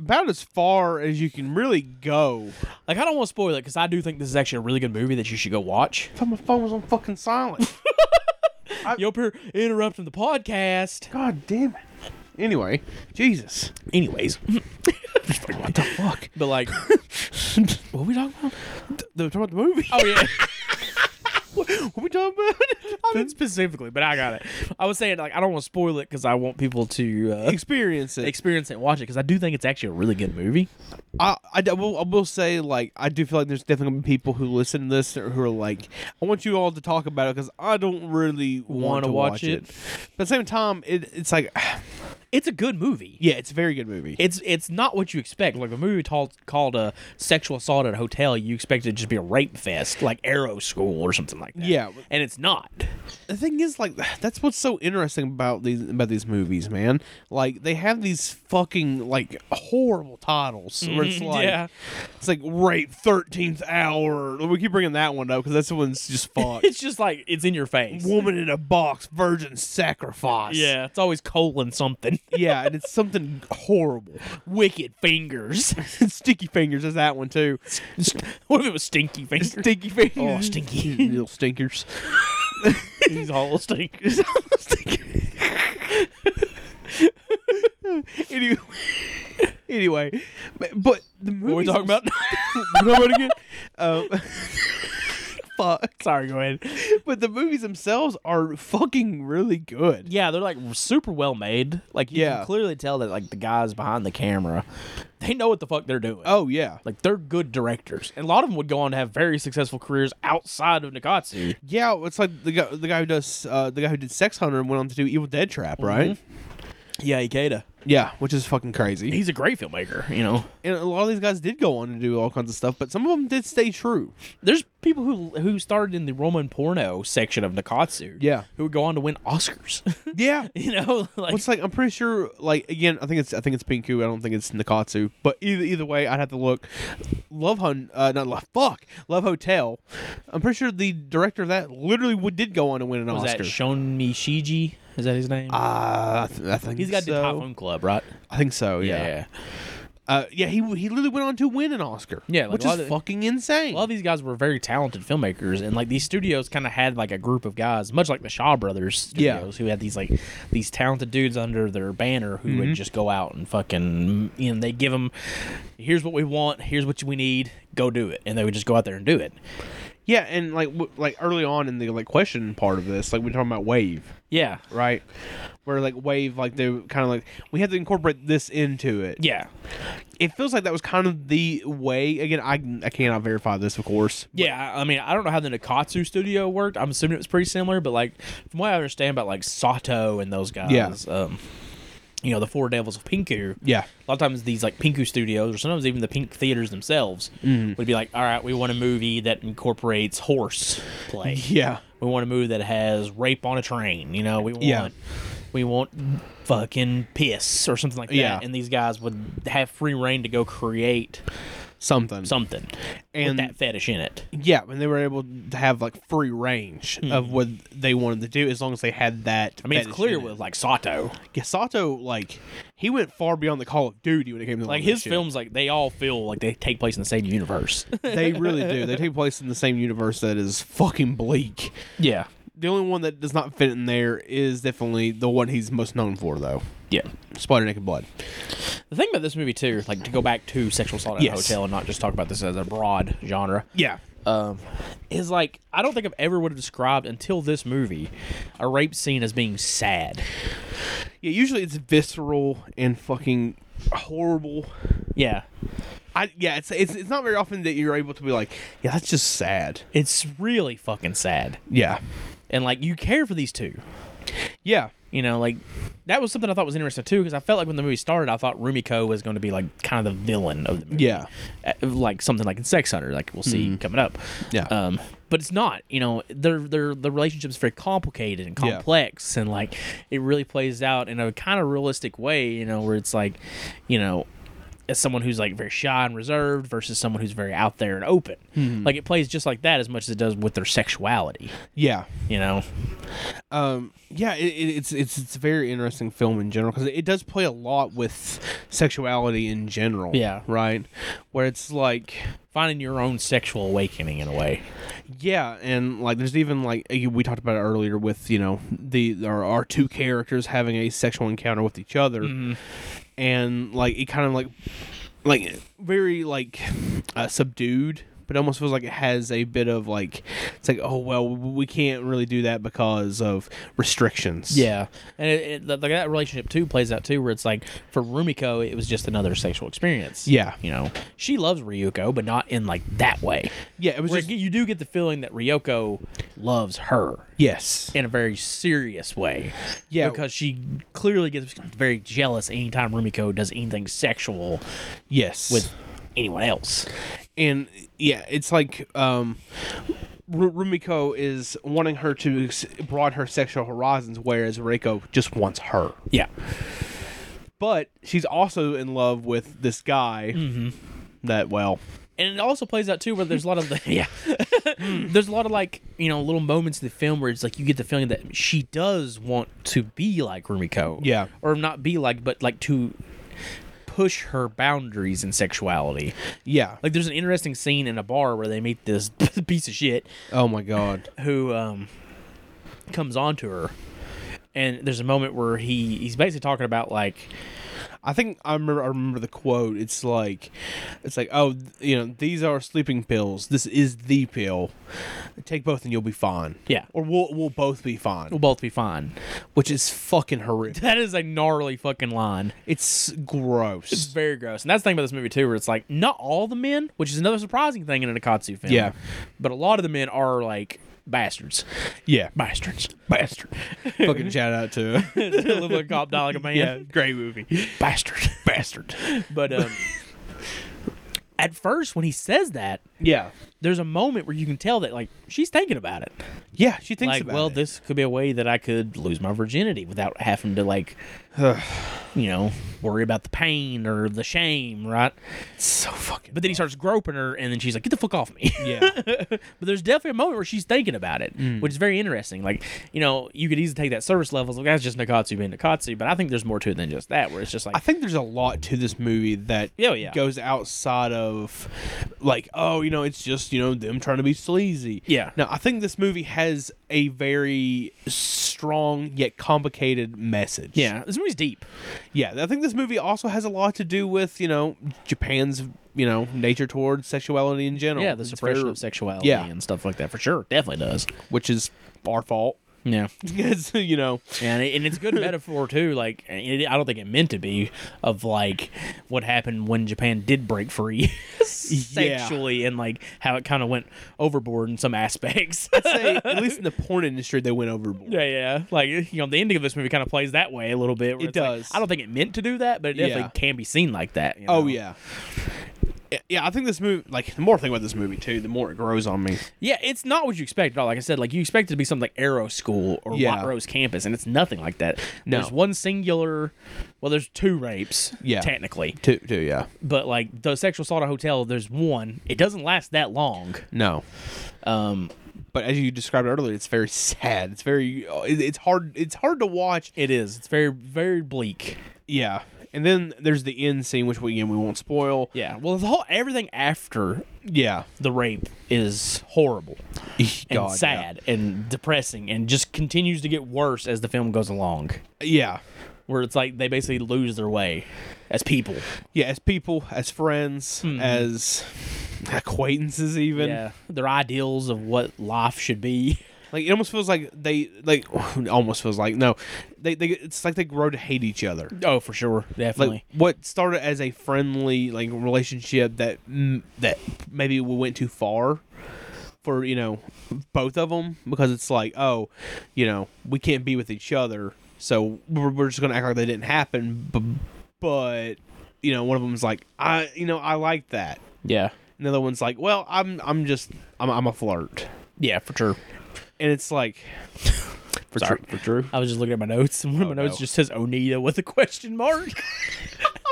Speaker 4: about as far as you can really go.
Speaker 3: like I don't want to spoil it because I do think this is actually a really good movie that you should go watch.
Speaker 4: I thought my phone was on fucking silent.
Speaker 3: You up here interrupting the podcast.
Speaker 4: God damn it. Anyway, Jesus.
Speaker 3: Anyways, what the fuck? But like, what we talking about?
Speaker 4: The, the movie.
Speaker 3: Oh yeah,
Speaker 4: What we talking about?
Speaker 3: I mean specifically, but I got it. I was saying like I don't want to spoil it because I want people to uh,
Speaker 4: Experience it.
Speaker 3: experience it and watch it because I do think it's actually a really good movie.
Speaker 4: I, I, d- I will, I will say, like, I do feel like there's definitely gonna be people who listen to this or who are like, I want you all to talk about it because I don't really want
Speaker 3: Wanna
Speaker 4: to
Speaker 3: watch
Speaker 4: watch,
Speaker 3: it.
Speaker 4: it. But at the same time, it, it's like,
Speaker 3: It's a good movie.
Speaker 4: yeah, it's a very good movie.
Speaker 3: It's it's not what you expect. Like a movie called called a sexual assault at a hotel, you expect it to just be a rape fest, like Arrow School or something like that.
Speaker 4: Yeah.
Speaker 3: and it's not.
Speaker 4: the thing is like that's what's so interesting about these about these movies man like they have these fucking like horrible titles where it's like
Speaker 3: Mm-hmm. yeah.
Speaker 4: it's like rape 13th hour we keep bringing that one up because that's the one's just fucked
Speaker 3: It's just like it's in your face.
Speaker 4: woman in a box virgin sacrifice
Speaker 3: Yeah, it's always colon something.
Speaker 4: yeah and it's something horrible
Speaker 3: Wicked fingers.
Speaker 4: sticky fingers is that one too
Speaker 3: what if it was stinky fingers?
Speaker 4: stinky fingers
Speaker 3: Oh, stinky.
Speaker 4: little stinkers
Speaker 3: These all stinkers.
Speaker 4: anyway anyway but, but the
Speaker 3: What
Speaker 4: movie
Speaker 3: are we talking about?
Speaker 4: again um, fuck
Speaker 3: Sorry, go ahead.
Speaker 4: but the movies themselves are fucking really good.
Speaker 3: Yeah, they're like super well made. Like you
Speaker 4: Yeah.
Speaker 3: can clearly tell that like the guys behind the camera, they know what the fuck they're doing.
Speaker 4: Oh yeah,
Speaker 3: Like they're good directors, and a lot of them would go on to have very successful careers outside of Nikatsu. Mm-hmm.
Speaker 4: yeah. It's like the guy, the guy who does, uh, the guy who did Sex Hunter and went on to do Evil Dead Trap, right?
Speaker 3: Yeah, Ikeda.
Speaker 4: Yeah, which is fucking crazy.
Speaker 3: He's a great filmmaker, you know.
Speaker 4: and a lot of these guys did go on to do all kinds of stuff, but some of them did stay true.
Speaker 3: There's people who who started in the Roman porno section of Nakatsu.
Speaker 4: Yeah.
Speaker 3: Who would go on to win Oscars.
Speaker 4: Yeah.
Speaker 3: you know, like
Speaker 4: Well, it's like I'm pretty sure. Like again, I think it's I think it's Pinku. I don't think it's Nakatsu. But either either way, I'd have to look. Love Hun, uh, not Love. Fuck, Love Hotel. I'm pretty sure the director of that literally would, did go on to win an
Speaker 3: was that
Speaker 4: Oscar.
Speaker 3: Shonmi Shiji? Is that his name?
Speaker 4: uh, I, th- I think
Speaker 3: He's got
Speaker 4: so.
Speaker 3: the Typhoon Club, right?
Speaker 4: I think so. Yeah. Yeah. Uh, yeah. He he literally went on to win an Oscar.
Speaker 3: Yeah, like
Speaker 4: which
Speaker 3: a lot
Speaker 4: is
Speaker 3: of-
Speaker 4: fucking insane.
Speaker 3: A lot of these guys were very talented filmmakers, and like these studios kind of had like a group of guys, much like the Shaw Brothers
Speaker 4: Yeah.
Speaker 3: studios, who had these like these talented dudes under their banner who
Speaker 4: Mm-hmm.
Speaker 3: would just go out and fucking, you know, they give them, here's what we want, here's what we need, go do it, and they would just go out there and do it.
Speaker 4: yeah, and like w- like early on in the like question part of this, like we're talking about Wave.
Speaker 3: Yeah,
Speaker 4: right? Where like wave, like they kind of like we have to incorporate this into it.
Speaker 3: yeah,
Speaker 4: It feels like that was kind of the way. Again, I I cannot verify this, of course.
Speaker 3: yeah. I mean, I don't know how the Nakatsu studio worked. I'm assuming it was pretty similar, but like from what I understand about like Sato and those guys,
Speaker 4: Yeah.
Speaker 3: um, you know, the Four Devils of Pinku,
Speaker 4: Yeah,
Speaker 3: a lot of times these like Pinku studios or sometimes even the Pink theaters themselves
Speaker 4: Mm-hmm.
Speaker 3: would be like, all right, we want a movie that incorporates horse play.
Speaker 4: yeah,
Speaker 3: We want a movie that has rape on a train. You know, we want
Speaker 4: Yeah.
Speaker 3: we want fucking piss or something like that.
Speaker 4: Yeah.
Speaker 3: And these guys would have free reign to go create
Speaker 4: something.
Speaker 3: something
Speaker 4: And-
Speaker 3: with that fetish in it.
Speaker 4: yeah, and they were able to have like free range of what they wanted to do as long as they had that.
Speaker 3: Hmm. I mean, it's
Speaker 4: fetish
Speaker 3: clear
Speaker 4: in it.
Speaker 3: with like Sato,
Speaker 4: Gasato, like he went far beyond the Call of Duty when it came to
Speaker 3: like
Speaker 4: all this
Speaker 3: his
Speaker 4: shit.
Speaker 3: films, like they all feel like they take place in the same universe.
Speaker 4: They really do. They take place in the same universe that is fucking bleak.
Speaker 3: yeah,
Speaker 4: The only one that does not fit in there is definitely the one he's most known for, though.
Speaker 3: yeah.
Speaker 4: Spider Naked Blood.
Speaker 3: The thing about this movie too, like to go back to sexual assault at a
Speaker 4: Yes.
Speaker 3: hotel and not just talk about this as a broad genre,
Speaker 4: Yeah.
Speaker 3: um, is like I don't think I've ever would have described until this movie a rape scene as being sad.
Speaker 4: Yeah, usually it's visceral and fucking horrible.
Speaker 3: Yeah,
Speaker 4: I yeah, it's it's it's not very often that you're able to be like, yeah, that's just sad.
Speaker 3: it's really fucking sad,
Speaker 4: Yeah.
Speaker 3: and like you care for these two.
Speaker 4: Yeah.
Speaker 3: You know, like that was something I thought was interesting too, because I felt like when the movie started, I thought Rumiko was going to be like kind of the villain of the movie.
Speaker 4: Yeah. Mm-hmm.
Speaker 3: Uh, like something like in Sex Hunter, like we'll see coming up.
Speaker 4: Yeah.
Speaker 3: Um, but it's not. You know, their their the relationship's very complicated and
Speaker 4: Yeah.
Speaker 3: complex, and like it really plays out in a kind of realistic way. You know, where it's like, you know. As someone who's like very shy and reserved versus someone who's very out there and open,
Speaker 4: Mm-hmm.
Speaker 3: like it plays just like that as much as it does with their sexuality,
Speaker 4: Yeah.
Speaker 3: you know.
Speaker 4: Um yeah, it, it, it's it's it's a very interesting film in general cuz it does play a lot with sexuality in general.
Speaker 3: Yeah.
Speaker 4: Right? Where it's like
Speaker 3: Finding your own sexual awakening in a way.
Speaker 4: Yeah, and like there's even like we talked about it earlier with you know the our, our two characters having a sexual encounter with each other,
Speaker 3: Mm-hmm.
Speaker 4: and like it kind of like like very like uh, subdued, but almost feels like it has a bit of like it's like oh well we can't really do that because of restrictions.
Speaker 3: Yeah, and it, it, like that relationship too plays out too, where it's like for Rumiko, it was just another sexual experience.
Speaker 4: Yeah.
Speaker 3: you know, she loves Ryuko, but not in like that way.
Speaker 4: yeah, it was
Speaker 3: Where
Speaker 4: just
Speaker 3: you do get the feeling that Ryoko loves her
Speaker 4: yes,
Speaker 3: in a very serious way.
Speaker 4: Yeah.
Speaker 3: because she clearly gets very jealous anytime Rumiko does anything sexual
Speaker 4: yes
Speaker 3: with anyone else.
Speaker 4: and yeah, it's like um, Ru- Rumiko is wanting her to ex- broaden her sexual horizons, whereas Reiko just wants her.
Speaker 3: Yeah,
Speaker 4: But she's also in love with this guy.
Speaker 3: Mm-hmm.
Speaker 4: That well,
Speaker 3: and it also plays out too where there's a lot of the yeah there's a lot of like you know little moments in the film where it's like you get the feeling that she does want to be like rumiko
Speaker 4: Yeah.
Speaker 3: or not be like but like to push her boundaries in sexuality
Speaker 4: yeah.
Speaker 3: like there's an interesting scene in a bar where they meet this piece of shit
Speaker 4: oh my god,
Speaker 3: who um, comes on to her and there's a moment where he he's basically talking about like
Speaker 4: I think I remember. I remember the quote. It's like, it's like, oh, th- you know, these are sleeping pills. This is the pill. Take both and you'll be fine.
Speaker 3: Yeah.
Speaker 4: or we'll we'll both be
Speaker 3: we'll
Speaker 4: fine.
Speaker 3: both be fine
Speaker 4: Which is fucking horrific.
Speaker 3: that is a gnarly fucking line
Speaker 4: It's gross.
Speaker 3: It's very gross. And that's the thing about this movie too, where it's like not all the men, which is another surprising thing in an Akatsu film.
Speaker 4: Yeah.
Speaker 3: But a lot of the men are like Bastards.
Speaker 4: Yeah.
Speaker 3: Bastards.
Speaker 4: Bastard. Fucking shout out to
Speaker 3: Live like a cop, die like a man.
Speaker 4: great movie.
Speaker 3: Bastard.
Speaker 4: Bastard.
Speaker 3: But um, at first, when he says that,
Speaker 4: Yeah.
Speaker 3: there's a moment where you can tell that like she's thinking about it.
Speaker 4: Yeah, she thinks
Speaker 3: like,
Speaker 4: about
Speaker 3: well,
Speaker 4: it.
Speaker 3: this could be a way that I could lose my virginity without having to like, you know, worry about the pain or the shame, right?
Speaker 4: so fucking.
Speaker 3: But then he starts groping her, and then she's like, "Get the fuck off me."
Speaker 4: Yeah. Mm.
Speaker 3: But there's definitely a moment where she's thinking about it, which is very interesting. Like, you know, you could easily take that service level. Like, that's just Nakatsu being Nakatsu, but I think there's more to it than just that. Where it's just like,
Speaker 4: I think there's a lot to this movie that
Speaker 3: Yeah, oh, yeah.
Speaker 4: goes outside of like, oh, you know, it's just, you know, them trying to be sleazy.
Speaker 3: Yeah.
Speaker 4: Now I think this movie has a very strong yet complicated message.
Speaker 3: yeah, this movie's deep.
Speaker 4: Yeah. I think this movie also has a lot to do with, you know, Japan's, you know, nature towards sexuality in general.
Speaker 3: Yeah, the
Speaker 4: It's
Speaker 3: suppression
Speaker 4: very-
Speaker 3: of sexuality
Speaker 4: yeah.
Speaker 3: and stuff like that for sure. Definitely does.
Speaker 4: which is our fault.
Speaker 3: Yeah.
Speaker 4: It's, you know,
Speaker 3: And, it, and it's a good metaphor too. Like it, I don't think it meant to be of like what happened when Japan did break free sexually and like how it kind of went overboard in some aspects.
Speaker 4: say, at least in the porn industry, they went overboard.
Speaker 3: yeah, yeah. Like you know, the ending of this movie kind of plays that way a little bit. where
Speaker 4: It
Speaker 3: it's like,
Speaker 4: does.
Speaker 3: I don't think it meant to do that, but it definitely
Speaker 4: Yeah.
Speaker 3: can be seen like that. you
Speaker 4: Oh
Speaker 3: know?
Speaker 4: yeah. Yeah, Yeah, I think this movie. Like, the more I think about this movie too, the more it grows on me.
Speaker 3: Yeah, it's not what you expect at all. Like I said, like you expect it to be something like Arrow School or
Speaker 4: Yeah.
Speaker 3: White Rose Campus, and it's nothing like that.
Speaker 4: No.
Speaker 3: There's one singular, well, there's two rapes,
Speaker 4: Yeah.
Speaker 3: technically,
Speaker 4: Too, too, yeah.
Speaker 3: but like the sexual assault at a hotel, there's one. It doesn't last that long.
Speaker 4: No,
Speaker 3: Um,
Speaker 4: but as you described earlier, it's very sad. It's very. oh, it- It's hard. It's hard to watch.
Speaker 3: it is. It's very, very bleak.
Speaker 4: Yeah, and then there's the end scene, which we again we won't spoil.
Speaker 3: Yeah. Well, the whole everything after
Speaker 4: Yeah.
Speaker 3: the rape is horrible and
Speaker 4: God, yeah.
Speaker 3: sad and depressing and just continues to get worse as the film goes along.
Speaker 4: Yeah.
Speaker 3: Where it's like they basically lose their way as people.
Speaker 4: Yeah. As people, as friends, as acquaintances, even.
Speaker 3: yeah, their ideals of what life should be.
Speaker 4: Like it almost feels like they like almost feels like no, they they it's like they grow to hate each other.
Speaker 3: Oh, for sure, definitely.
Speaker 4: like what started as a friendly like relationship that mm, that maybe we went too far for you know both of them because it's like oh you know we can't be with each other so we're, we're just gonna act like they didn't happen b- but you know one of them's like i you know i like that
Speaker 3: yeah,
Speaker 4: and the other one's like well i'm i'm just i'm, I'm a flirt
Speaker 3: yeah, for sure.
Speaker 4: and it's like for true for true Oh,
Speaker 3: I was just looking at my notes, and one of my notes
Speaker 4: no.
Speaker 3: just says Onita with a question mark.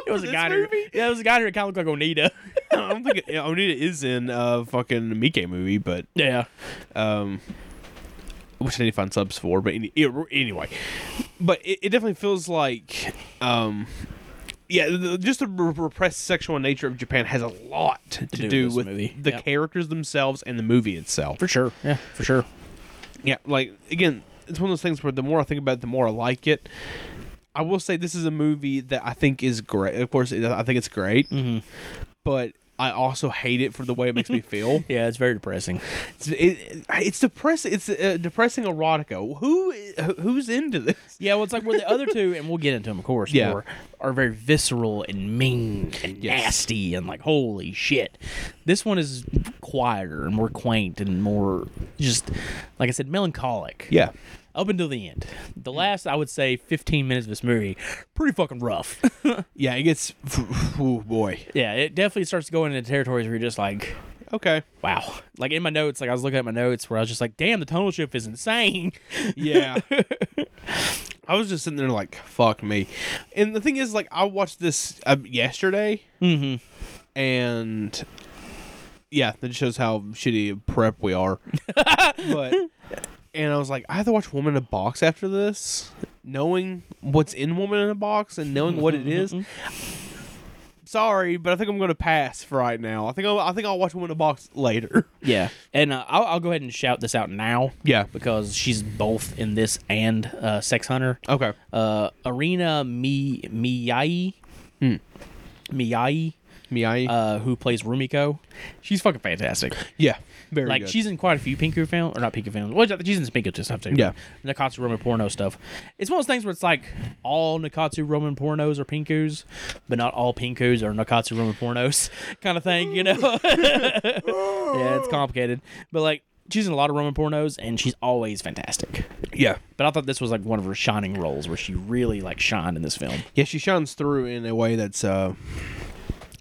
Speaker 3: it was a
Speaker 4: This
Speaker 3: guy. Who,
Speaker 4: movie?
Speaker 3: yeah, it was a guy who kind of looked like Onita.
Speaker 4: i don't think it, onita is in a fucking mike movie but
Speaker 3: yeah,
Speaker 4: um, which I need to find subs for. But any, it- anyway, but it, it definitely feels like, um, yeah, the, just the re- repressed sexual nature of Japan has a lot to,
Speaker 3: do
Speaker 4: do,
Speaker 3: with this
Speaker 4: with
Speaker 3: movie.
Speaker 4: the
Speaker 3: Yep.
Speaker 4: characters themselves and the movie itself.
Speaker 3: for sure. Yeah, for sure.
Speaker 4: Yeah, like again, it's one of those things where the more I think about it, the more I like it. I will say this is a movie that I think is great. Of course, it- I think it's great, but I also hate it for the way it makes me feel.
Speaker 3: Yeah, it's very depressing.
Speaker 4: It's, it, it's depressing. It's uh, depressing erotica. Who who's into this?
Speaker 3: Yeah, well, it's like where the other two, and we'll get into them, of course.
Speaker 4: Yeah.
Speaker 3: were- are very visceral and mean and nasty and like holy shit. This one is quieter and more quaint and more just, like I said, melancholic.
Speaker 4: Yeah,
Speaker 3: up until the end. The last, I would say, 15 minutes of this movie, pretty fucking rough.
Speaker 4: yeah. It gets. Oh boy.
Speaker 3: yeah, it definitely starts going into territories where you're just like,
Speaker 4: Okay.
Speaker 3: wow. Like in my notes, like I was looking at my notes where I was just like, damn, the tonal shift is insane.
Speaker 4: Yeah. I was just sitting there like, fuck me. And the thing is, like, I watched this uh, yesterday, mm-hmm. and yeah, that shows how shitty prep we are. but and I was like, I have to watch Woman in a Box after this, knowing what's in Woman in a Box and knowing what
Speaker 3: Mm-hmm,
Speaker 4: it is. Sorry, but I think I'm gonna pass for right now. I think I'll, I think I'll watch Woman in a Box later.
Speaker 3: Yeah. And uh, I'll, I'll go ahead and shout this out now.
Speaker 4: Yeah.
Speaker 3: Because she's both in this and uh, Sex Hunter.
Speaker 4: Okay.
Speaker 3: Uh, Arena Mi- Miyai. Hmm. Miyai.
Speaker 4: Me, I
Speaker 3: Uh, who plays Rumiko? She's fucking fantastic.
Speaker 4: yeah, very
Speaker 3: like
Speaker 4: good.
Speaker 3: she's in quite a few Pinku films, or not Pinku films. Well, she's in some Pinku stuff too.
Speaker 4: Yeah.
Speaker 3: Nakatsu Roman porno stuff. It's one of those things where it's like all Nakatsu Roman pornos are Pinkus, but not all Pinkus are Nakatsu Roman pornos, kind of thing. You know? yeah, it's complicated, but like. she's in a lot of Roman pornos, and she's always fantastic.
Speaker 4: Yeah.
Speaker 3: But I thought this was like one of her shining roles, where she really like shined in this film.
Speaker 4: Yeah, she shines through in a way that's uh,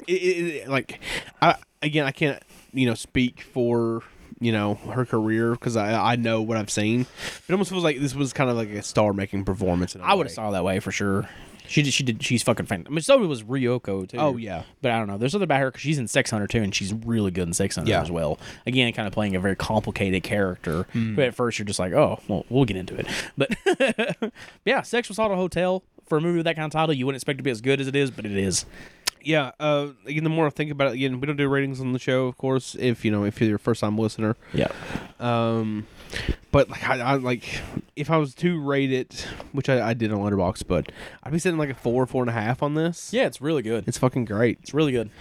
Speaker 4: it, it, it- like, I again I can't you know speak for you know her career because I I know what I've seen. It almost feels like this was kind of like a star making performance. In a
Speaker 3: I would
Speaker 4: way.
Speaker 3: have saw it that way for sure. She did. She did. She's fucking fantastic. I mean, so was Ryoko too.
Speaker 4: Oh, yeah.
Speaker 3: But I don't know. There's something about her because she's in Sex Hunter too, and she's really good in Sex Hunter
Speaker 4: Yeah.
Speaker 3: as well. Again, kind of playing a very complicated character.
Speaker 4: Mm.
Speaker 3: But at first, you're just like, oh, well, we'll get into it. But yeah, Sex was Assault at a Hotel for a movie with that kind of title, you wouldn't expect it to be as good as it is, but it is.
Speaker 4: Yeah. Uh, again, the more I think about it, again, we don't do ratings on the show, of course. If you know, if you're a first time listener,
Speaker 3: Yeah.
Speaker 4: Um, but like I, I like if I was to rate it, which I, I did on Letterbox, but I'd be sitting like a four, four and a half on this.
Speaker 3: Yeah, it's really good.
Speaker 4: it's fucking great.
Speaker 3: It's really good.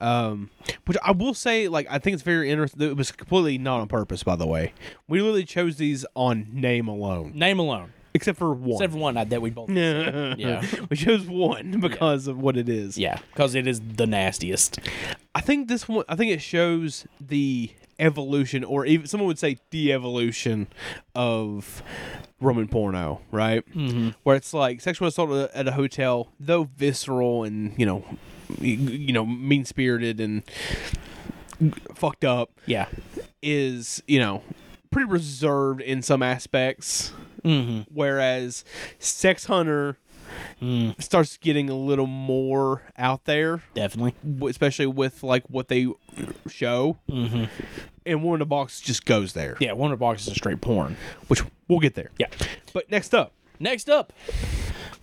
Speaker 4: Um, which I will say, like I think it's very interesting. It was completely not on purpose, by the way. We literally chose these on name alone,
Speaker 3: Name alone,
Speaker 4: except for one.
Speaker 3: except for one, I bet we both.
Speaker 4: yeah,
Speaker 3: Yeah.
Speaker 4: we chose one because of what it is.
Speaker 3: Yeah, because it is the nastiest.
Speaker 4: I think this one. I think it shows the evolution, or even someone would say the evolution of Roman porno, right? Mm-hmm. Where it's like sexual assault at a- at a hotel, though visceral and you know, you- you know, mean spirited and fucked up,
Speaker 3: Yeah.
Speaker 4: is you know pretty reserved in some aspects. Mm-hmm. Whereas Sex Hunter.
Speaker 3: Mm.
Speaker 4: Starts getting a little more out there,
Speaker 3: Definitely.
Speaker 4: w- especially with like what they show. Mm-hmm. And War in the Box just goes there,
Speaker 3: Yeah, Wonder Box is a straight porn.
Speaker 4: which we'll get there.
Speaker 3: Yeah.
Speaker 4: But next up,
Speaker 3: Next up,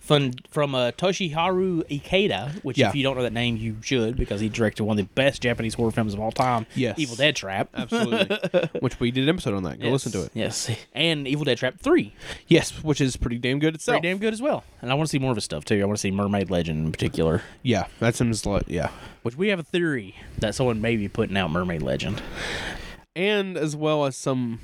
Speaker 3: from from uh, Toshiharu Ikeda, which
Speaker 4: Yeah.
Speaker 3: if you don't know that name, you should because he directed one of the best Japanese horror films of all time.
Speaker 4: Yes.
Speaker 3: Evil Dead Trap.
Speaker 4: absolutely, which we did an episode on that. Go listen to it.
Speaker 3: Yes, and Evil Dead Trap Three,
Speaker 4: Yes, which is pretty damn good itself.
Speaker 3: pretty damn good as well. And I want to see more of his stuff too. I want to see Mermaid Legend in particular,
Speaker 4: Yeah, that's him. Slut. Yeah,
Speaker 3: which we have a theory that someone may be putting out Mermaid Legend.
Speaker 4: and as well as some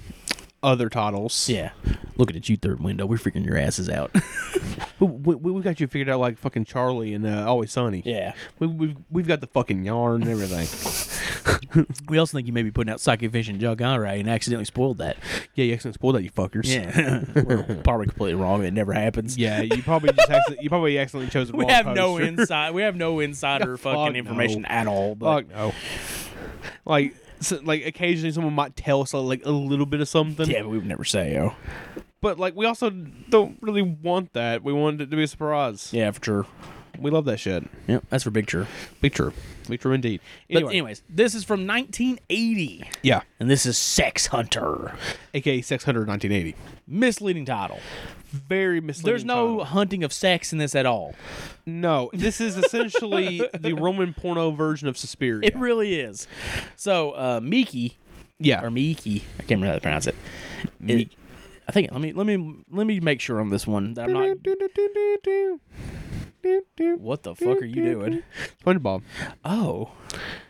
Speaker 4: other titles.
Speaker 3: Yeah, looking at you third window, we're freaking your asses out.
Speaker 4: we, we, we got you figured out like fucking Charlie and uh, Always Sunny.
Speaker 3: yeah,
Speaker 4: we, we've we've got the fucking yarn and everything.
Speaker 3: we also think you may be putting out Psychic Vision Jogara and accidentally spoiled that.
Speaker 4: yeah, you accidentally spoiled that, you fuckers.
Speaker 3: Yeah, we're probably completely wrong. It never happens.
Speaker 4: Yeah, you probably just accident- you probably accidentally chose. the
Speaker 3: we
Speaker 4: wrong
Speaker 3: have no
Speaker 4: poster.
Speaker 3: inside. We have no insider
Speaker 4: Fuck
Speaker 3: fucking
Speaker 4: no.
Speaker 3: information at all. But
Speaker 4: Fuck no. Like, so, like occasionally someone might tell us like a little bit of something,
Speaker 3: yeah, but we would never say. Oh,
Speaker 4: but like we also don't really want that. We want it to be a surprise.
Speaker 3: yeah, for sure.
Speaker 4: We love that shit.
Speaker 3: Yep, that's for big sure.
Speaker 4: Be true. Be true indeed.
Speaker 3: But
Speaker 4: Anyway,
Speaker 3: anyways, this is from 1980,
Speaker 4: yeah.
Speaker 3: and this is Sex Hunter.
Speaker 4: AKA 600 1980.
Speaker 3: Misleading title.
Speaker 4: Very misleading.
Speaker 3: There's no
Speaker 4: title.
Speaker 3: hunting of sex in this at all.
Speaker 4: no. This is essentially the Roman porno version of Suspiria.
Speaker 3: It really is. So uh, Miki
Speaker 4: yeah.
Speaker 3: or Miki, I can't remember how to pronounce it. It- I think. Let me let me let me make sure on this one that I'm not. What the fuck are you doing?
Speaker 4: SpongeBob.
Speaker 3: Oh,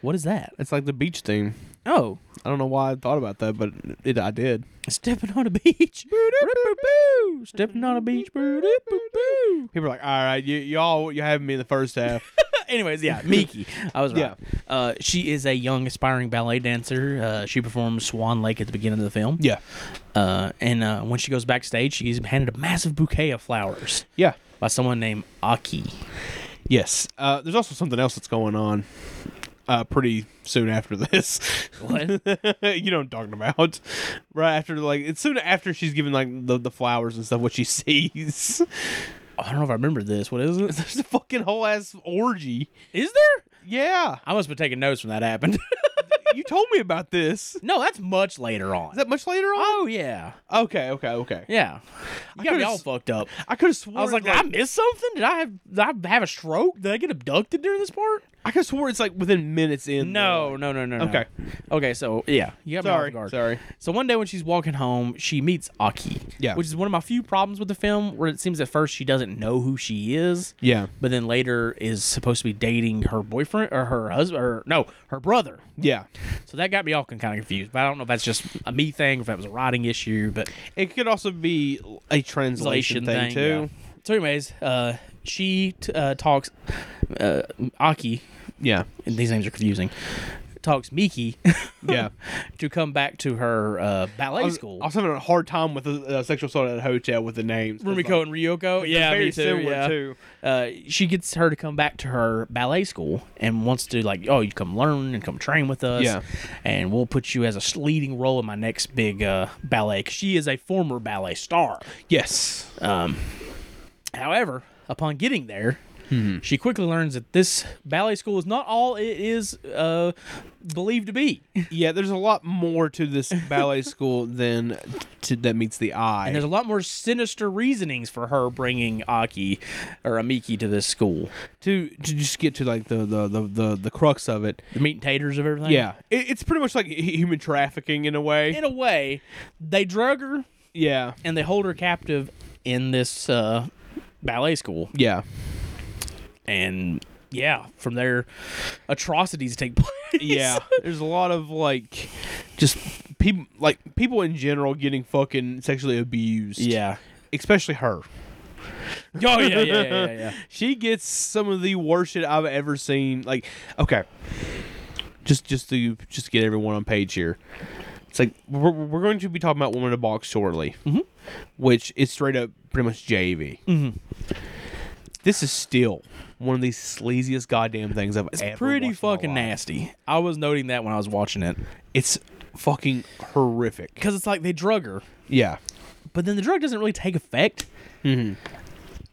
Speaker 3: what is that?
Speaker 4: It's like the beach theme.
Speaker 3: Oh,
Speaker 4: I don't know why I thought about that, but it, I did.
Speaker 3: Stepping on a beach. Rip-a-boo. Stepping on a beach. Rip-a-boo.
Speaker 4: People are like, all right, you, y'all, you having me in the first half.
Speaker 3: Anyways, yeah, Miki. I was right.
Speaker 4: Yeah.
Speaker 3: Uh, she is a young aspiring ballet dancer. Uh, she performs Swan Lake at the beginning of the film.
Speaker 4: yeah.
Speaker 3: Uh, and uh, when she goes backstage, she's handed a massive bouquet of flowers
Speaker 4: Yeah.
Speaker 3: by someone named Aki.
Speaker 4: Yes. Uh, there's also something else that's going on uh, pretty soon after this.
Speaker 3: What?
Speaker 4: you know what I'm talking about. Right after, like, it's soon after she's given, like, the, the flowers and stuff, what she sees.
Speaker 3: I don't know if I remember this. What is it?
Speaker 4: there's a fucking whole ass orgy.
Speaker 3: Is there?
Speaker 4: Yeah.
Speaker 3: I must have taking notes when that happened.
Speaker 4: You told me about this. Is
Speaker 3: no, that's much later on.
Speaker 4: that much later on?
Speaker 3: oh yeah,
Speaker 4: Okay, okay, okay.
Speaker 3: yeah. You got me
Speaker 4: could've
Speaker 3: all
Speaker 4: s-
Speaker 3: fucked up.
Speaker 4: I could have sworn.
Speaker 3: I was like, did I miss something? Did I have did I have a stroke? Did I get abducted during this part?
Speaker 4: I could have sworn it's like within minutes in.
Speaker 3: No, no, no, no. no.
Speaker 4: Okay.
Speaker 3: Okay, so yeah. You got me off
Speaker 4: Sorry,
Speaker 3: guard.
Speaker 4: sorry.
Speaker 3: So one day when she's walking home, she meets Aki.
Speaker 4: Yeah.
Speaker 3: Which is one of my few problems with the film where it seems at first she doesn't know who she is.
Speaker 4: Yeah.
Speaker 3: But then later is supposed to be dating her boyfriend or her husband or no, her brother.
Speaker 4: Yeah.
Speaker 3: So that got me all kind of confused. But I don't know if that's just a me thing, or if that was a writing issue, but
Speaker 4: It could also be a translation, thing, too.
Speaker 3: yeah. So, anyways, uh, she t- uh, talks. Uh, Aki,
Speaker 4: Yeah.
Speaker 3: these names are confusing. talks Miki
Speaker 4: Yeah.
Speaker 3: to come back to her uh, ballet
Speaker 4: I was,
Speaker 3: school.
Speaker 4: I was having a hard time with the uh, sexual assault at a hotel with the names. 'cause,
Speaker 3: Rumiko
Speaker 4: like,
Speaker 3: and Ryoko.
Speaker 4: they're
Speaker 3: Yeah,
Speaker 4: very
Speaker 3: me too,
Speaker 4: similar
Speaker 3: yeah.
Speaker 4: too.
Speaker 3: Uh, she gets her to come back to her ballet school and wants to like, oh, you come learn and come train with us.
Speaker 4: Yeah.
Speaker 3: and we'll put you as a leading role in my next big uh, ballet. 'Cause she is a former ballet star. Um,
Speaker 4: Yes.
Speaker 3: However, upon getting there,
Speaker 4: Hmm.
Speaker 3: she quickly learns that this ballet school is not all it is uh, believed to be.
Speaker 4: Yeah, there's a lot more to this ballet school than to, that meets the eye.
Speaker 3: And there's a lot more sinister reasonings for her bringing Aki or Amiki to this school.
Speaker 4: to to just get to like the the the the, the crux of it.
Speaker 3: The meat and taters of everything.
Speaker 4: Yeah, it, it's pretty much like hu- human trafficking in a way.
Speaker 3: In a way, they drug her
Speaker 4: yeah,
Speaker 3: and they hold her captive in this uh, ballet school.
Speaker 4: yeah,
Speaker 3: And yeah, from there, atrocities take place.
Speaker 4: yeah. there's a lot of like just people like people in general getting fucking sexually abused.
Speaker 3: Yeah.
Speaker 4: especially her.
Speaker 3: Oh, yeah, yeah, yeah, yeah. yeah.
Speaker 4: She gets some of the worst shit I've ever seen. Like, okay, just just to just to get everyone on page here. It's like we're, we're going to be talking about woman in a box shortly, mm-hmm. which is straight up pretty much JV. Mm-hmm. This is still one of the sleaziest goddamn things I've ever.
Speaker 3: Pretty
Speaker 4: watched in my
Speaker 3: fucking
Speaker 4: life.
Speaker 3: nasty. I was noting that when I was watching it.
Speaker 4: It's fucking horrific.
Speaker 3: Because it's like they drug her.
Speaker 4: Yeah,
Speaker 3: but then the drug doesn't really take effect.
Speaker 4: Mm-hmm.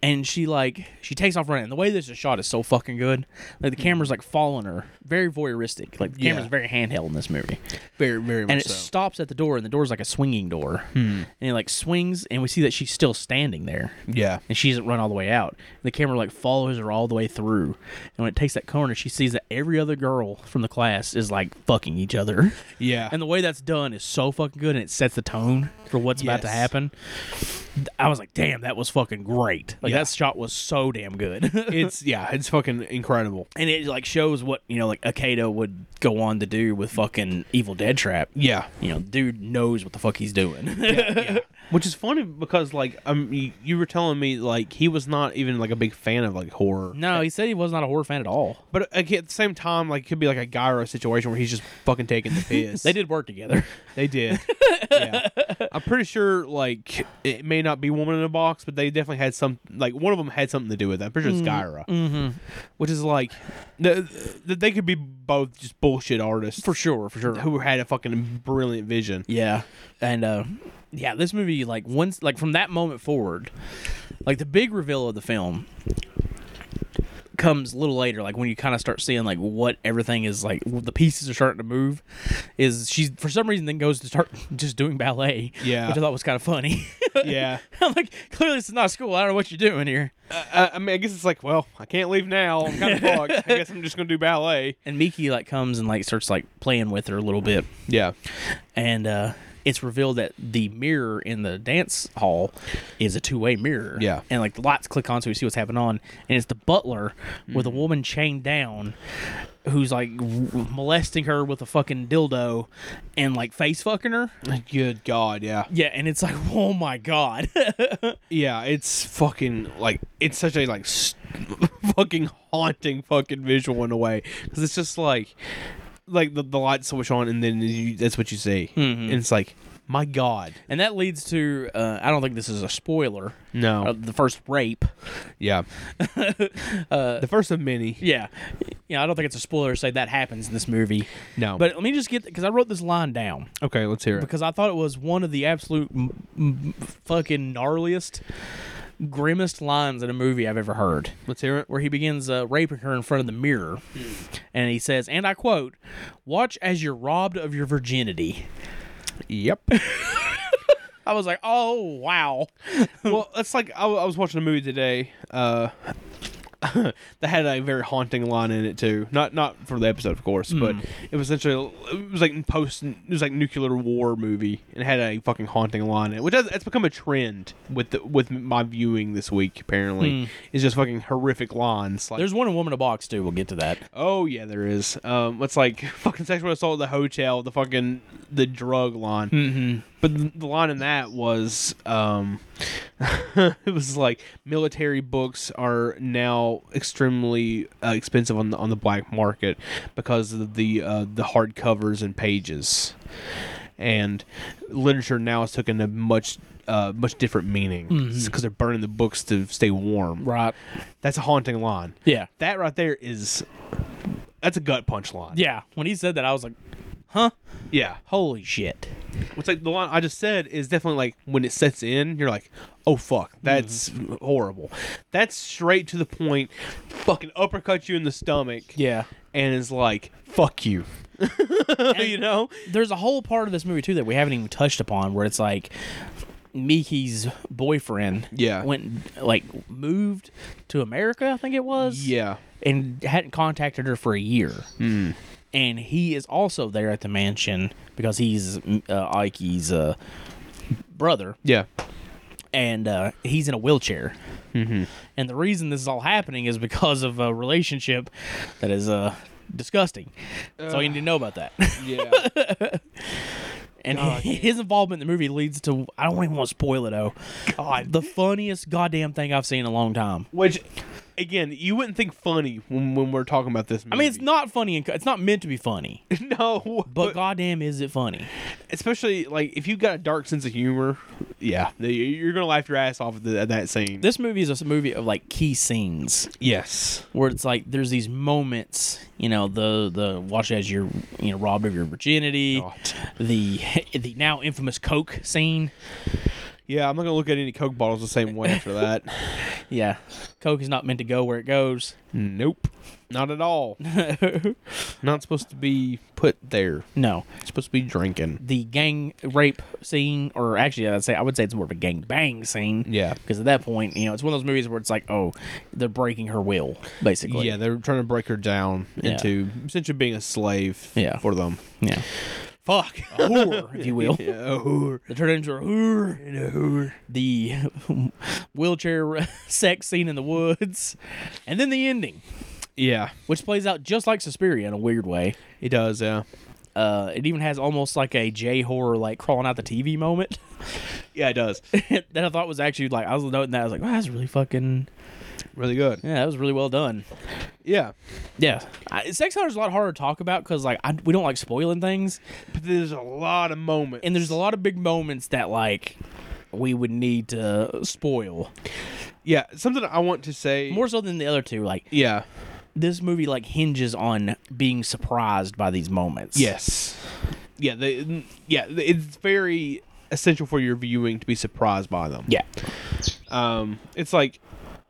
Speaker 3: And she like she takes off running. The way this is shot is so fucking good. Like the camera's like following her, very voyeuristic. Like the camera's
Speaker 4: Yeah.
Speaker 3: very handheld in this movie,
Speaker 4: very very much
Speaker 3: and it
Speaker 4: so. Hmm.
Speaker 3: stops at the door, and the door's like a swinging door, and it like swings, and we see that she's still standing there,
Speaker 4: yeah,
Speaker 3: and she hasn't run all the way out. And the camera like follows her all the way through, and when it takes that corner, she sees that every other girl from the class is like fucking each other.
Speaker 4: yeah,
Speaker 3: And the way that's done is so fucking good and it sets the tone for what's about to
Speaker 4: Yes.
Speaker 3: happen. I was like, damn, that was fucking great. Like
Speaker 4: Yeah.
Speaker 3: that shot was so damn good.
Speaker 4: it's yeah, it's fucking incredible.
Speaker 3: and it like shows what, you know, like Akeda would go on to do with fucking Evil Dead Trap.
Speaker 4: Yeah,
Speaker 3: You know, dude knows what the fuck he's doing.
Speaker 4: Which is funny because like um y- you were telling me like he was not even like a big fan of like horror.
Speaker 3: no, he said he was not a horror fan at all.
Speaker 4: But like, at the same time, like it could be like a gyro situation where he's just fucking taking the piss.
Speaker 3: They did work together.
Speaker 4: They did. yeah. I'm pretty sure like it may not be woman in a box, but they definitely had some like one of them had something to do with that. I'm pretty sure
Speaker 3: Mm.
Speaker 4: it's Gyra. Mm-hmm. Which is like th- th- they could be both just bullshit artists
Speaker 3: For sure, for sure.
Speaker 4: who had a fucking brilliant vision.
Speaker 3: Yeah, and uh, yeah, this movie like once like from that moment forward, like the big reveal of the film comes a little later. Like when you kind of start seeing like what everything is like, w- the pieces are starting to move. Is she's for some reason then goes to start just doing ballet.
Speaker 4: Yeah.
Speaker 3: which I thought was kind of funny.
Speaker 4: Yeah.
Speaker 3: I'm like, clearly this is not school. I don't know what you're doing here.
Speaker 4: Uh, I, I mean, I guess it's like, well, I can't leave now. I'm kind of fucked. I guess I'm just gonna do ballet.
Speaker 3: And Miki like comes and like starts like playing with her a little bit.
Speaker 4: Yeah.
Speaker 3: and uh, it's revealed that the mirror in the dance hall is a two-way mirror.
Speaker 4: Yeah.
Speaker 3: and like the lights click on, so we see what's happening on, and it's the butler with
Speaker 4: Mm.
Speaker 3: a woman chained down, who's like w- molesting her with a fucking dildo, and like face fucking her.
Speaker 4: Good God, yeah.
Speaker 3: Yeah, and it's like, oh my god.
Speaker 4: Yeah, it's fucking like it's such a like s fucking haunting fucking visual in a way because it's just like like the, the lights switch on and then you, that's what you see
Speaker 3: Mm-hmm.
Speaker 4: and it's like my God,
Speaker 3: and that leads to uh, I don't think this is a spoiler.
Speaker 4: no,
Speaker 3: Uh, the first rape. Uh,
Speaker 4: yeah, the first of many,
Speaker 3: Yeah, you know, I don't think it's a spoiler to say that happens in this movie.
Speaker 4: no,
Speaker 3: But let me just get because I wrote this line down.
Speaker 4: okay, let's hear it.
Speaker 3: because I thought it was one of the absolute m- m- fucking gnarliest, grimmest lines in a movie I've ever heard.
Speaker 4: Let's hear it.
Speaker 3: Where he begins uh, raping her in front of the mirror, and he says, and I quote, "Watch as you're robbed of your virginity."
Speaker 4: Yep.
Speaker 3: I was like, "Oh wow!"
Speaker 4: well, it's like I, I was watching a movie today. Uh, that had a very haunting line in it too. Not not for the episode, of course, but it was essentially it was like post it was like nuclear war movie and it had a fucking haunting line in it, which has, it's become a trend with the, with my viewing this week. Apparently, is just fucking horrific lines. Like,
Speaker 3: There's one in Woman in a Box too. We'll get to that.
Speaker 4: oh yeah, there is. Um, it's like fucking sexual assault, at the hotel, the fucking the drug line. Mm-hmm. But the, the line in that was um, it was like military books are now extremely uh, expensive on the on the black market because of the uh, the hardcovers and pages, and literature now has taken a much uh, much different meaning because they're burning the books to stay warm.
Speaker 3: Right.
Speaker 4: That's a haunting line.
Speaker 3: Yeah.
Speaker 4: That right there is that's a gut punch line.
Speaker 3: Yeah. When he said that, I was like,
Speaker 4: Yeah.
Speaker 3: holy shit.
Speaker 4: What's like the line I just said is definitely like when it sets in, you're like, oh fuck, that's
Speaker 3: Mm-hmm.
Speaker 4: horrible. That's straight to the point, fucking uppercut you in the stomach.
Speaker 3: Yeah.
Speaker 4: And is like, fuck you. you know?
Speaker 3: There's a whole part of this movie, too, that we haven't even touched upon where it's like Miki's boyfriend
Speaker 4: Yeah.
Speaker 3: went, like, moved to America, I think it was.
Speaker 4: Yeah. Hmm.
Speaker 3: and hadn't contacted her for a year. And he is also there at the mansion because he's uh, Ikey's uh, brother,
Speaker 4: Yeah.
Speaker 3: and uh, he's in a wheelchair.
Speaker 4: Mm-hmm.
Speaker 3: And the reason this is all happening is because of a relationship that is uh, disgusting. That's all you need to know about that.
Speaker 4: Yeah.
Speaker 3: And his involvement in the movie leads to I don't even want to spoil it. Oh, God, the funniest goddamn thing I've seen in a long time.
Speaker 4: Which again, you wouldn't think funny when, when we're talking about this movie.
Speaker 3: I mean, it's not funny. And, it's not meant to be funny,
Speaker 4: no
Speaker 3: but goddamn, is it funny?
Speaker 4: especially like if you got a dark sense of humor, yeah, you- you're gonna laugh your ass off at, the, at that scene.
Speaker 3: this movie is a movie of like key scenes
Speaker 4: yes,
Speaker 3: where it's like there's these moments you know the the watch as you're you know robbed of your virginity the the now infamous coke scene
Speaker 4: yeah, I'm not gonna look at any Coke bottles the same way after that.
Speaker 3: yeah coke is not meant to go where it goes
Speaker 4: Nope, not at all. not supposed to be put there.
Speaker 3: no
Speaker 4: It's supposed to be drinking.
Speaker 3: the gang rape scene or actually i'd say i would say it's more of a gang bang scene
Speaker 4: Yeah.
Speaker 3: because at that point you know it's one of those movies where it's like oh they're breaking her will basically
Speaker 4: Yeah, they're trying to break her down
Speaker 3: Yeah.
Speaker 4: into essentially being a slave
Speaker 3: Yeah.
Speaker 4: for them.
Speaker 3: yeah fuck a whore if you will They turned into a whore and a whore. The wheelchair sex scene in the woods. And then the ending,
Speaker 4: Yeah,
Speaker 3: which plays out just like Suspiria in a weird way.
Speaker 4: it does. Yeah,
Speaker 3: Uh, it even has almost like a J horror, like crawling out the TV moment
Speaker 4: yeah, it does.
Speaker 3: that I thought was actually like, I was noting that. I was like, wow, that's really fucking,
Speaker 4: really good.
Speaker 3: yeah, that was really well done.
Speaker 4: Yeah,
Speaker 3: Yeah. I, sex horror is a lot harder to talk about because, like, I, we don't like spoiling things.
Speaker 4: but there's a lot of moments,
Speaker 3: And there's a lot of big moments that, like, we would need to spoil
Speaker 4: yeah, something I want to say.
Speaker 3: more so than the other two. Like,
Speaker 4: yeah,
Speaker 3: this movie like hinges on being surprised by these moments.
Speaker 4: Yes. Yeah, they, yeah, it's very essential for your viewing to be surprised by them.
Speaker 3: Yeah.
Speaker 4: Um, it's like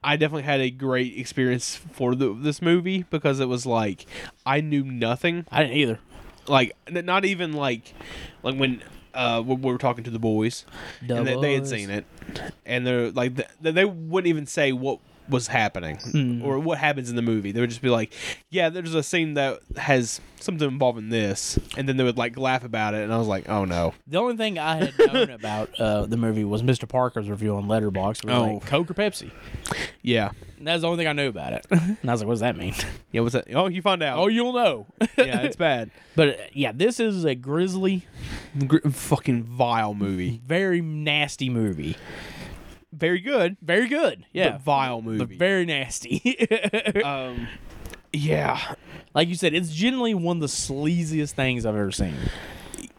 Speaker 4: I definitely had a great experience for the, this movie because it was like I knew nothing.
Speaker 3: I didn't either.
Speaker 4: Like n- not even like like when uh when we were talking to the boys
Speaker 3: The
Speaker 4: and they, they had
Speaker 3: boys.
Speaker 4: seen it and they're like th- they wouldn't even say what was happening
Speaker 3: Hmm.
Speaker 4: or what happens in the movie they would just be like yeah there's a scene that has something involving this and then they would like laugh about it and i was like oh no
Speaker 3: The only thing I had known about uh, the movie was Mr. Parker's review on Letterboxd. where he was
Speaker 4: Oh.
Speaker 3: like, Coke or Pepsi?
Speaker 4: yeah
Speaker 3: And that's the only thing I knew about it. And I was like, what does that mean?
Speaker 4: yeah what's that oh you find out
Speaker 3: oh, you'll know.
Speaker 4: yeah it's bad
Speaker 3: but uh, yeah, this is a grisly,
Speaker 4: Gr- fucking vile movie
Speaker 3: very nasty movie.
Speaker 4: very good
Speaker 3: Very good. Yeah.
Speaker 4: but vile movie
Speaker 3: But very nasty. Uh,
Speaker 4: um yeah
Speaker 3: like you said, it's generally one of the sleaziest things I've ever seen.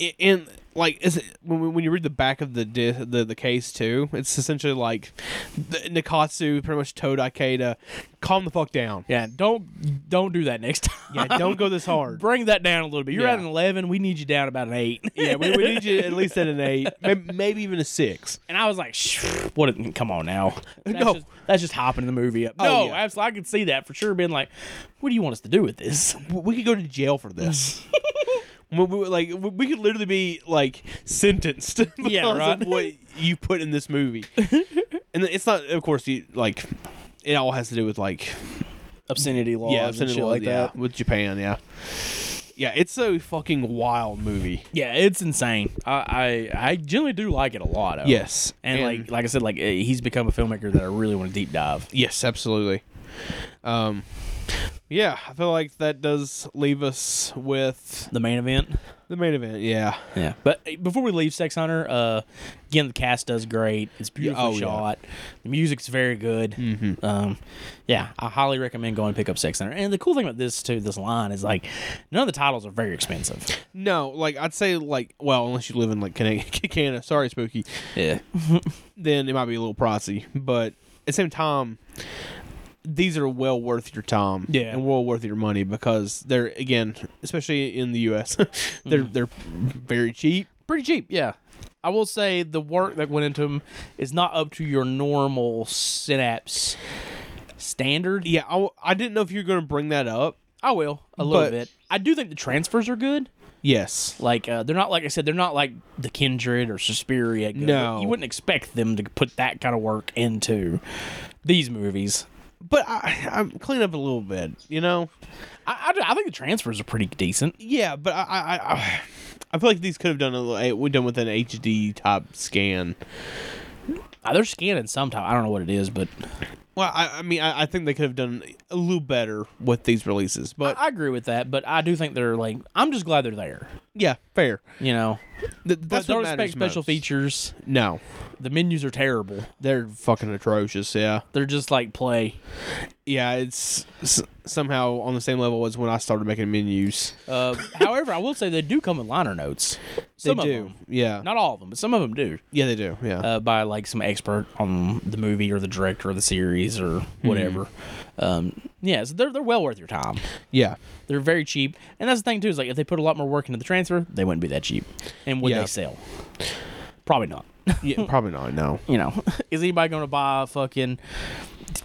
Speaker 4: I- and like is it, when when you read the back of the di- the the case too, it's essentially like the, Nikatsu pretty much told Ikeda, calm the fuck down.
Speaker 3: Yeah, don't don't do that next time.
Speaker 4: Yeah, don't go this hard.
Speaker 3: bring that down a little bit. You're
Speaker 4: Yeah.
Speaker 3: at an eleven. We need you down about an eight.
Speaker 4: yeah, we, we need you at least at an eight, maybe, maybe even a six.
Speaker 3: and I was like, "Shh, "What? a- Come on now. That's
Speaker 4: No.
Speaker 3: just, that's just hopping the movie up.
Speaker 4: Oh,
Speaker 3: no,
Speaker 4: yeah.
Speaker 3: absolutely. I could see that for sure. Being like, what do you want us to do with this?
Speaker 4: We could go to jail for this. We- we- like we- we could literally be like sentenced because
Speaker 3: right.
Speaker 4: of what you put in this movie, and it's not. Of course, you like it all has to do with like
Speaker 3: Obscenity laws.
Speaker 4: yeah,
Speaker 3: Yeah,
Speaker 4: I've seen
Speaker 3: obscenity
Speaker 4: it
Speaker 3: shit
Speaker 4: a lot,
Speaker 3: like
Speaker 4: yeah,
Speaker 3: that.
Speaker 4: with Japan, yeah. Yeah, it's a fucking wild movie.
Speaker 3: Yeah, it's insane. I I, I generally do like it a lot. Though.
Speaker 4: Yes,
Speaker 3: And, like like I said, like eh, he's become a filmmaker that I really want to deep dive.
Speaker 4: yes, absolutely. Um, Yeah, I feel like that does leave us with
Speaker 3: The main event.
Speaker 4: the main event. Yeah.
Speaker 3: Yeah. But uh, before we leave Sex Hunter, uh, again, the cast does great. It's beautifully
Speaker 4: oh, yeah.
Speaker 3: shot. The music's very good. Mm-hmm. Um, yeah, I highly recommend going and pick up Sex Hunter. And the cool thing about this, too, this line is like none of the titles are very expensive.
Speaker 4: No, like I'd say, like well, unless you live in like Connecticut, Canada. Sorry, Spooky.
Speaker 3: Yeah.
Speaker 4: Then it might be a little pricey, but at the same time, these are well worth your time.
Speaker 3: Yeah.
Speaker 4: and well worth your money because they're again, especially in the U.S., they're
Speaker 3: Mm-hmm.
Speaker 4: they're very cheap.
Speaker 3: Pretty cheap, yeah. I will say the work that went into them is not up to your normal Synapse standard.
Speaker 4: Yeah, I, w- I didn't know if you were going to bring that up.
Speaker 3: I will a little
Speaker 4: But-
Speaker 3: bit. I do think the transfers are good.
Speaker 4: Yes.
Speaker 3: Like uh, they're not like I said, they're not like the Kindred or Suspiria. good.
Speaker 4: No.
Speaker 3: you wouldn't expect them to put that kind of work into these movies.
Speaker 4: But I, I'm clean up a little bit, you know?
Speaker 3: I, I, I think the transfers are pretty decent.
Speaker 4: Yeah, but I, I, I, I feel like these could have done a little, we done with an HD type scan.
Speaker 3: Uh, they're scanning sometime. I don't know what it is, but
Speaker 4: Well, I, I mean, I, I think they could have done a little better with these releases, but
Speaker 3: I, I agree with that. But I do think they're like I'm just glad they're there.
Speaker 4: yeah, fair.
Speaker 3: You know,
Speaker 4: Th-
Speaker 3: but
Speaker 4: that's what
Speaker 3: don't
Speaker 4: matters
Speaker 3: expect special
Speaker 4: most.
Speaker 3: features.
Speaker 4: No,
Speaker 3: The menus are terrible.
Speaker 4: they're fucking atrocious. Yeah,
Speaker 3: They're just like play.
Speaker 4: yeah, it's s- somehow on the same level as when I started making menus.
Speaker 3: Uh, however, I will say they do come with liner notes. Some
Speaker 4: they
Speaker 3: of
Speaker 4: do,
Speaker 3: them.
Speaker 4: yeah,
Speaker 3: Not all of them, but some of them do.
Speaker 4: yeah, they do, yeah.
Speaker 3: uh, by like some expert on the movie or the director of the series or
Speaker 4: Hmm.
Speaker 3: whatever. Um, yeah, so they're they're well worth your time.
Speaker 4: Yeah.
Speaker 3: They're very cheap, and that's the thing too is like if they put a lot more work into the transfer, they wouldn't be that cheap. And would
Speaker 4: Yeah.
Speaker 3: they sell? Probably not.
Speaker 4: yeah, probably not. No.
Speaker 3: You know, is anybody going to buy a fucking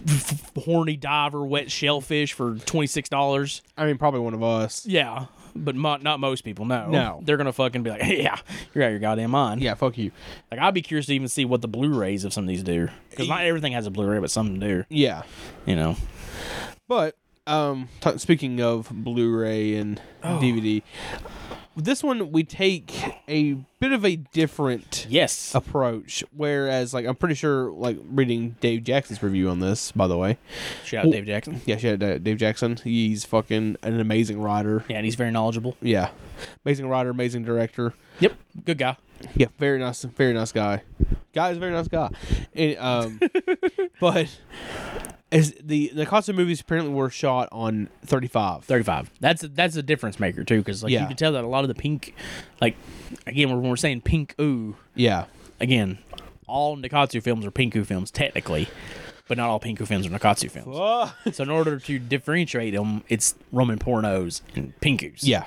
Speaker 3: f- f- horny diver wet shellfish for twenty six dollars?
Speaker 4: I mean, probably one of us.
Speaker 3: Yeah, but mo- not most people. No,
Speaker 4: No.
Speaker 3: they're going to fucking be like, yeah, you're out of your goddamn mind.
Speaker 4: Yeah, fuck you.
Speaker 3: Like I'd be curious to even see what the Blu-rays of some of these do, because not everything has a Blu-ray, but some do.
Speaker 4: Yeah.
Speaker 3: You know,
Speaker 4: But um, t- speaking of Blu-ray and
Speaker 3: Oh.
Speaker 4: DVD, this one we take a bit of a different
Speaker 3: yes,
Speaker 4: approach. Whereas, like, I'm pretty sure, like, reading Dave Jackson's review on this, by the way.
Speaker 3: shout out
Speaker 4: Well-
Speaker 3: Dave Jackson.
Speaker 4: Yeah, shout out to Dave Jackson. He's fucking an amazing writer.
Speaker 3: Yeah, and he's very knowledgeable.
Speaker 4: Yeah, amazing writer, amazing director.
Speaker 3: Yep, good guy.
Speaker 4: Yeah, very nice, very nice guy. Guy is a very nice guy, and, um, but as the the cost of movies apparently were shot on thirty five.
Speaker 3: Thirty-five. That's a, that's a difference maker too, because like
Speaker 4: Yeah.
Speaker 3: you can tell that a lot of the pink, like again when we're saying pink ooh,
Speaker 4: Yeah,
Speaker 3: again, all Nikatsu films are pink ooh films technically, but not all pink ooh films are Nikatsu films. so in order to differentiate them, it's Roman pornos and pink oo's.
Speaker 4: yeah,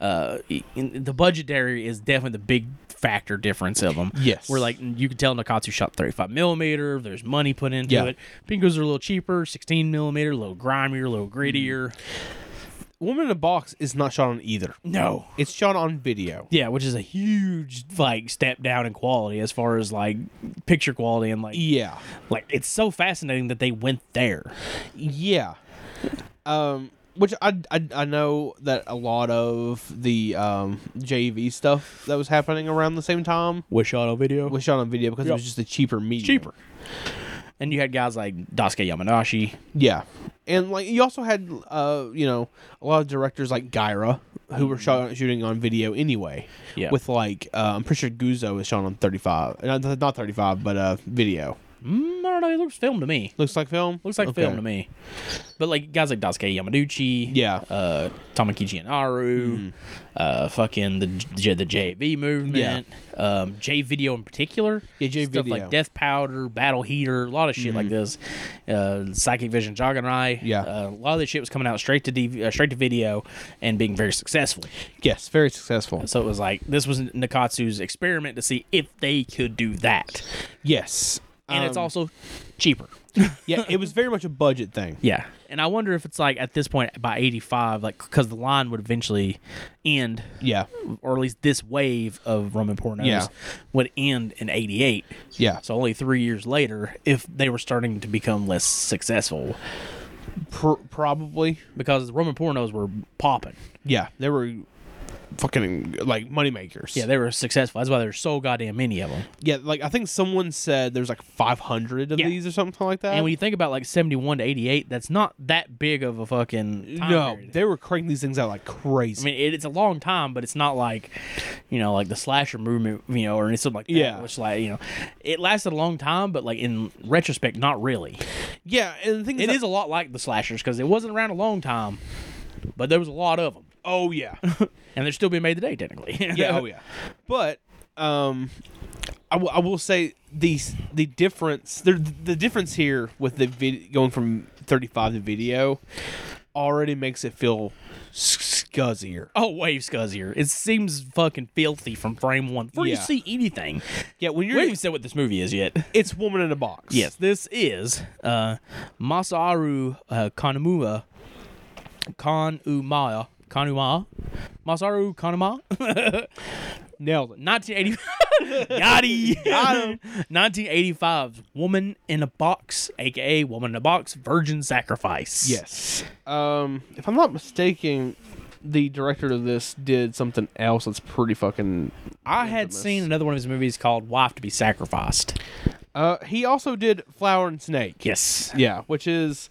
Speaker 3: uh, in, the budgetary is definitely the big factor difference of them.
Speaker 4: Yes.
Speaker 3: Where like you can tell Nakatsu shot 35 millimeter. There's money put into
Speaker 4: Yeah.
Speaker 3: it. Pinkos are a little cheaper, 16 millimeter, a little grimier, a little grittier.
Speaker 4: Woman in a Box is not shot on either.
Speaker 3: No.
Speaker 4: It's shot on video.
Speaker 3: Yeah, which is a huge like step down in quality as far as like picture quality and like
Speaker 4: Yeah.
Speaker 3: like it's so fascinating that they went there.
Speaker 4: Yeah. Um which I, I, I know that a lot of the um, JV stuff that was happening around the same time
Speaker 3: Was shot on video.
Speaker 4: was shot on video because it was just a cheaper medium.
Speaker 3: cheaper. And you had guys like Daisuke Yamanashi.
Speaker 4: Yeah. And like you also had uh you know a lot of directors like Gyra who were shot, shooting on video anyway.
Speaker 3: Mm-hmm. Yeah.
Speaker 4: With like uh, I'm pretty sure Guzzo is shot on 35. Not, not 35, but uh video.
Speaker 3: Mm, I don't know. It looks filmed to me.
Speaker 4: Looks like film.
Speaker 3: Looks like
Speaker 4: Okay.
Speaker 3: film to me. But like guys like Daisuke Yamaguchi,
Speaker 4: Yeah. Mm-hmm.
Speaker 3: uh, Tamaki Gianaru, uh, fucking the J, the JV movement, um, J video in particular,
Speaker 4: Yeah, J
Speaker 3: stuff
Speaker 4: Video. Mm-hmm.
Speaker 3: like Death Powder, Battle Heater, a lot of shit like this, uh, Psychic Vision Jaganrai,
Speaker 4: Yeah.
Speaker 3: uh, a lot of this shit was coming out straight to DV, uh, straight to video and being very successful.
Speaker 4: Yes, very successful.
Speaker 3: So it was like this was Nakatsu's experiment to see if they could do that,
Speaker 4: Yes.
Speaker 3: and it's
Speaker 4: Um,
Speaker 3: also cheaper.
Speaker 4: yeah, it was very much a budget thing.
Speaker 3: Yeah. And I wonder if it's like at this point by 85, like, because the line would eventually end,
Speaker 4: Yeah,
Speaker 3: or at least this wave of Roman pornos
Speaker 4: Yeah.
Speaker 3: would end in 88.
Speaker 4: yeah,
Speaker 3: So only three years later, if they were starting to become less successful,
Speaker 4: pr- probably.
Speaker 3: because Roman pornos were popping.
Speaker 4: Yeah, they were fucking like moneymakers.
Speaker 3: Yeah, they were successful. That's why there's so goddamn many of them.
Speaker 4: yeah. Like I think someone said there's like 500 of
Speaker 3: Yeah.
Speaker 4: these or something like that.
Speaker 3: And when you think about like 71 to 88, that's not that big of a fucking time
Speaker 4: no,
Speaker 3: period.
Speaker 4: they were cranking these things out like
Speaker 3: I
Speaker 4: crazy.
Speaker 3: mean, it, it's a long time, but it's not like, you know, like the slasher movement, you know, or anything like that.
Speaker 4: Yeah.
Speaker 3: Which, like, you know, it lasted a long time, but like in retrospect, not really.
Speaker 4: yeah, and the thing
Speaker 3: It
Speaker 4: that-
Speaker 3: is a lot like the slashers because it wasn't around a long time, but there was a lot of them,
Speaker 4: Oh yeah,
Speaker 3: and they're still being made today, technically.
Speaker 4: yeah, oh yeah. But um, I will- I will say these the difference there the difference here with the vid- going from 35 to video already makes it feel s- scuzzier.
Speaker 3: Oh, waves scuzzier. It seems fucking filthy from frame one. Before you
Speaker 4: Yeah.
Speaker 3: see anything,
Speaker 4: Yeah, when
Speaker 3: we
Speaker 4: you're
Speaker 3: haven't even said what this movie is yet.
Speaker 4: it's woman in a box.
Speaker 3: Yes, this is uh, Masaru uh, Kanamura, Kanumaya, Kanumaya, Masaru Kanuma,
Speaker 4: nailed it.
Speaker 3: 1980, Yachty, 1985's Woman in a Box, aka Woman in a Box, Virgin Sacrifice.
Speaker 4: Yes. Um, if I'm not mistaken, the director of this did something else that's pretty fucking.
Speaker 3: I had seen another one of his movies called Wife to be Sacrificed.
Speaker 4: Uh, he also did Flower and Snake.
Speaker 3: Yes.
Speaker 4: Yeah, which is.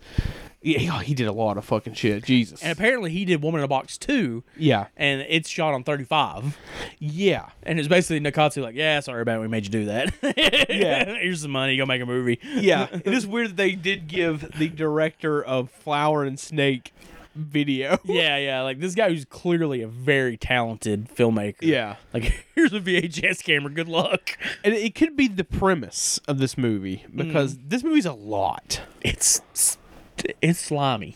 Speaker 4: Yeah, he did a lot of fucking shit. Jesus.
Speaker 3: And apparently he did Woman in a Box too,
Speaker 4: yeah.
Speaker 3: and it's shot on 35.
Speaker 4: Yeah.
Speaker 3: And it's basically Nakatsu like, yeah, sorry about it, we made you do that. yeah, here's some money, go make a movie.
Speaker 4: Yeah. it is weird that they did give the director of Flower and Snake video.
Speaker 3: yeah, yeah, like this guy who's clearly a very talented filmmaker.
Speaker 4: Yeah.
Speaker 3: like here's a VHS camera. Good luck.
Speaker 4: And it could be the premise of this movie because this movie's a lot.
Speaker 3: It's it's- it's slimy.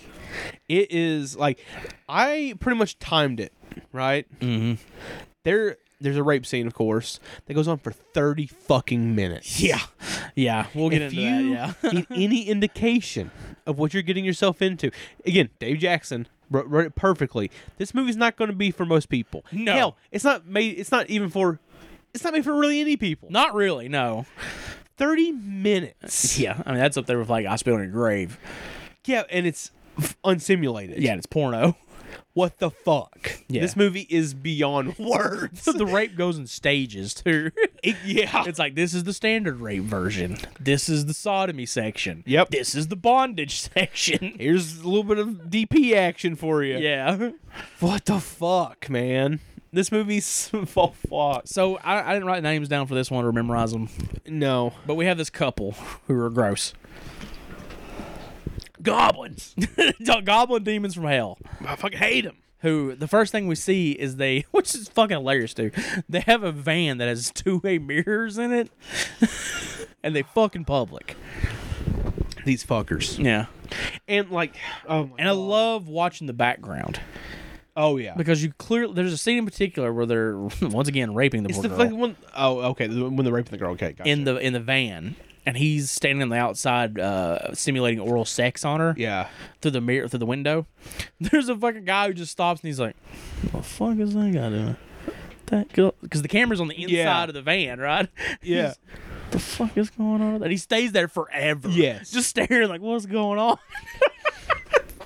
Speaker 4: it is like I pretty much timed it, right? Mm-hmm. There, there's a rape scene, of course, that goes on for thirty fucking minutes.
Speaker 3: Yeah, yeah. We'll get
Speaker 4: If
Speaker 3: into
Speaker 4: you
Speaker 3: that. Yeah.
Speaker 4: need any indication of what you're getting yourself into, again, Dave Jackson wrote, wrote it perfectly. This movie's not going to be for most people.
Speaker 3: No.
Speaker 4: Hell, it's not made. It's not even for. It's not made for really any people.
Speaker 3: Not really, no.
Speaker 4: thirty minutes.
Speaker 3: Yeah, I mean that's up there with like I spit on your grave.
Speaker 4: Yeah, and it's f- unsimulated.
Speaker 3: Yeah, and it's porno.
Speaker 4: What the fuck?
Speaker 3: Yeah.
Speaker 4: This movie is beyond words.
Speaker 3: the rape goes in stages too.
Speaker 4: It- yeah.
Speaker 3: It's like this is the standard rape version. This is the sodomy section.
Speaker 4: Yep.
Speaker 3: This is the bondage section.
Speaker 4: Here's a little bit of DP action for you.
Speaker 3: yeah.
Speaker 4: What the fuck, man? This movie's so fucked.
Speaker 3: So I, I didn't write names down for this one or memorize them,
Speaker 4: No.
Speaker 3: but we have this couple who are gross. Goblins, goblin demons from hell.
Speaker 4: I fucking hate him.
Speaker 3: Who the first thing we see is they, which is fucking hilarious, dude. They have a van that has two way mirrors in it, and they fuck in public.
Speaker 4: These fuckers.
Speaker 3: Yeah,
Speaker 4: And like, oh my
Speaker 3: and I love watching the background
Speaker 4: Oh yeah.
Speaker 3: because you clearly there's a scene in particular where they're once again raping the
Speaker 4: It's
Speaker 3: poor
Speaker 4: the
Speaker 3: girl.
Speaker 4: fucking one oh okay. the- When the raping the girl. Okay, gotcha.
Speaker 3: in the in the van and he's standing on the outside uh simulating oral sex on her
Speaker 4: yeah.
Speaker 3: through the mirror through the window there's a fucking guy who just stops and he's like what the fuck is that guy doing that girl because the camera's on the inside
Speaker 4: Yeah.
Speaker 3: of the van right
Speaker 4: Yeah.
Speaker 3: He's, the fuck is going on and he stays there forever
Speaker 4: Yes.
Speaker 3: just staring like what's going on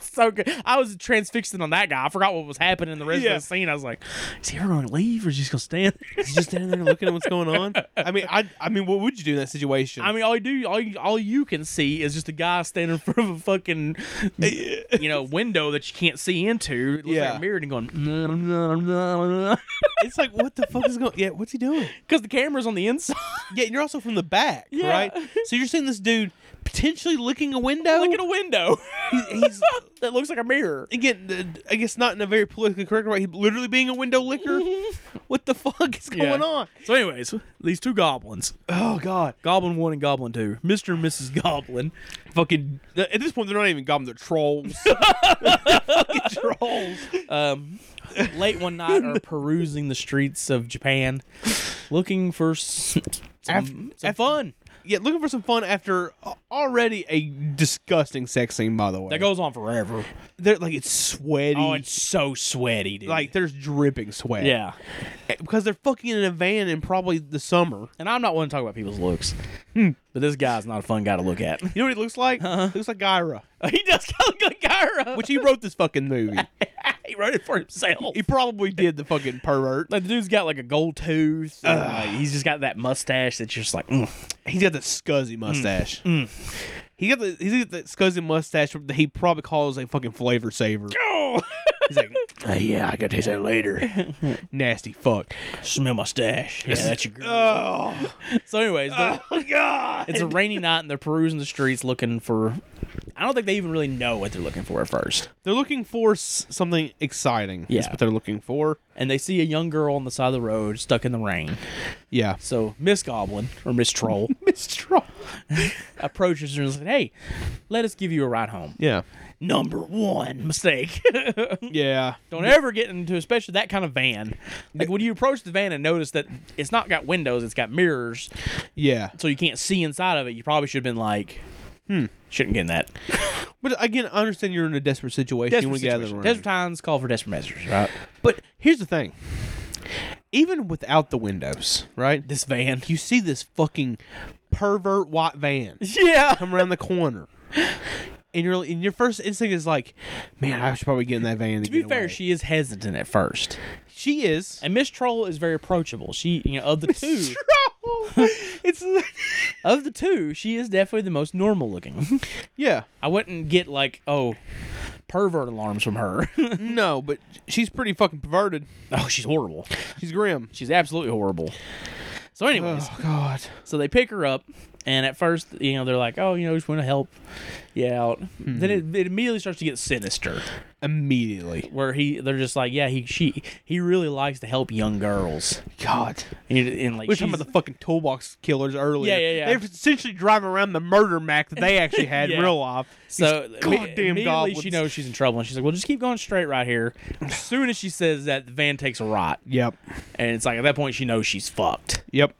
Speaker 3: So good. I was transfixed on that guy. I forgot what was happening in the rest
Speaker 4: Yeah.
Speaker 3: of the scene. I was like, "Is he ever going to leave, or is he just going to stand there?"
Speaker 4: He's just standing there looking at what's going on. I mean, I I mean, what would you do in that situation?
Speaker 3: I mean, all you do, all you, all you can see is just a guy standing in front of a fucking, you know, window that you can't see into. It looks like
Speaker 4: Yeah.
Speaker 3: a mirror and going, because
Speaker 4: it's like, what the fuck is going? Yeah, what's he doing?
Speaker 3: the camera's on the inside.
Speaker 4: Yeah, and you're also from the back,
Speaker 3: Yeah.
Speaker 4: right? So you're seeing this dude potentially licking a window.
Speaker 3: Look at a window.
Speaker 4: he's-
Speaker 3: that looks like a mirror.
Speaker 4: again, th- I guess not in a very politically correct way. Literally being a window licker. what the fuck is going
Speaker 3: Yeah.
Speaker 4: on?
Speaker 3: So, anyways, these two goblins,
Speaker 4: Oh god,
Speaker 3: Goblin 1 and Goblin 2, Mr. and Mrs. Goblin.
Speaker 4: fucking. At this point, they're not even goblins; they're trolls. fucking trolls.
Speaker 3: um, late one night are perusing the streets of Japan looking for s- some, some fun.
Speaker 4: Yeah, looking for some fun after a- already a disgusting sex scene. By the way,
Speaker 3: That goes on forever.
Speaker 4: they're like it's sweaty.
Speaker 3: Oh, it's so sweaty, dude.
Speaker 4: like there's dripping sweat. Eh,
Speaker 3: yeah.
Speaker 4: because they're fucking in a van in probably the summer.
Speaker 3: And I'm not one to talk about people's looks. But this guy's not a fun guy to look at.
Speaker 4: You know what he looks like?
Speaker 3: Uh-huh.
Speaker 4: He looks like Gyra,
Speaker 3: he does kind of look like Kyra.
Speaker 4: which he wrote this fucking movie.
Speaker 3: he wrote it for himself.
Speaker 4: He probably did the fucking pervert.
Speaker 3: Like the dude's got like a gold tooth. and, like, he's just got that mustache that's just like, mm.
Speaker 4: He's got the scuzzy mustache. He got the he's got that scuzzy mustache that he probably calls a fucking flavor saver. he's like,
Speaker 3: uh,
Speaker 4: "Ah, yeah, I gotta taste that later. Nasty fuck.
Speaker 3: smell mustache. Yeah, that's your girl.
Speaker 4: Oh,
Speaker 3: so, anyways, the-
Speaker 4: god.
Speaker 3: it's a rainy night and they're perusing the streets looking for. I don't think they even really know what they're looking for at first.
Speaker 4: They're looking for s- something exciting. That's
Speaker 3: Yeah.
Speaker 4: what they're looking for.
Speaker 3: And they see a young girl on the side of the road stuck in the rain.
Speaker 4: Yeah.
Speaker 3: So Miss Goblin or Miss Troll
Speaker 4: Miss Troll.
Speaker 3: approaches her and says, "Hey, let us give you a ride home."
Speaker 4: Yeah.
Speaker 3: Number one mistake.
Speaker 4: Mm. Yeah.
Speaker 3: Don't ever get into especially that kind of van. Like when you approach the van and notice that it's not got windows, it's got mirrors,
Speaker 4: Yeah.
Speaker 3: so you can't see inside of it. You probably should have been like, "Hmm, shouldn't get in that."
Speaker 4: But again, I understand you're in a desperate situation.
Speaker 3: Desperate,
Speaker 4: you want to get out of the
Speaker 3: situation.
Speaker 4: room.
Speaker 3: desperate times call for desperate measures, right?
Speaker 4: But here's the thing. Even without the windows, right?
Speaker 3: This van.
Speaker 4: You see this fucking pervert white van
Speaker 3: Yeah.
Speaker 4: come around the corner. And, you're, and your first instinct is like, man, I should probably get in that van. To,
Speaker 3: To be
Speaker 4: get
Speaker 3: fair,
Speaker 4: away."
Speaker 3: she is hesitant at first,
Speaker 4: she is.
Speaker 3: and Miss Troll is very approachable. She, you know, of the two,
Speaker 4: it's
Speaker 3: of the two, she is definitely the most normal looking.
Speaker 4: yeah,
Speaker 3: I wouldn't get like, oh, pervert alarms from her.
Speaker 4: no, but she's pretty fucking perverted.
Speaker 3: oh, she's horrible.
Speaker 4: She's grim.
Speaker 3: She's absolutely horrible. So, anyways,
Speaker 4: Oh God.
Speaker 3: so they pick her up, and at first, you know, they're like, oh, you know, just want to help you out. Then it, it immediately starts to get sinister,
Speaker 4: Immediately.
Speaker 3: where he, they're just like, yeah, he, she, he really likes to help young girls,
Speaker 4: God.
Speaker 3: and, you- and like,
Speaker 4: We were talking
Speaker 3: she's-
Speaker 4: about the fucking toolbox killers earlier.
Speaker 3: Yeah, yeah, yeah.
Speaker 4: They're essentially driving around the murder Mac that they actually had
Speaker 3: Yeah.
Speaker 4: in real life.
Speaker 3: So
Speaker 4: These
Speaker 3: imme-
Speaker 4: goddamn
Speaker 3: immediately
Speaker 4: goblins.
Speaker 3: she knows she's in trouble, and she's like, "Well, just keep going straight right here." As soon as she says that, the van takes a rot,
Speaker 4: Yep.
Speaker 3: and it's like at that point she knows she's fucked.
Speaker 4: Yep.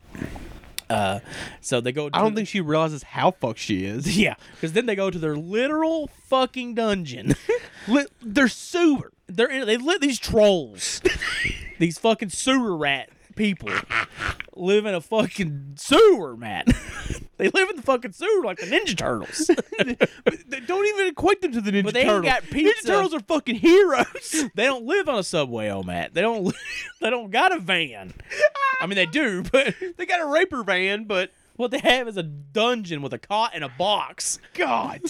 Speaker 3: So they go. To
Speaker 4: I don't think she realizes how fucked she is.
Speaker 3: Yeah, because then they go to their literal fucking dungeon.
Speaker 4: Li- They're sewer.
Speaker 3: They're in, they let these trolls, these fucking sewer rat people, live in a fucking sewer, Matt. they live in the fucking sewer like the Ninja Turtles.
Speaker 4: They don't even equate them to the Ninja
Speaker 3: But they ain't
Speaker 4: Turtles.
Speaker 3: got pizza.
Speaker 4: Ninja Turtles are fucking heroes.
Speaker 3: they don't live on a subway, oh Matt. They don't. Li- they don't got a van. I mean, they do, but
Speaker 4: they got a raper van, but
Speaker 3: what they have is a dungeon with a cot and a box.
Speaker 4: God.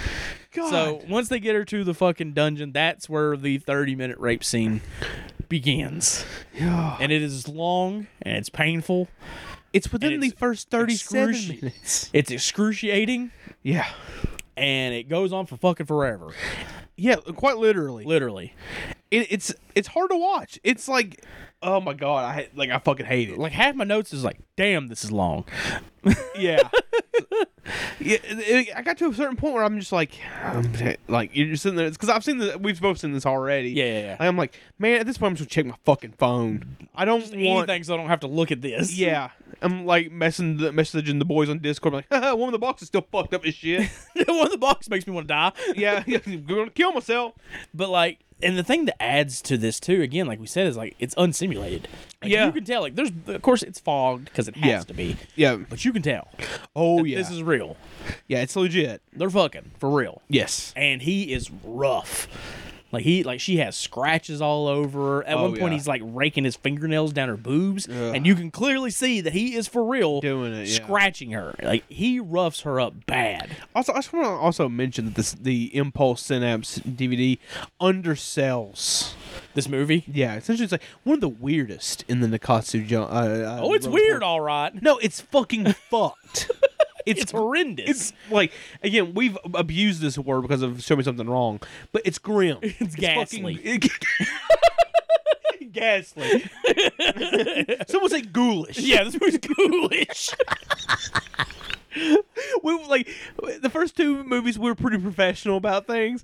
Speaker 4: God.
Speaker 3: So once they get her to the fucking dungeon, that's where the 30 minute rape scene begins. And it is long and it's painful.
Speaker 4: it's within
Speaker 3: and
Speaker 4: the
Speaker 3: it's
Speaker 4: first 37
Speaker 3: excruci-
Speaker 4: minutes.
Speaker 3: It's excruciating
Speaker 4: Yeah.
Speaker 3: and it goes on for fucking forever.
Speaker 4: Yeah, quite literally.
Speaker 3: Literally.
Speaker 4: it, it's it's hard to watch. It's like, oh my god, I like I fucking hate it.
Speaker 3: Like half my notes is like, damn, this is long.
Speaker 4: yeah, yeah. it- it- I got to a certain point where I'm just like, um, like you're just sitting there because I've seen this. We've both seen this already.
Speaker 3: Yeah, yeah, yeah.
Speaker 4: And I'm like, man, at this point I'm just gonna check my fucking phone. I don't want.
Speaker 3: Anything so I don't have to look at this.
Speaker 4: Yeah, I'm like messing the messaging the boys on Discord. I'm like, Haha, one of the boxes still fucked up as shit.
Speaker 3: One of the box makes me want to die.
Speaker 4: yeah, I'm gonna kill myself.
Speaker 3: But like, and the thing that adds to this too, again, like we said, is like it's unsimulated. Like,
Speaker 4: Yeah.
Speaker 3: you can tell. Like, there's of course it's fogged because it has
Speaker 4: Yeah.
Speaker 3: to be,
Speaker 4: Yeah.
Speaker 3: but you can tell.
Speaker 4: Oh
Speaker 3: that
Speaker 4: yeah.
Speaker 3: this is real.
Speaker 4: yeah. It's legit.
Speaker 3: They're fucking for real,
Speaker 4: Yes.
Speaker 3: and he is rough. Like he, like she has scratches all over. her. At
Speaker 4: Oh,
Speaker 3: one point,
Speaker 4: yeah.
Speaker 3: he's like raking his fingernails down her boobs, and you can clearly see that he is for real
Speaker 4: Doing it, yeah.
Speaker 3: scratching her. Like he roughs her up bad.
Speaker 4: Also, I just want to also mention that this the Impulse Synapse DVD undersells.
Speaker 3: This movie.
Speaker 4: Yeah, essentially, it's like one of the weirdest in the Nakatsu. Jo- uh, uh,
Speaker 3: Oh, it's
Speaker 4: Road
Speaker 3: weird,
Speaker 4: Warrior.
Speaker 3: all right.
Speaker 4: No, it's fucking fucked. It's,
Speaker 3: It's horrendous.
Speaker 4: It's like again, we've abused this word because of "show me something wrong," but it's grim. It's,
Speaker 3: ghastly.
Speaker 4: fucking- ghastly. Someone say ghoulish.
Speaker 3: yeah, this movie's ghoulish.
Speaker 4: we like the first two movies we were pretty professional about things.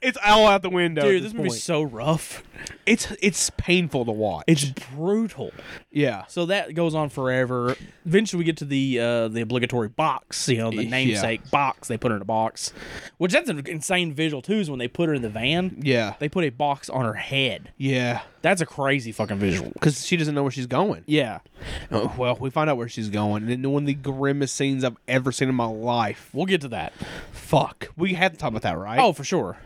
Speaker 4: It's all out the window. at
Speaker 3: Dude,
Speaker 4: this
Speaker 3: this movie's
Speaker 4: point.
Speaker 3: so rough.
Speaker 4: It's it's painful to watch.
Speaker 3: It's brutal.
Speaker 4: yeah.
Speaker 3: So that goes on forever. Eventually, we get to the uh, the obligatory box, you know, the
Speaker 4: Yeah.
Speaker 3: namesake box. They put her in a box, which that's an insane visual too. Is when they put her in the van.
Speaker 4: Yeah.
Speaker 3: They put a box on her head.
Speaker 4: Yeah.
Speaker 3: That's a crazy fucking visual.
Speaker 4: Because she doesn't know where she's going.
Speaker 3: Yeah.
Speaker 4: Oh, well, we find out where she's going, and then one of the grimmest scenes I've ever seen in my life.
Speaker 3: We'll get to that.
Speaker 4: Fuck. We have to talk about that, right?
Speaker 3: Oh, for sure.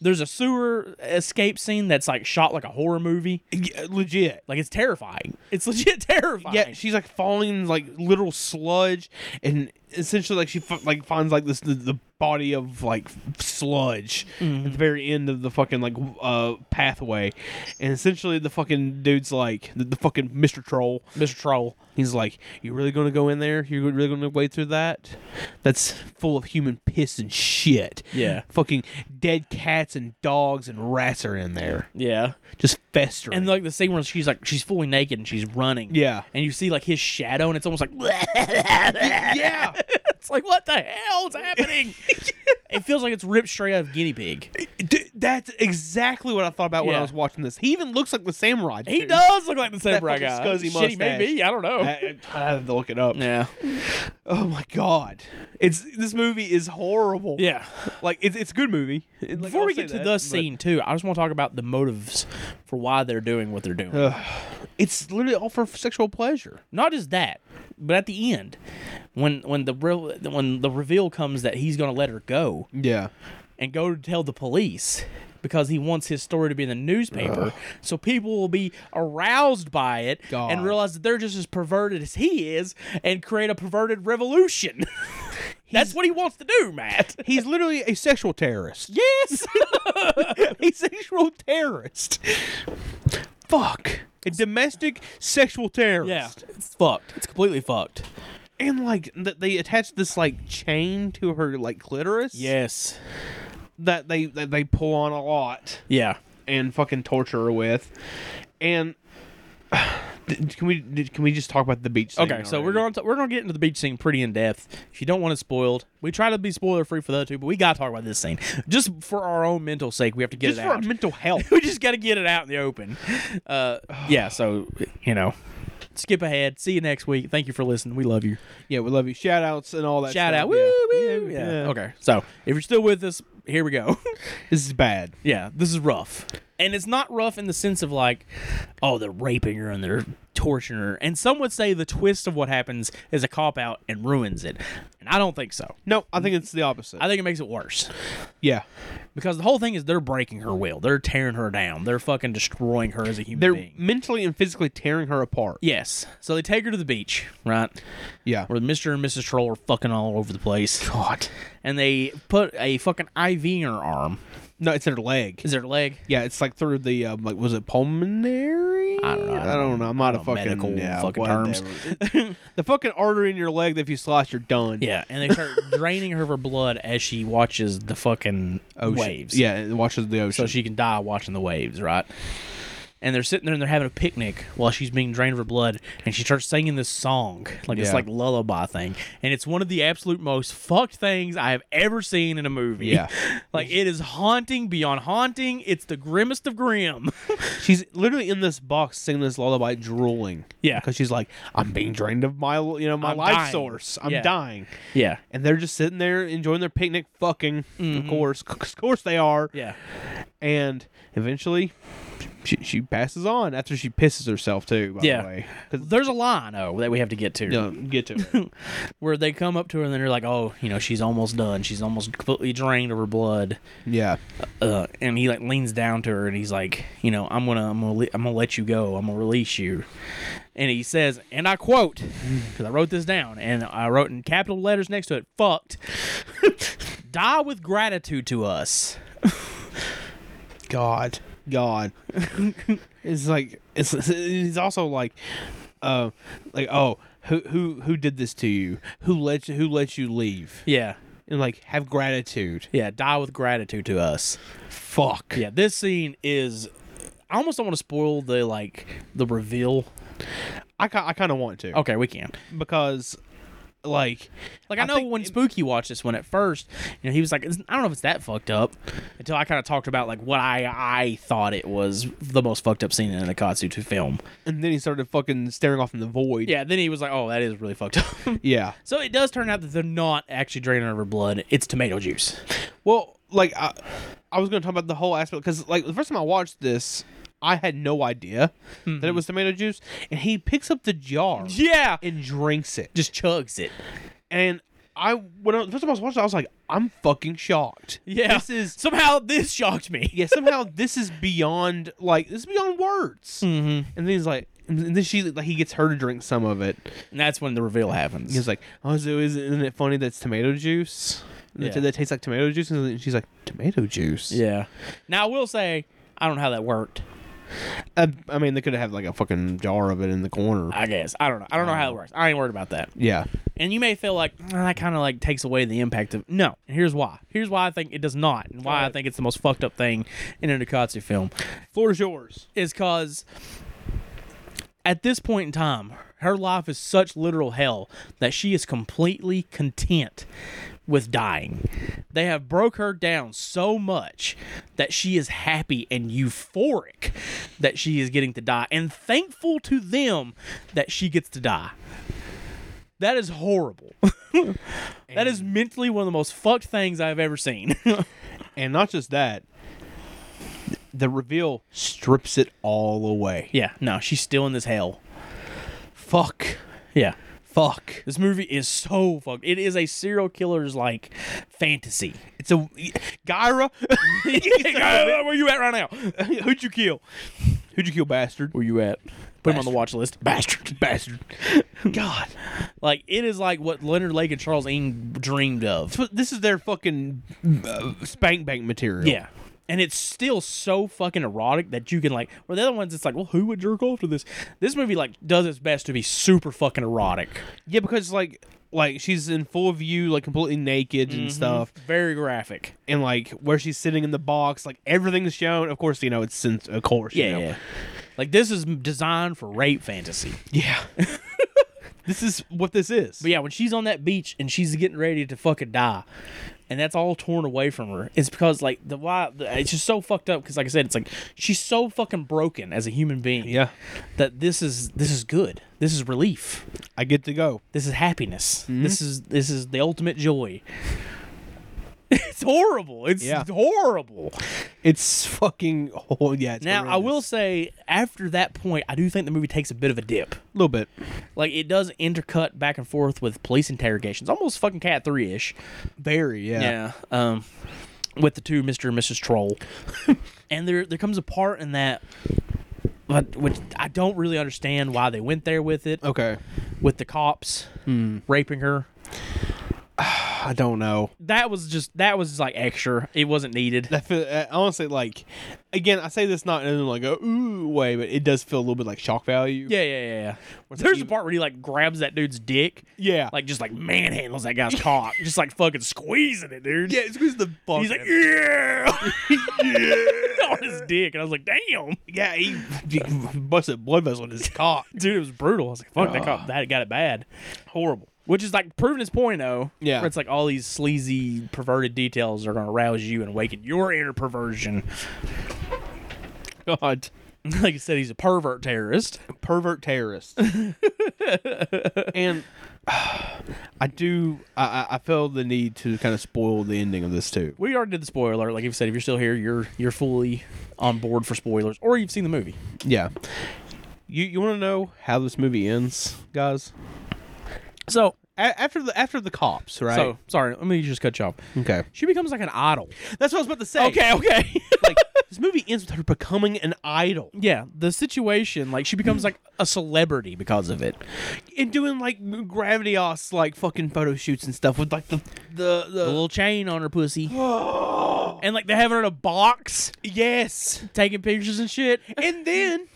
Speaker 3: There's a sewer escape scene that's like shot like a horror movie.
Speaker 4: yeah, uh, legit.
Speaker 3: Like it's terrifying. It's legit terrifying.
Speaker 4: Yeah, she's like falling in, like literal sludge, and essentially like she fi- like finds like this the, the body of like sludge
Speaker 3: Mm.
Speaker 4: at the very end of the fucking like w- uh pathway, and essentially the fucking dude's like the, the fucking Mister Troll.
Speaker 3: Mr. Troll.
Speaker 4: He's like, "You really gonna go in there? You're really gonna wade through that? That's full of human piss and shit.
Speaker 3: Yeah.
Speaker 4: fucking dead cats and dogs and rats are in there,
Speaker 3: Yeah.
Speaker 4: just festering.
Speaker 3: And like the scene where she's like she's fully naked and she's running.
Speaker 4: Yeah.
Speaker 3: And you see like his shadow and it's almost like Yeah. it's like what the hell's happening? it feels like it's ripped straight out of guinea pig.
Speaker 4: D- that's exactly what I thought about when I
Speaker 3: Yeah.
Speaker 4: was watching this. He even looks like the samurai.
Speaker 3: He
Speaker 4: dude.
Speaker 3: does look like the
Speaker 4: That
Speaker 3: samurai
Speaker 4: fucking
Speaker 3: guy.
Speaker 4: scuzzy
Speaker 3: Shit, he may
Speaker 4: mustache. uh,
Speaker 3: be, I don't know.
Speaker 4: I, I have to look it up.
Speaker 3: yeah.
Speaker 4: Oh my god, it's this movie is horrible.
Speaker 3: Yeah.
Speaker 4: like it's it's a good movie. Like,
Speaker 3: Before
Speaker 4: I'll
Speaker 3: we
Speaker 4: say
Speaker 3: get to
Speaker 4: that,
Speaker 3: the
Speaker 4: but-
Speaker 3: scene too, I just want to talk about the motives for why they're doing what they're doing.
Speaker 4: it's literally all for sexual pleasure.
Speaker 3: Not just that, but at the end, when when the real when the reveal comes that he's gonna let her go,
Speaker 4: Yeah,
Speaker 3: and go to tell the police because he wants his story to be in the newspaper so people will be aroused by it
Speaker 4: God.
Speaker 3: and realize that they're just as perverted as he is and create a perverted revolution that's what he wants to do matt
Speaker 4: he's literally a sexual terrorist.
Speaker 3: yes
Speaker 4: a sexual terrorist. Fuck. A domestic sexual terrorist.
Speaker 3: yeah it's fucked it's completely fucked
Speaker 4: And like th- they attach this like chain to her like clitoris.
Speaker 3: yes
Speaker 4: That they that they pull on a lot
Speaker 3: yeah
Speaker 4: and fucking torture her with. And did- can we did- can we just talk about the beach? Scene
Speaker 3: okay so we're
Speaker 4: already?
Speaker 3: going to we're going to get into the beach scene pretty in depth if you don't want it spoiled we try to be spoiler free for the other two but we gotta talk about this scene just for our own mental sake we have to get
Speaker 4: just
Speaker 3: it
Speaker 4: for
Speaker 3: out
Speaker 4: mental health.
Speaker 3: we just got to get it out in the open. Uh, yeah, so you know, skip ahead. See you next week. Thank you for listening. We love you.
Speaker 4: yeah, we love you. Shout outs and all that.
Speaker 3: Shout
Speaker 4: stuff.
Speaker 3: out. Woo
Speaker 4: Yeah.
Speaker 3: woo. Yeah.
Speaker 4: Yeah.
Speaker 3: Okay. So if you're still with us, here we go.
Speaker 4: This is bad.
Speaker 3: yeah, this is rough, and it's not rough in the sense of like, oh, they're raping her and they're torturing her. And some would say the twist of what happens is a cop out and ruins it. And I don't think so.
Speaker 4: No, I think it's the opposite.
Speaker 3: I think it makes it worse
Speaker 4: yeah.
Speaker 3: because the whole thing is they're breaking her will. They're tearing her down. They're fucking destroying her as a human
Speaker 4: They're
Speaker 3: being.
Speaker 4: mentally and physically tearing her apart.
Speaker 3: Yes. So they take her to the beach, right?
Speaker 4: Yeah.
Speaker 3: Where Mr. and Mrs. Troll are fucking all over the place. God. And they put a fucking IV in her arm.
Speaker 4: No, it's in her leg.
Speaker 3: Is her leg?
Speaker 4: Yeah, it's like through the um, like was it pulmonary?
Speaker 3: I don't know. I
Speaker 4: I
Speaker 3: don't
Speaker 4: don't know. I'm not a
Speaker 3: know
Speaker 4: fucking
Speaker 3: medical
Speaker 4: yeah,
Speaker 3: fucking
Speaker 4: whatever. the fucking artery in your leg that if you slice, you're done.
Speaker 3: Yeah. And they start draining her of her blood as she watches the fucking
Speaker 4: Ocean.
Speaker 3: waves.
Speaker 4: Yeah, it washes the ocean.
Speaker 3: So she can die watching the waves, right? And they're sitting there and they're having a picnic while she's being drained of her blood, and she starts singing this song, like this
Speaker 4: Yeah.
Speaker 3: like lullaby thing, and it's one of the absolute most fucked things I have ever seen in a movie.
Speaker 4: Yeah.
Speaker 3: like it is haunting beyond haunting. It's the grimmest of grim.
Speaker 4: she's literally in this box singing this lullaby, drooling.
Speaker 3: Yeah.
Speaker 4: because she's like, I'm being drained of my you know my
Speaker 3: I'm
Speaker 4: life
Speaker 3: dying.
Speaker 4: source. I'm
Speaker 3: Yeah.
Speaker 4: dying.
Speaker 3: Yeah,
Speaker 4: And they're just sitting there enjoying their picnic, fucking. Of course, of course they are.
Speaker 3: Mm-hmm. yeah,
Speaker 4: and eventually she, she passes on after she pisses herself too by
Speaker 3: Yeah.
Speaker 4: the way 'Cause-
Speaker 3: There's a line oh that we have to get to.
Speaker 4: no, get to it.
Speaker 3: where they come up to her and they're like, "Oh, you know, she's almost done. She's almost completely drained of her blood."
Speaker 4: yeah
Speaker 3: uh, and he like leans down to her and he's like, you know, I'm gonna, I'm gonna, le- I'm gonna let you go. I'm gonna release you. And he says, and I quote, because I wrote this down and I wrote in capital letters next to it, "Fucked." Die with gratitude to us.
Speaker 4: god god it's like it's he's also like uh like oh who who who did this to you who let you who let you leave
Speaker 3: Yeah,
Speaker 4: and like have gratitude
Speaker 3: yeah. Die with gratitude to us.
Speaker 4: fuck
Speaker 3: Yeah, this scene is. I almost don't want to spoil the like the reveal.
Speaker 4: i, ki- I kind of want to
Speaker 3: Okay, we can.
Speaker 4: because like
Speaker 3: Like I, know
Speaker 4: think
Speaker 3: when
Speaker 4: it-
Speaker 3: Spooky watched this one at first, you know, he was like, "It's- "I don't know if it's that fucked up," until I kind of talked about like what I I thought it was the most fucked up scene in the Katsu two film.
Speaker 4: and then he started fucking staring off in the void.
Speaker 3: Yeah, then he was like, "Oh, that is really fucked up."
Speaker 4: Yeah.
Speaker 3: so it does turn out that they're not actually draining her blood; it's tomato juice.
Speaker 4: Well, like I, I was gonna talk about the whole aspect because like the first time I watched this, I had no idea that it was tomato juice, and he picks up the jar
Speaker 3: Mm-hmm. Yeah,
Speaker 4: and drinks it.
Speaker 3: just chugs it.
Speaker 4: And I when I, the first time I was watching, it, I was like, I'm fucking shocked.
Speaker 3: Yeah,
Speaker 4: This is
Speaker 3: somehow this shocked me.
Speaker 4: yeah. Somehow this is beyond like this is beyond words. Mm-hmm. And then he's like, and then she like he gets her to drink some of it.
Speaker 3: And that's when the reveal happens.
Speaker 4: He's like, oh, so is, isn't it funny that's tomato juice? That-
Speaker 3: Yeah.
Speaker 4: That, tastes like tomato juice. And she's like, tomato juice.
Speaker 3: yeah. Now I will say, I don't know how that worked.
Speaker 4: I, I mean, they could have like a fucking jar of it in the corner.
Speaker 3: I guess I don't know. I don't know how it works. I ain't worried about that.
Speaker 4: yeah.
Speaker 3: And you may feel like "Oh, that kind of like takes away the impact of no. And here's why. Here's why I think it does not, and why I think it's the most fucked up thing in an Akatsu film
Speaker 4: Floor is yours.
Speaker 3: is because at this point in time, her life is such literal hell that she is completely content with dying. They have broke her down so much that she is happy and euphoric that she is getting to die and thankful to them that she gets to die. That is horrible. that is mentally one of the most fucked things I've ever seen.
Speaker 4: And not just that, the reveal strips it all away.
Speaker 3: yeah, no, she's still in this hell.
Speaker 4: Fuck.
Speaker 3: Yeah.
Speaker 4: Fuck.
Speaker 3: This movie is so fucked. It is a serial killer's like fantasy.
Speaker 4: It's a. Gyra?
Speaker 3: Where you at right now?
Speaker 4: Who'd you kill? Who'd you kill, bastard?
Speaker 3: Where you at? Put him on the watch list. Bastard. Bastard. God. Like it is like what Leonard Lake and Charles Ng dreamed of.
Speaker 4: But This is their fucking uh, spank bank material.
Speaker 3: Yeah. And it's still so fucking erotic that you can like where the other ones it's like, well, who would jerk off to this? This movie like does its best to be super fucking erotic.
Speaker 4: Yeah, because like. Like she's in full view, like completely naked
Speaker 3: Mm-hmm.
Speaker 4: and stuff,
Speaker 3: Very graphic.
Speaker 4: and like where she's sitting in the box, like everything's shown. Of course, you know it's since of course, you know.
Speaker 3: Like this is designed for rape fantasy.
Speaker 4: Yeah. this is what this is.
Speaker 3: But yeah, when she's on that beach and she's getting ready to fucking die, and that's all torn away from her, it's because like the why the- it's just so fucked up. Because like I said, it's like she's so fucking broken as a human being.
Speaker 4: Yeah.
Speaker 3: that this is this is good. This is relief.
Speaker 4: I get to go.
Speaker 3: This is happiness.
Speaker 4: Mm-hmm.
Speaker 3: This is this is the ultimate joy. It's horrible. It's
Speaker 4: Yeah.
Speaker 3: horrible.
Speaker 4: It's fucking oh yeah. It's
Speaker 3: Now I will say, after that point, I do think the movie takes a bit of a dip.
Speaker 4: a little bit.
Speaker 3: Like it does intercut back and forth with police interrogations, almost fucking Cat Three ish.
Speaker 4: Very yeah.
Speaker 3: Yeah. Um, with the two Mr. and Mrs. Troll. and there there comes a part in that but which I don't really understand why they went there with it
Speaker 4: Okay.
Speaker 3: with the cops
Speaker 4: Hmm.
Speaker 3: raping her.
Speaker 4: I don't know.
Speaker 3: That was just that was like extra. It wasn't needed.
Speaker 4: That feel, uh, honestly like again I say this not in like a ooh way, but it does feel a little bit like shock value.
Speaker 3: Yeah, yeah, yeah, yeah. There's a part where he like grabs that dude's dick,
Speaker 4: Yeah.
Speaker 3: like just like manhandles that guy's cock, just like fucking squeezing it, dude.
Speaker 4: yeah. Squeeze the fuck.
Speaker 3: He's like,
Speaker 4: out of it.
Speaker 3: yeah, yeah, on his dick, and I was like, damn,
Speaker 4: yeah. He, he busted a blood vessel in his cock. Ah.
Speaker 3: dude, it was brutal. I was like, fuck, that, cop, that got it bad. Horrible. Which is like proving his point, though.
Speaker 4: Yeah.
Speaker 3: Where it's like all these sleazy, perverted details are going to rouse you and awaken your inner perversion.
Speaker 4: God.
Speaker 3: like you said, he's a pervert terrorist.
Speaker 4: Pervert terrorist. and. I do. I, I- I feel the need to kind of spoil the ending of this too.
Speaker 3: We already did the spoiler alert. Like you said, if you're still here, you're you're fully on board for spoilers, or you've seen the movie.
Speaker 4: Yeah. You you want to know how this movie ends, guys?
Speaker 3: So,
Speaker 4: A- after the after the cops, right?
Speaker 3: so sorry. Let me just cut you off.
Speaker 4: okay,
Speaker 3: She becomes like an idol.
Speaker 4: that's what I was about to say.
Speaker 3: Okay, okay.
Speaker 4: like this movie ends with her becoming an idol
Speaker 3: yeah, the situation like she becomes like a celebrity because of it.
Speaker 4: and doing like gravitas like fucking photo shoots and stuff with like the the the,
Speaker 3: a little chain on her pussy. and like they have her in a box
Speaker 4: yes,
Speaker 3: taking pictures and shit.
Speaker 4: and then.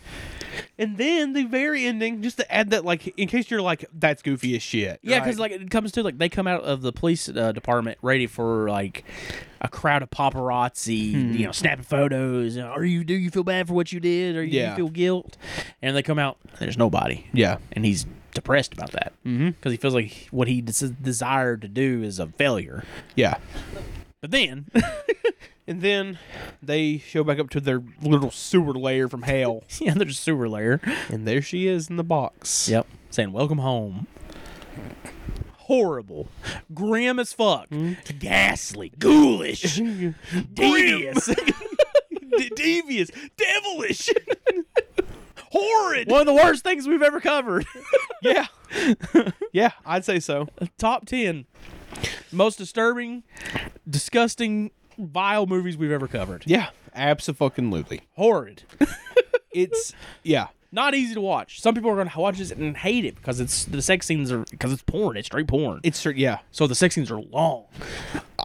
Speaker 4: And then the very ending, just to add that, like, in case you're like, that's goofy as shit.
Speaker 3: Yeah, because like it comes to like they come out of the police uh, department ready for like a crowd of paparazzi, you know, snapping photos. and, Are you do you feel bad for what you did? Or you, do you
Speaker 4: Yeah.
Speaker 3: feel guilt? And they come out. There's nobody,
Speaker 4: yeah,
Speaker 3: and he's depressed about that because mm-hmm. he feels like what he des- desired to do is a failure.
Speaker 4: Yeah.
Speaker 3: But then,
Speaker 4: And then they show back up to their little sewer lair from hell.
Speaker 3: yeah, there's a sewer layer.
Speaker 4: and there she is in the box.
Speaker 3: Yep, saying "Welcome home." Horrible, grim as fuck, ghastly, ghoulish, devious,
Speaker 4: D- devious. Devilish. Horrid.
Speaker 3: one of the worst things we've ever covered.
Speaker 4: Yeah. yeah, I'd say so.
Speaker 3: Top ten most disturbing, disgusting, vile movies we've ever covered.
Speaker 4: Yeah. Absolutely.
Speaker 3: Horrid.
Speaker 4: It's, yeah.
Speaker 3: Not easy to watch. Some people are going to watch this and hate it because it's the sex scenes are because it's porn. It's straight porn.
Speaker 4: It's, cer- yeah.
Speaker 3: so the sex scenes are long.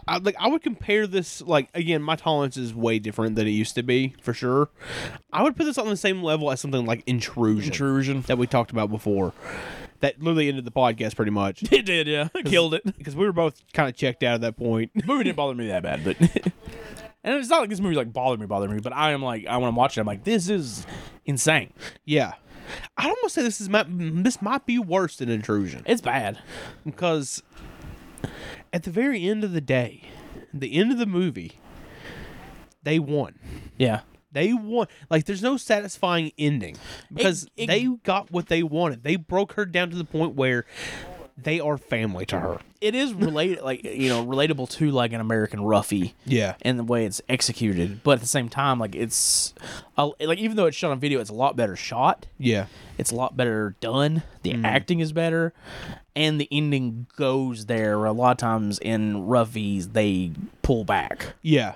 Speaker 4: I, like I would compare this like again my tolerance is way different than it used to be for sure. I would put this on the same level as something like intrusion,
Speaker 3: Intrusion.
Speaker 4: that we talked about before. That literally ended the podcast pretty much
Speaker 3: It did, yeah. Killed it.
Speaker 4: because we were both kind of checked out at that point.
Speaker 3: movie didn't bother me that bad, but and it's not like this movie like bothered me, bothered me, but I am like I when I'm watching, it, I'm like this is insane.
Speaker 4: yeah, I'd almost say this is my, this might be worse than intrusion
Speaker 3: It's bad.
Speaker 4: because at the very end of the day, the end of the movie, they won.
Speaker 3: Yeah.
Speaker 4: They want like there's no satisfying ending because
Speaker 3: it-
Speaker 4: they got what they wanted. They broke her down to the point where they are family to her.
Speaker 3: It is related like you know, relatable to like an American roughie.
Speaker 4: Yeah.
Speaker 3: And the way it's executed, but at the same time, like it's, uh, like even though it's shot on video, it's a lot better shot.
Speaker 4: Yeah.
Speaker 3: It's a lot better done. The acting is better, and the ending goes there. A lot of times in roughies, they pull back.
Speaker 4: Yeah.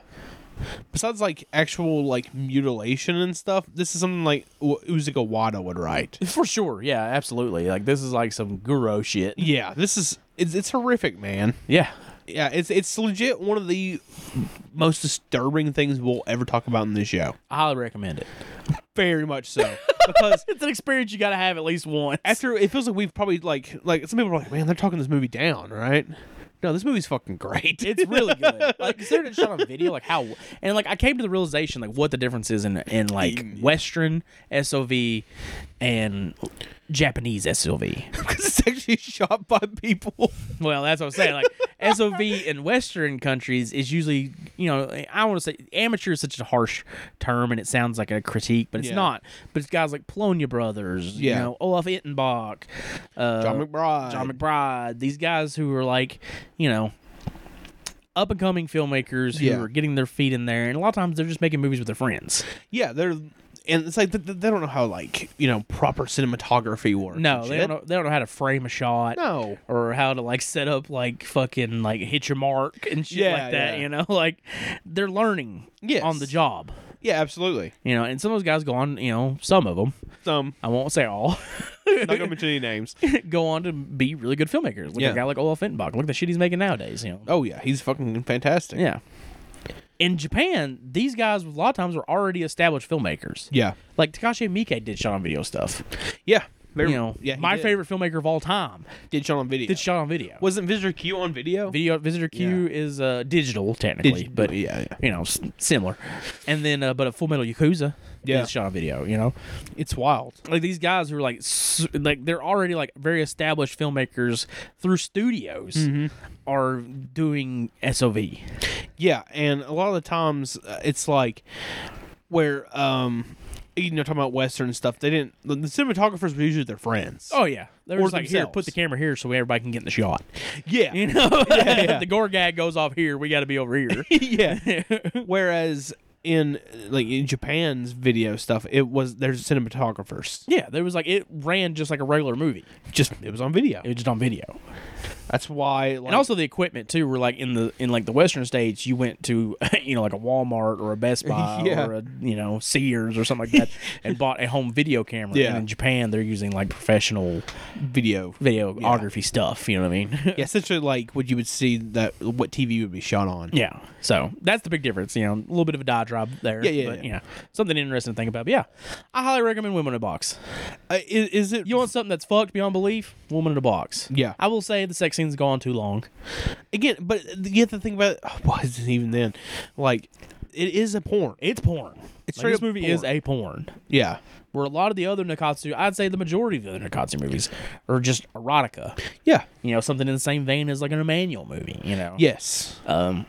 Speaker 4: Besides like actual like mutilation and stuff, this is something like U- Uzuka Wada would write.
Speaker 3: For sure, yeah, absolutely. Like this is like some guru shit.
Speaker 4: Yeah, this is it's, it's horrific, man.
Speaker 3: Yeah,
Speaker 4: Yeah, it's it's legit one of the most disturbing things we'll ever talk about in this show.
Speaker 3: I highly recommend it.
Speaker 4: Very much so. because
Speaker 3: It's an experience you got to have at least once.
Speaker 4: after it feels like we've probably like like some people are like, man, they're talking this movie down, right? No, this movie's fucking great.
Speaker 3: It's really good. Like considering it's shot on video, like how and like I came to the realization like what the difference is in in like Western SOV and Japanese SOV.
Speaker 4: because it's actually shot by people.
Speaker 3: Well, that's what I'm saying. Like SOV in Western countries is usually, you know, I want to say amateur is such a harsh term, and it sounds like a critique, but it's
Speaker 4: Yeah.
Speaker 3: not. But it's guys like Polonia Brothers,
Speaker 4: Yeah.
Speaker 3: you know, Olaf Ittenbach, uh,
Speaker 4: John McBride.
Speaker 3: John McBride, these guys who are like, you know, up and coming filmmakers who
Speaker 4: Yeah.
Speaker 3: are getting their feet in there, and a lot of times they're just making movies with their friends.
Speaker 4: yeah, they're and it's like th- th- they don't know how like you know proper cinematography works.
Speaker 3: No,
Speaker 4: and
Speaker 3: they
Speaker 4: shit.
Speaker 3: don't, know, they don't know how to frame a shot.
Speaker 4: No.
Speaker 3: Or how to like set up like fucking like hit your mark and shit
Speaker 4: Yeah,
Speaker 3: like that,
Speaker 4: yeah.
Speaker 3: you know? Like they're learning
Speaker 4: Yes.
Speaker 3: on the job,
Speaker 4: Yeah, absolutely.
Speaker 3: you know? And some of those guys go on, you know, some of them,
Speaker 4: Um,
Speaker 3: I won't say all,
Speaker 4: not gonna mention any names.
Speaker 3: go on to be really good filmmakers. Look at
Speaker 4: Yeah.
Speaker 3: a guy like Olaf Fittenbach. Look at the shit he's making nowadays, you know?
Speaker 4: Oh yeah, he's fucking fantastic.
Speaker 3: Yeah. In Japan, these guys a lot of times were already established filmmakers.
Speaker 4: yeah,
Speaker 3: Like Takashi Miike did shot on video stuff.
Speaker 4: yeah.
Speaker 3: You
Speaker 4: Very-
Speaker 3: know,
Speaker 4: yeah, he
Speaker 3: my
Speaker 4: did.
Speaker 3: favorite filmmaker of all time
Speaker 4: did shot on video.
Speaker 3: did shot on video.
Speaker 4: Wasn't Visitor Q on video?
Speaker 3: Video Visitor Q is uh, digital technically,
Speaker 4: Digi-
Speaker 3: but
Speaker 4: yeah, yeah.
Speaker 3: you know, s- similar. And then, uh, but a Full Metal Yakuza
Speaker 4: Yeah.
Speaker 3: is shot on video. You know,
Speaker 4: It's wild.
Speaker 3: like these guys who are like, s- like they're already like very established filmmakers through studios
Speaker 4: Mm-hmm.
Speaker 3: are doing SOV.
Speaker 4: Yeah, and a lot of the times uh, it's like where um you know talking about western stuff. They didn't the the cinematographers were usually their friends.
Speaker 3: Oh yeah, they're
Speaker 4: Or
Speaker 3: just like here, put
Speaker 4: themselves.
Speaker 3: the camera here so everybody can get in the shot.
Speaker 4: yeah,
Speaker 3: You know,
Speaker 4: yeah.
Speaker 3: the gore gag goes off here. We got to be over here.
Speaker 4: yeah. Whereas in like in Japan's video stuff, it was there's cinematographers.
Speaker 3: yeah, there was like it ran just like a regular movie.
Speaker 4: Just it was on video.
Speaker 3: It was just on video,
Speaker 4: That's why. Like,
Speaker 3: and also the equipment too. Were like in the in like the Western states, you went to you know like a Walmart or a Best Buy
Speaker 4: Yeah.
Speaker 3: or a you know Sears or something like that, and bought a home video camera.
Speaker 4: Yeah.
Speaker 3: And in Japan, they're using like professional
Speaker 4: video.
Speaker 3: videography stuff. You know what I mean?
Speaker 4: Yeah, essentially like what you would see that what TV would be shot on.
Speaker 3: Yeah. So that's the big difference. You know, a little bit of a diatribe there.
Speaker 4: Yeah, yeah,
Speaker 3: But,
Speaker 4: yeah.
Speaker 3: you know, something interesting to think about. But yeah, I highly recommend Women in a Box.
Speaker 4: Uh, is, is it
Speaker 3: You want something that's fucked beyond belief? Woman in a Box.
Speaker 4: Yeah.
Speaker 3: I will say the sex scene's gone too long.
Speaker 4: again? But you have to think about oh, why is it even then? Like it is a porn.
Speaker 3: It's porn. It's
Speaker 4: straight
Speaker 3: this
Speaker 4: up
Speaker 3: movie
Speaker 4: porn.
Speaker 3: is a porn.
Speaker 4: Yeah,
Speaker 3: Where a lot of the other Nakatsu, I'd say the majority of the other Nakatsu movies are just erotica.
Speaker 4: Yeah.
Speaker 3: You know, something in the same vein as like an Emmanuel movie, you know?
Speaker 4: Yes.
Speaker 3: Um,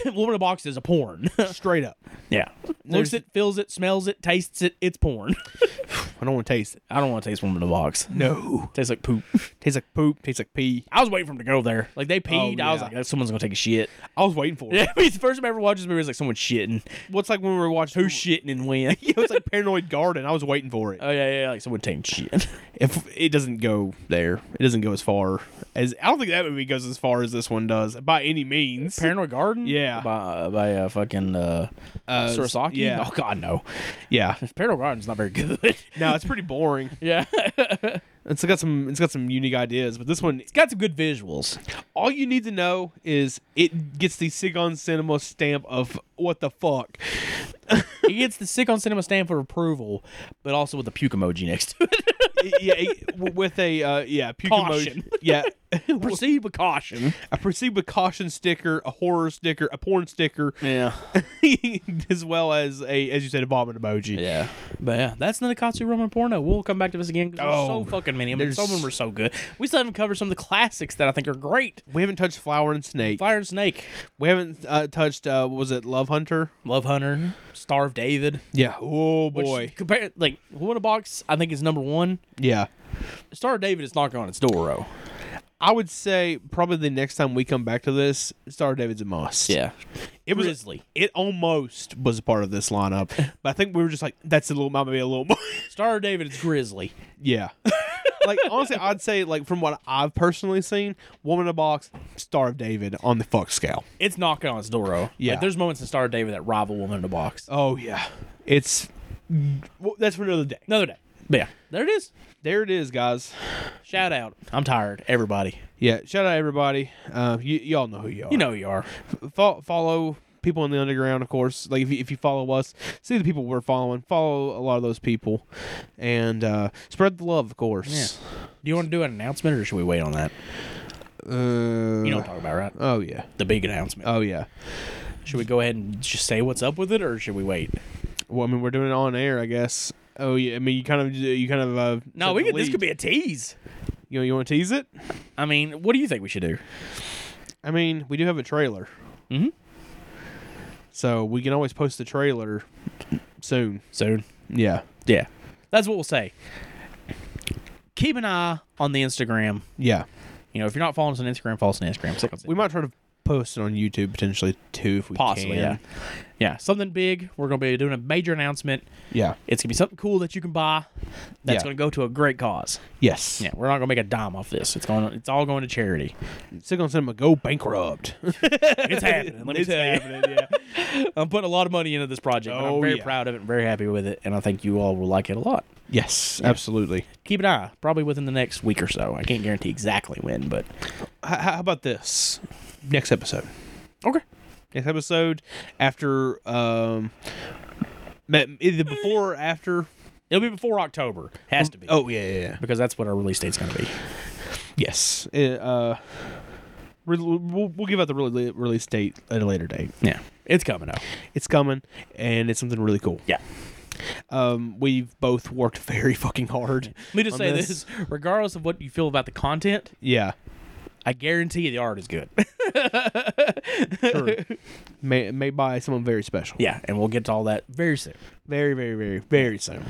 Speaker 3: Woman in a Box is a porn.
Speaker 4: Straight up.
Speaker 3: yeah. Looks it, feels it, smells it, tastes it. It's porn.
Speaker 4: I don't want to taste it.
Speaker 3: I don't want to taste Woman in a Box.
Speaker 4: No.
Speaker 3: Tastes like poop.
Speaker 4: Tastes like poop. Tastes like pee.
Speaker 3: I was waiting for him to go there. Like they peed. I was
Speaker 4: yeah.
Speaker 3: like, someone's gonna take a shit.
Speaker 4: I was waiting for it.
Speaker 3: Yeah, I mean, the first time I ever watched this movie was like someone shitting.
Speaker 4: What's like when we were watching?
Speaker 3: Who's shitting and when?
Speaker 4: It was like Paranoid Garden. I was waiting for it.
Speaker 3: oh yeah, yeah, like someone taking shit.
Speaker 4: If it doesn't go there, it doesn't go as far as I don't think that movie goes as far as this one does by any means.
Speaker 3: Paranoid Garden.
Speaker 4: Yeah.
Speaker 3: by uh, by uh, fucking uh,
Speaker 4: Uh,
Speaker 3: Surasaki.
Speaker 4: yeah.
Speaker 3: Oh god, no.
Speaker 4: yeah.
Speaker 3: Paranoid Garden's not very good.
Speaker 4: No, it's pretty boring.
Speaker 3: yeah,
Speaker 4: It's got some. It's got some unique ideas, but this one,
Speaker 3: it's got some good visuals.
Speaker 4: all you need to know is it gets the Sigon Cinema stamp of what the fuck.
Speaker 3: It gets the sick on cinema stamp for approval, but also with the puke emoji next to it.
Speaker 4: yeah, it- with a uh, yeah puke
Speaker 3: Caution.
Speaker 4: emoji. Yeah,
Speaker 3: Proceed with caution.
Speaker 4: I perceive a caution sticker, a horror sticker, a porn sticker,
Speaker 3: Yeah,
Speaker 4: as well as a, as you said, a vomit emoji.
Speaker 3: yeah, but yeah, that's Nakatsu Roman porno. We'll come back to this again because there's
Speaker 4: Oh,
Speaker 3: so fucking many. I mean,
Speaker 4: there's-
Speaker 3: some of them are so good. We still haven't covered some of the classics that I think are great.
Speaker 4: We haven't touched Flower and Snake.
Speaker 3: Fire and Snake,
Speaker 4: We haven't uh, touched. Uh, what was it Love Hunter?
Speaker 3: Love Hunter, Star of David.
Speaker 4: Yeah. Oh
Speaker 3: Which
Speaker 4: boy.
Speaker 3: compare like Woman in a Box, I think is number one.
Speaker 4: yeah.
Speaker 3: Star of David is knocking on its door. though.
Speaker 4: I would say probably the next time we come back to this, Star David's a must.
Speaker 3: it
Speaker 4: was-
Speaker 3: was Grizzly.
Speaker 4: It almost was a part of this lineup, but I think we were just like, that's a little, might be a little more.
Speaker 3: Star of David is Grizzly.
Speaker 4: yeah. like honestly, I'd say like from what I've personally seen, Woman in a Box, Star of David on the fuck scale.
Speaker 3: It's knocking on its door. though.
Speaker 4: Yeah.
Speaker 3: like, there's moments in Star of David that rival Woman in a Box.
Speaker 4: Oh yeah, it's well, that's for another day.
Speaker 3: Another day, but yeah, there it is.
Speaker 4: There it is, guys.
Speaker 3: Shout out. I'm tired. Everybody,
Speaker 4: Yeah, shout out everybody. Uh, you y'all know who you are.
Speaker 3: you know who you are.
Speaker 4: Fo- follow people in the underground, of course. Like if you, if you follow us, see the people we're following. Follow a lot of those people, and uh, spread the love, of course.
Speaker 3: Do you want to do an announcement or should we wait on that?
Speaker 4: Uh,
Speaker 3: You know what I'm talking about, right?
Speaker 4: Oh yeah.
Speaker 3: The big announcement.
Speaker 4: Oh yeah.
Speaker 3: should we go ahead and just say what's up with it or should we wait?
Speaker 4: Well, I mean, we're doing it on air, I guess. Oh yeah. I mean, you kind of you kind of uh,
Speaker 3: No,
Speaker 4: set
Speaker 3: we
Speaker 4: the
Speaker 3: could, this
Speaker 4: lead.
Speaker 3: could be a tease.
Speaker 4: You know, you want to tease it?
Speaker 3: I mean, what do you think we should do?
Speaker 4: I mean, we do have a trailer.
Speaker 3: Mhm.
Speaker 4: So we can always post the trailer soon.
Speaker 3: Soon.
Speaker 4: Yeah.
Speaker 3: Yeah. That's what we'll say. Keep an eye on the Instagram.
Speaker 4: Yeah.
Speaker 3: You know, if you're not following us on Instagram, follow us on Instagram. Stick with us.
Speaker 4: We might try to post it on YouTube potentially too if we
Speaker 3: possibly, yeah.
Speaker 4: can.
Speaker 3: Yeah. Something big. We're gonna be doing a major announcement.
Speaker 4: Yeah.
Speaker 3: It's gonna be something cool that you can buy that's
Speaker 4: Yeah.
Speaker 3: gonna go to a great cause.
Speaker 4: Yes.
Speaker 3: Yeah, we're not gonna make a dime off this. It's going it's all going to charity.
Speaker 4: Sick on Cinema go bankrupt.
Speaker 3: It's happening. Let me
Speaker 4: It's
Speaker 3: tell you.
Speaker 4: happening, yeah.
Speaker 3: I'm putting a lot of money into this project. and
Speaker 4: Oh,
Speaker 3: I'm very
Speaker 4: yeah.
Speaker 3: proud of it and very happy with it. And I think you all will like it a lot.
Speaker 4: Yes, absolutely.
Speaker 3: Keep an eye, probably within the next week or so. I can't guarantee exactly when, but
Speaker 4: H- how about this? Next episode.
Speaker 3: okay.
Speaker 4: Next episode after um ma- either before or after
Speaker 3: It'll be before October. Has to be.
Speaker 4: Oh yeah, yeah, yeah.
Speaker 3: because that's what our release date's going to be.
Speaker 4: Yes. Uh, uh re- we'll, we'll give out the rele- release date at a later date.
Speaker 3: Yeah, it's coming up.
Speaker 4: It's coming and it's something really cool.
Speaker 3: Yeah.
Speaker 4: Um we've both worked very fucking hard.
Speaker 3: Let me just
Speaker 4: on
Speaker 3: say this. regardless of what you feel about the content,
Speaker 4: Yeah.
Speaker 3: I guarantee you the art is good.
Speaker 4: True. made, made by someone very special.
Speaker 3: yeah, and we'll get to all that very soon.
Speaker 4: Very, very, very, very soon.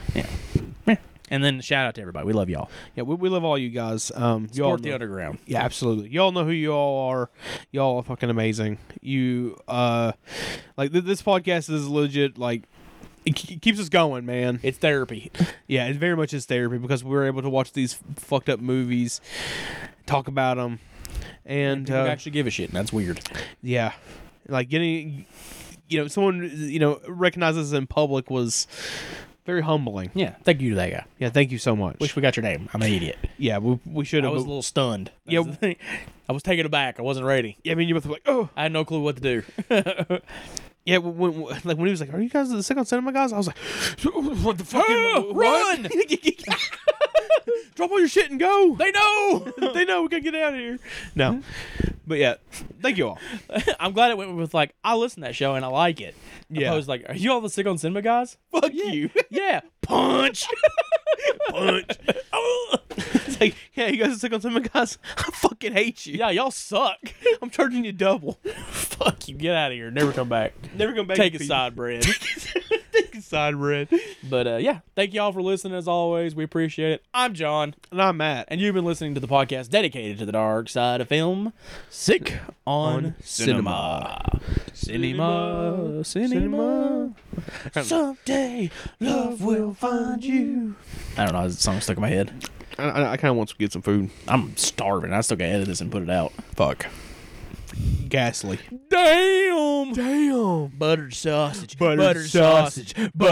Speaker 3: And then shout out to everybody. We love y'all.
Speaker 4: Yeah, we, we love all you guys. Um, y'all
Speaker 3: Support the
Speaker 4: know-
Speaker 3: underground.
Speaker 4: Yeah, absolutely. Y'all know who you all are. Y'all are fucking amazing. You, uh, like th- this podcast is legit. Like it k- keeps us going, man.
Speaker 3: It's therapy.
Speaker 4: Yeah, it very much is therapy because we were able to watch these fucked up movies, talk about them, and
Speaker 3: People
Speaker 4: uh,
Speaker 3: actually give a shit, and that's weird.
Speaker 4: yeah, like getting, you know, someone you know recognizes us in public was very humbling.
Speaker 3: Yeah, thank you to that guy.
Speaker 4: Yeah, thank you so much.
Speaker 3: Wish we got your name. I'm an idiot.
Speaker 4: yeah, we, we should
Speaker 3: I
Speaker 4: have.
Speaker 3: was a little stunned. That's
Speaker 4: Yeah.
Speaker 3: the thing. I was taken aback. I wasn't ready.
Speaker 4: Yeah, I mean, you both were like, oh,
Speaker 3: I had no clue what to do.
Speaker 4: yeah. When, when, like when he was like, "Are you guys the second cinema guys?" I was like, "What the fuck?
Speaker 3: Ah, Oh, run!
Speaker 4: Drop all your shit and go."
Speaker 3: they know. Mm-hmm.
Speaker 4: they know we gotta get out of here. No, but yeah, thank you all.
Speaker 3: I'm glad it went with like I listen to that show and I like it.
Speaker 4: Yeah.
Speaker 3: I was like, are you all the sick on cinema guys?
Speaker 4: Fuck you.
Speaker 3: yeah.
Speaker 4: punch, punch. Oh. It's like, yeah, you guys are sick on something, guys. I fucking hate you.
Speaker 3: Yeah, y'all suck.
Speaker 4: I'm charging you double.
Speaker 3: Fuck you. Get out of here. Never come back.
Speaker 4: Never come back.
Speaker 3: Take
Speaker 4: to
Speaker 3: a
Speaker 4: peace.
Speaker 3: side, bread.
Speaker 4: Take a side, Red.
Speaker 3: But uh, yeah, thank y'all for listening as always. We appreciate it. I'm John,
Speaker 4: And I'm Matt.
Speaker 3: and you've been listening to the podcast dedicated to the dark side of film, Sick on,
Speaker 4: On
Speaker 3: cinema. Cinema. Cinema. Someday love will find you. I don't know. That song stuck in my head.
Speaker 4: I, I, I kind of want to get some food.
Speaker 3: I'm starving. I still gotta edit this and put it out.
Speaker 4: Fuck. Ghastly.
Speaker 3: Damn. Damn. Buttered sausage.
Speaker 4: Buttered
Speaker 3: sausage. Buttered